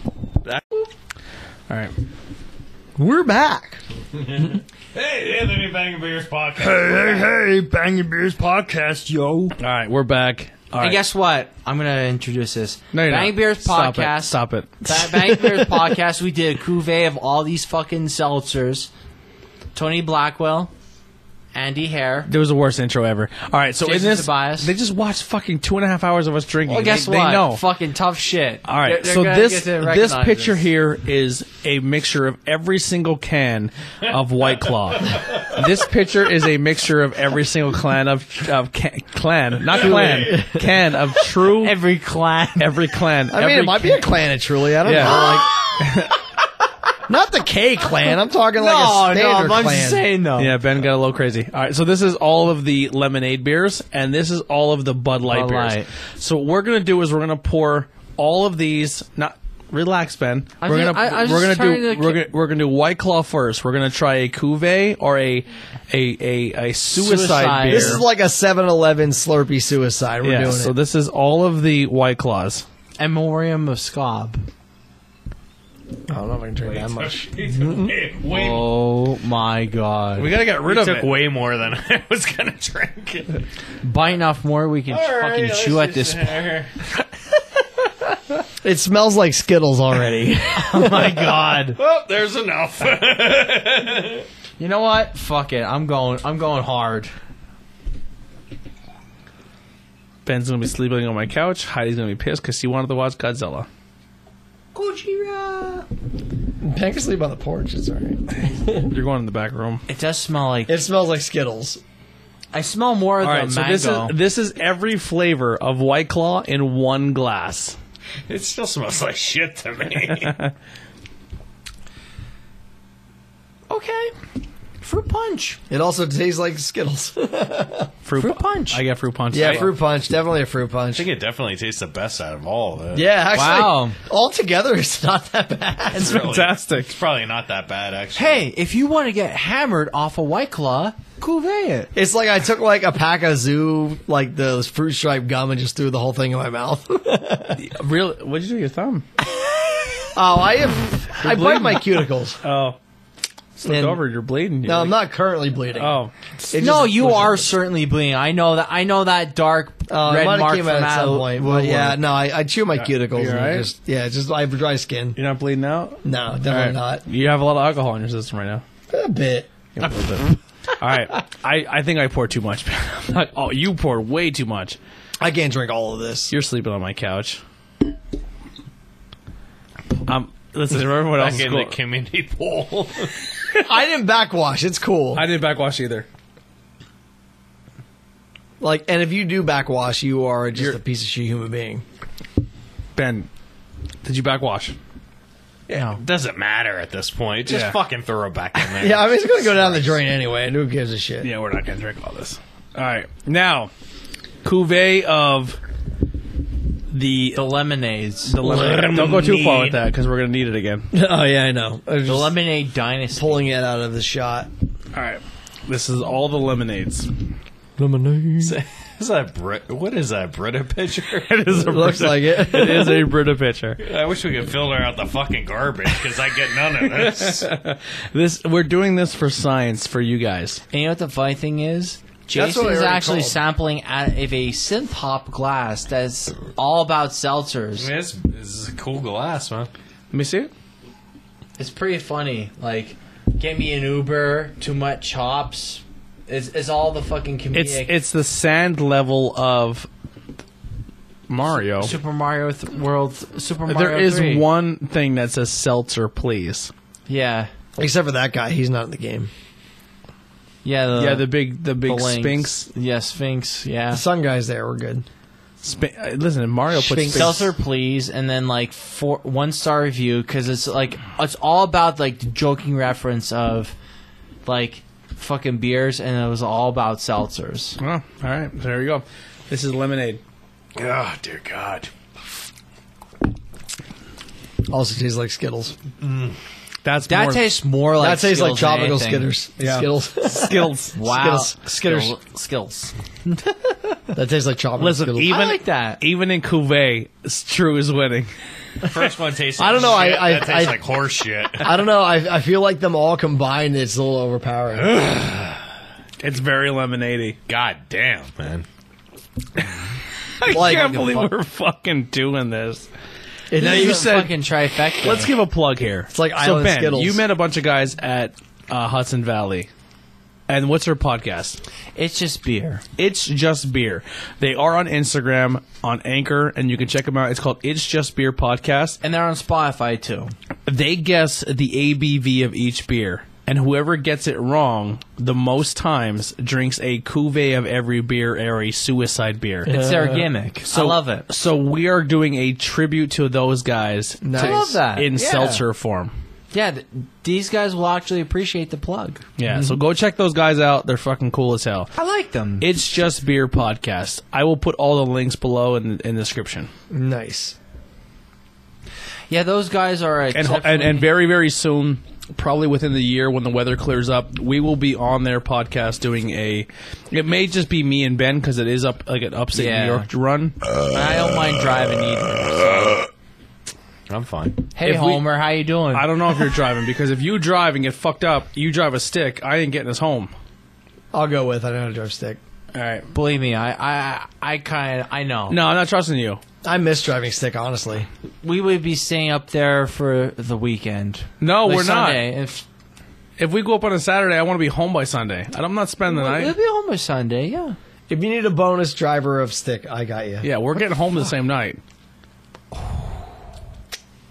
All right. We're back. Hey, Anthony Bang and Beers podcast. Hey, Banging Beers podcast, yo. All right, we're back. All right. And guess what? I'm gonna introduce this. No, you're Bang not. Bears Stop it. podcast. Stop it. Ba- Bang Bears podcast. We did a cuvee of all these fucking seltzers. Tony Blackwell, Andy Hare. There was the worst intro ever. All right, so Jason in this, Tobias. they just watched fucking two and a half hours of us drinking. Well, guess they, what? They know. Fucking tough shit. All right, They're- they're so gonna this get to this recognize picture this. here is a mixture of every single can of White Claw. this picture is a mixture of every single clan of of can, clan, not clan, can of true every, every clan. clan. I mean, it might be a clan of truly. I don't Yeah. know. Like, not the K clan. I'm talking like a Oh, no, no, standard I'm clan. just saying though. Yeah, Ben got a little crazy. All right, so this is all of the lemonade beers, and this is all of the Bud Light Bud beers. Light. So what we're gonna do is we're gonna pour all of these. Not relax, Ben. I we're mean, gonna I- I was we're just gonna do trying to- we're gonna we're gonna do White Claw first. We're gonna try a cuvee or a a a, a suicide, Suicide. beer. This is like a 7-Eleven Slurpee suicide. We're yeah. doing so it. this is all of the White Claws. Memoriam of Scob. I don't know if I can drink that much. Way, Oh my god. We gotta get rid of took it. way more than I was gonna drink. biting off more we can fucking chew at this point. It smells like Skittles already. Oh my god. Well, Oh, there's enough. You know what? Fuck it. I'm going I'm going hard. Ben's gonna be sleeping on my couch. Heidi's gonna be pissed because she wanted to watch Godzilla. Pack can sleep on the porch. It's all right. You're going in the back room. It does smell like It smells like Skittles. I smell more of All the right, so mango. this is this is every flavor of White Claw in one glass. it still smells like shit to me. okay. Fruit punch. It also tastes like Skittles. Fruit, Fruit punch. I got fruit punch. yeah, I- fruit punch. Definitely a fruit punch. I think it definitely tastes the best out of all. Of it. Yeah, actually, Wow. altogether, it's not that bad. it's really- fantastic. it's probably not that bad actually. hey, if you want to get hammered off a white claw, cuvee it. It's like I took like a pack of zoo, like those fruit stripe gum, and just threw the whole thing in my mouth. oh, Real? What'd you do with your thumb? Oh, I have, I bite my cuticles. Uh, Oh, slipped And- over. You're bleeding. No, I'm not currently bleeding. Oh, no, you are certainly bleeding. I know that. I know that dark uh, Oh, it red might have mark came from out at that some point. woodwork. But yeah, no, I, I chew my cuticles. you're and all right? it just, yeah, it's just I have dry skin. you're not bleeding out. No, definitely not. You have a lot of alcohol in your system right now. A bit. Yeah, a little bit. All right, I, I think I poured too much. Like, oh, you poured way too much. I can't drink all of this. You're sleeping on my couch. Um, listen, everyone else. Back is in cool. the community pool. I didn't backwash. It's cool. I didn't backwash either. like, and if you do backwash, you are just a piece of shit human being. Ben, did you backwash? No. Doesn't matter at this point. Just Yeah. fucking throw it back in there. Yeah, I mean, it's gonna go down the drain anyway. And who gives a shit? Yeah, we're not gonna drink all this. All right, now cuvee of the The lemonades. the lemonade. Don't go too far with that because we're gonna need it again. Oh yeah, I know. I was the just lemonade dynasty. pulling it out of the shot. All right, this is all the lemonades. Lemonade. Is that Brit? What is that Brita pitcher? It is a Looks like it it. is a Brita pitcher. I wish we could filter out the fucking garbage because I get none of this. This we're doing this for science for you guys. And you know what the funny thing is? That's what I Jason's already actually called. sampling out of a synth hop glass that's all about seltzers. This, this is a cool glass, man. Let me see it. It's pretty funny. Like, get me an Uber, too much chops. It's, it's all the fucking comedic It's it's the sand level of Mario. Super Mario th- World, th- Super Mario. There is 3. one thing that says seltzer, please. Yeah, Except for that guy, he's not in the game. yeah, the, yeah, the big the big links. Sphinx. Yeah, Sphinx. The Yeah, sun guy's there. We're good. Sphinx uh, listen, Mario puts Sphinx. Sphinx- Seltzer, please, and then like four one star review because it's like it's all about like the joking reference of like fucking beers, and it was all about seltzers. Oh, all right. There you go. This is lemonade. Oh dear God. Also tastes like Skittles. That's That more tastes more that like tastes like Skittles than tropical anything. Skitters. Yeah. Skittles. skills. Wow, Skittles. Skitters. Skill- skills. That tastes like chocolate. Listen, even I like that. even in Cuvée, it's true is winning. First one tastes. I don't know, I- Shit. I- that tastes I- like horse shit. I don't know. I, I feel like them all combined, it's a little overpowering. It's very lemonade God damn, man. I Like- can't believe we're fucking doing this. It No, is you a- said fucking trifecta. Let's give a plug here. It's like so Island Ben, Skittles. you met a bunch of guys at uh, Hudson Valley, and what's her podcast? It's just beer. It's Just Beer. They are on Instagram, on Anchor, and you can check them out. It's called It's Just Beer Podcast. And they're on Spotify too. They guess the ABV of each beer, and whoever gets it wrong the most times drinks a cuvee of every beer or a suicide beer. It's their gimmick. I love it. Uh, So we are doing a tribute to those guys I love that. in yeah. seltzer form. Yeah, th- these guys will actually appreciate the plug. Yeah, Mm-hmm. so go check those guys out. They're fucking cool as hell. I like them. It's just beer podcast. I will put all the links below in, in the description, nice. yeah, those guys are and, ho- and and very very soon, probably within the year when the weather clears up, we will be on their podcast doing a. It may just be me and Ben because it is up like an upstate Yeah. New York run. I don't mind driving either. I'm fine. Hey If we- Homer, how you doing? I don't know if you're driving because if you drive and get fucked up, you drive a stick. I ain't getting us home. I'll go with. I know how to drive stick. All right. Believe me, I I I kind of I know. No, I'm not trusting you. I miss driving stick, honestly. We would be staying up there for the weekend. No, Like we're Sunday, not. If If we go up on a Saturday, I want to be home by Sunday. And I'm not spending the we'll night. be home by Sunday, yeah. If you need a bonus driver of stick, I got you. Yeah, we're getting home the same night.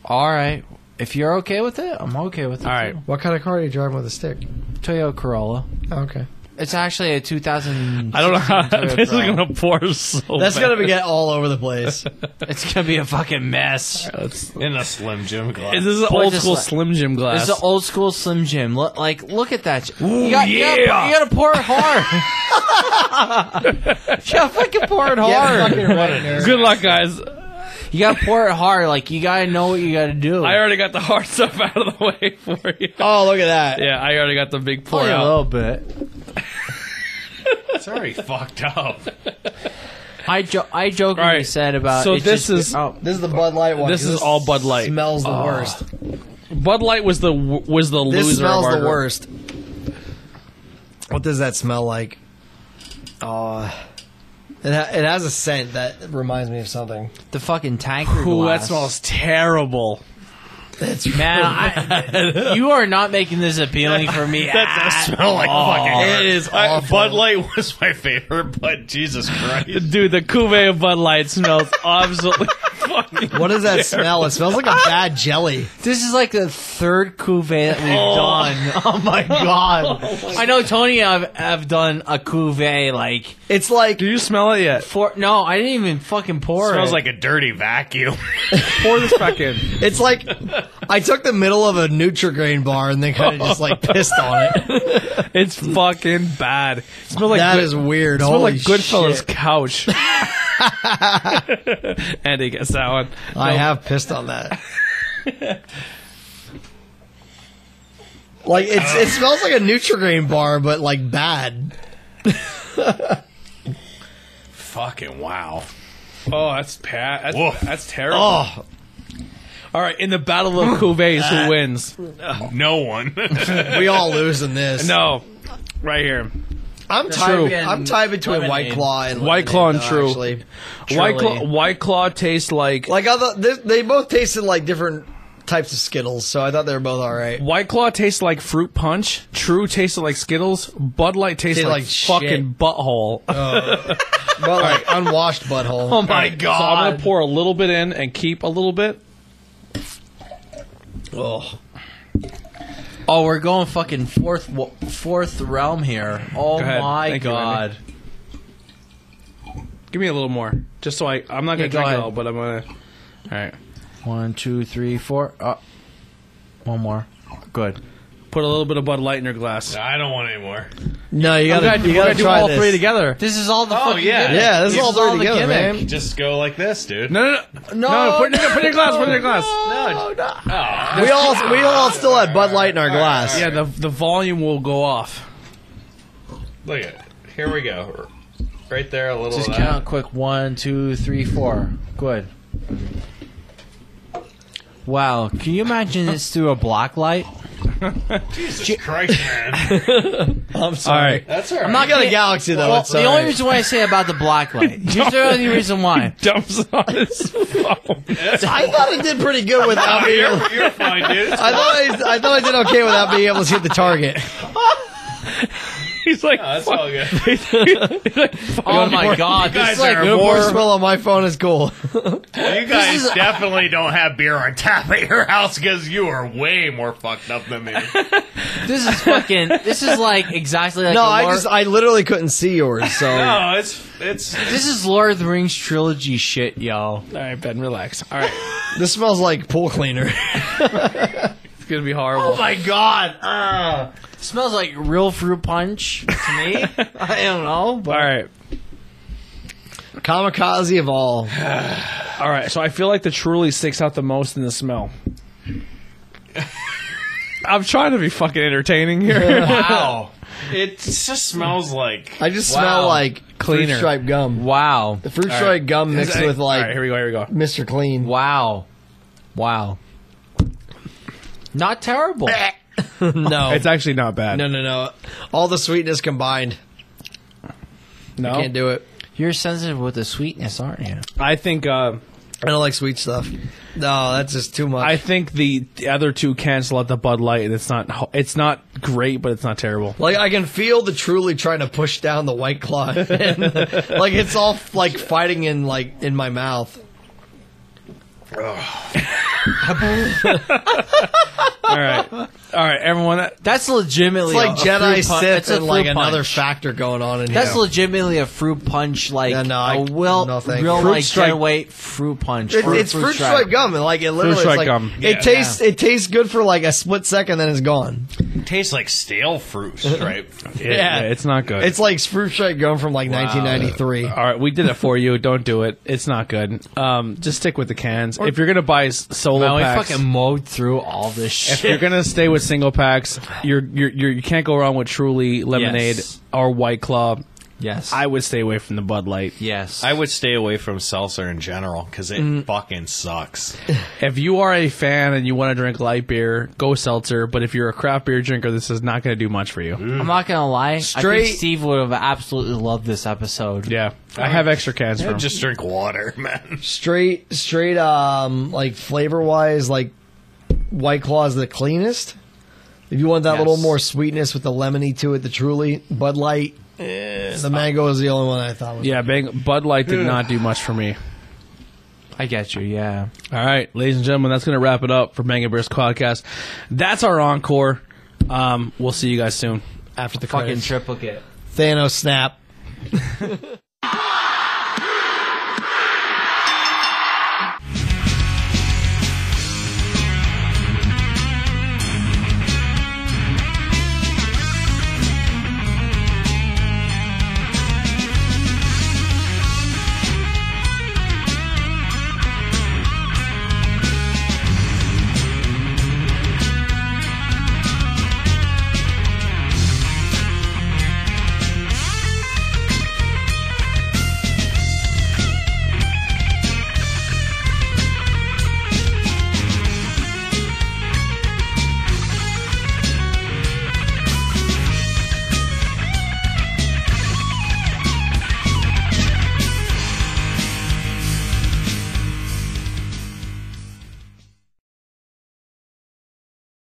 All right. If you're okay with it, I'm okay with it. All right. What kind of car are you driving with a stick? too. Toyota Corolla. Oh, okay. It's actually a 2000. I don't know how this is Corolla. gonna pour so. That's bad. going to get all over the place. It's gonna be a fucking mess. In a Slim Jim glass. This is an Pour old just school like- Slim Jim glass. This is an old school Slim Jim. Look, like, look at that. sh- you, got, you, yeah. gotta, you gotta pour it hard. you gotta fucking pour it hard. Good luck, guys. you gotta pour it hard. Like, you gotta know what you gotta do. I already got the hard stuff out of the way for you. oh, look at that. Yeah, I already got the big pour Oh, Only a out. little bit. It's already fucked up. I, jo- I jokingly All right. said about. So it's this just- is- Oh, This is the Bud Light one. This 'cause is all Bud Light. Smells the worst. Bud Light was the was the This loser. smells of our the worst. What does that smell like? Oh, it, ha- it has a scent that reminds me of something. the fucking tanker. Ooh, that glass. smells terrible. It's Man, I, you are not making this appealing for me. That does smell like fucking. it is I- awful. Bud Light was my favorite, but Jesus Christ. Dude, the cuvee of Bud Light smells absolutely fucking. what does that smell? It smells like a bad jelly. This is like the third cuvee that we've done. Oh my god! I know Tony. I've I've done a cuvee like It's like Do you smell it yet? four. No, I didn't even fucking pour. smells it. like a dirty vacuum. Pour this back in. it's like I took the middle of a Nutrigrain bar and then kind of just like pissed on it. It's fucking bad. It smells like That good- is weird. It smells Holy like Goodfellas shit. couch. Andy gets that one. I have pissed on that. like it's it smells like a Nutrigrain bar, but like bad. fucking wow. Oh, that's pat. That's, Woof. that's terrible. Oh, All right, in the battle of cuvées, who wins? No one. we all lose in this. No, right here. I'm tied. True. I'm tied between Lemonade. White Claw and White Claw lemonade, and though, True. Actually. White Claw, White Claw tastes like, Like other, they, they both tasted like different types of Skittles, so I thought they were both all right. White Claw tastes like fruit punch. True tasted like Skittles. Bud Light tastes Tastes like, like shit. fucking butthole. Oh But like unwashed butthole. oh my god! So I'm gonna pour a little bit in and keep a little bit. Ugh. oh, we're going fucking fourth wa- fourth realm here. Oh ahead. my Thank you, god! Randy. Give me a little more, just so I. I'm not gonna Yeah, go drink it ahead. all, but I'm gonna. All right, One, two, three, four. Uh, one more. Good. put a little bit of Bud Light in your glass. I don't want any more. No, you gotta, I'm glad you gotta do try all this. three together. This is all the Oh, fucking yeah. gimmick. Yeah, this is all is all three the together, gimmick. man. Just go like this, dude. No, no, no, no, no, put it in, put it in your glass, put it in your glass. We all we all still had Bud Light in our glass. Yeah, the the volume will go off. Look at it. Here we go. right there, a little Just of that. count quick. One, two, three, four. Good. Wow, can you imagine this through a black light? Jesus Christ, man. I'm sorry. That's all right. I'm not gonna galaxy though. Well, it's the all only right. reason why I say about the black light. Here's the only reason why. Dumps on his phone. I thought I did pretty good without being. able- You're, you're fine, dude. I thought I, I thought I did okay without being able to hit the target. He's like, That's "Fuck all good. Oh my god, this guys is like are No More- more smell on my phone is cool. You guys definitely don't have beer on tap at your house because you are way more fucked up than me. this is fucking this is like exactly like No, the I Lord- just I literally couldn't see yours. So No, it's it's this is Lord of the Rings trilogy shit, yo. All right, Ben, relax. All right, this smells like pool cleaner. it's gonna be horrible. my god. Ah. Uh, Oh smells like real fruit punch to me. I don't know. all But right, kamikaze of all. all right. So I feel like the truly sticks out the most in the smell. I'm trying to be fucking entertaining here. wow. it just smells like I just smell like Cleaner. fruit stripe gum. Wow. The fruit stripe gum mixed with All like right, here we go. Here we go. Mr. Clean. Wow. Wow. Not terrible. No. It's actually not bad. no, no, no. All the sweetness combined. no. Can't do it. You're sensitive with the sweetness, aren't you? I think uh, I don't like sweet stuff. No, that's just too much. I think the, the other two cancel out the Bud Light, and it's not ho- it's not great, but it's not terrible. Like I can feel the truly trying to push down the white claw, and, like it's all like fighting in like in my mouth. All right, all right, everyone. uh, That's legitimately It's like a- a Jedi fruit pun- Sith it's a and like fruit another punch. factor going on in That's here. legitimately a fruit punch, like Yeah, no, I- a will, no, thank real you. Fruit like stripe- Getaway fruit punch. It- it's fruit stripe gum, and like it literally, stripe it's like, gum. it tastes it tastes good for like a split second, then it's gone. tastes like stale fruit, right? it- yeah, it's not good. It's like fruit stripe gum from like 1993. all right, we did it for you. Don't do it. It's not good. Um, just stick with the cans. if you're gonna buy s- solo Wow, we packs, fucking mowed through all this if shit. you're gonna stay with single packs, you're you're, you're you can't go wrong with Truly lemonade Yes. or White Claw. Yes, I would stay away from the Bud Light. yes. I would stay away from seltzer in general because it fucking sucks. If you are a fan and you want to drink light beer, go seltzer. But if you're a craft beer drinker, this is not gonna do much for you. I'm not gonna lie. I Straight- think Steve would have absolutely loved this episode. Yeah, I have extra cans for 'em. Just drink water, man. Straight, straight, um, like flavor wise, like White Claw is the cleanest. If you want that little more sweetness with the lemony to it, the Truly Bud Light, eh, the mango is the only one I thought was. Yeah, Bang, Bud Light did not do much for me. I get you. Yeah, All right, ladies and gentlemen, that's going to wrap it up for Bang and Bears podcast. That's our encore. Um, we'll see you guys soon after the fucking credits. triplicate. Thanos snap.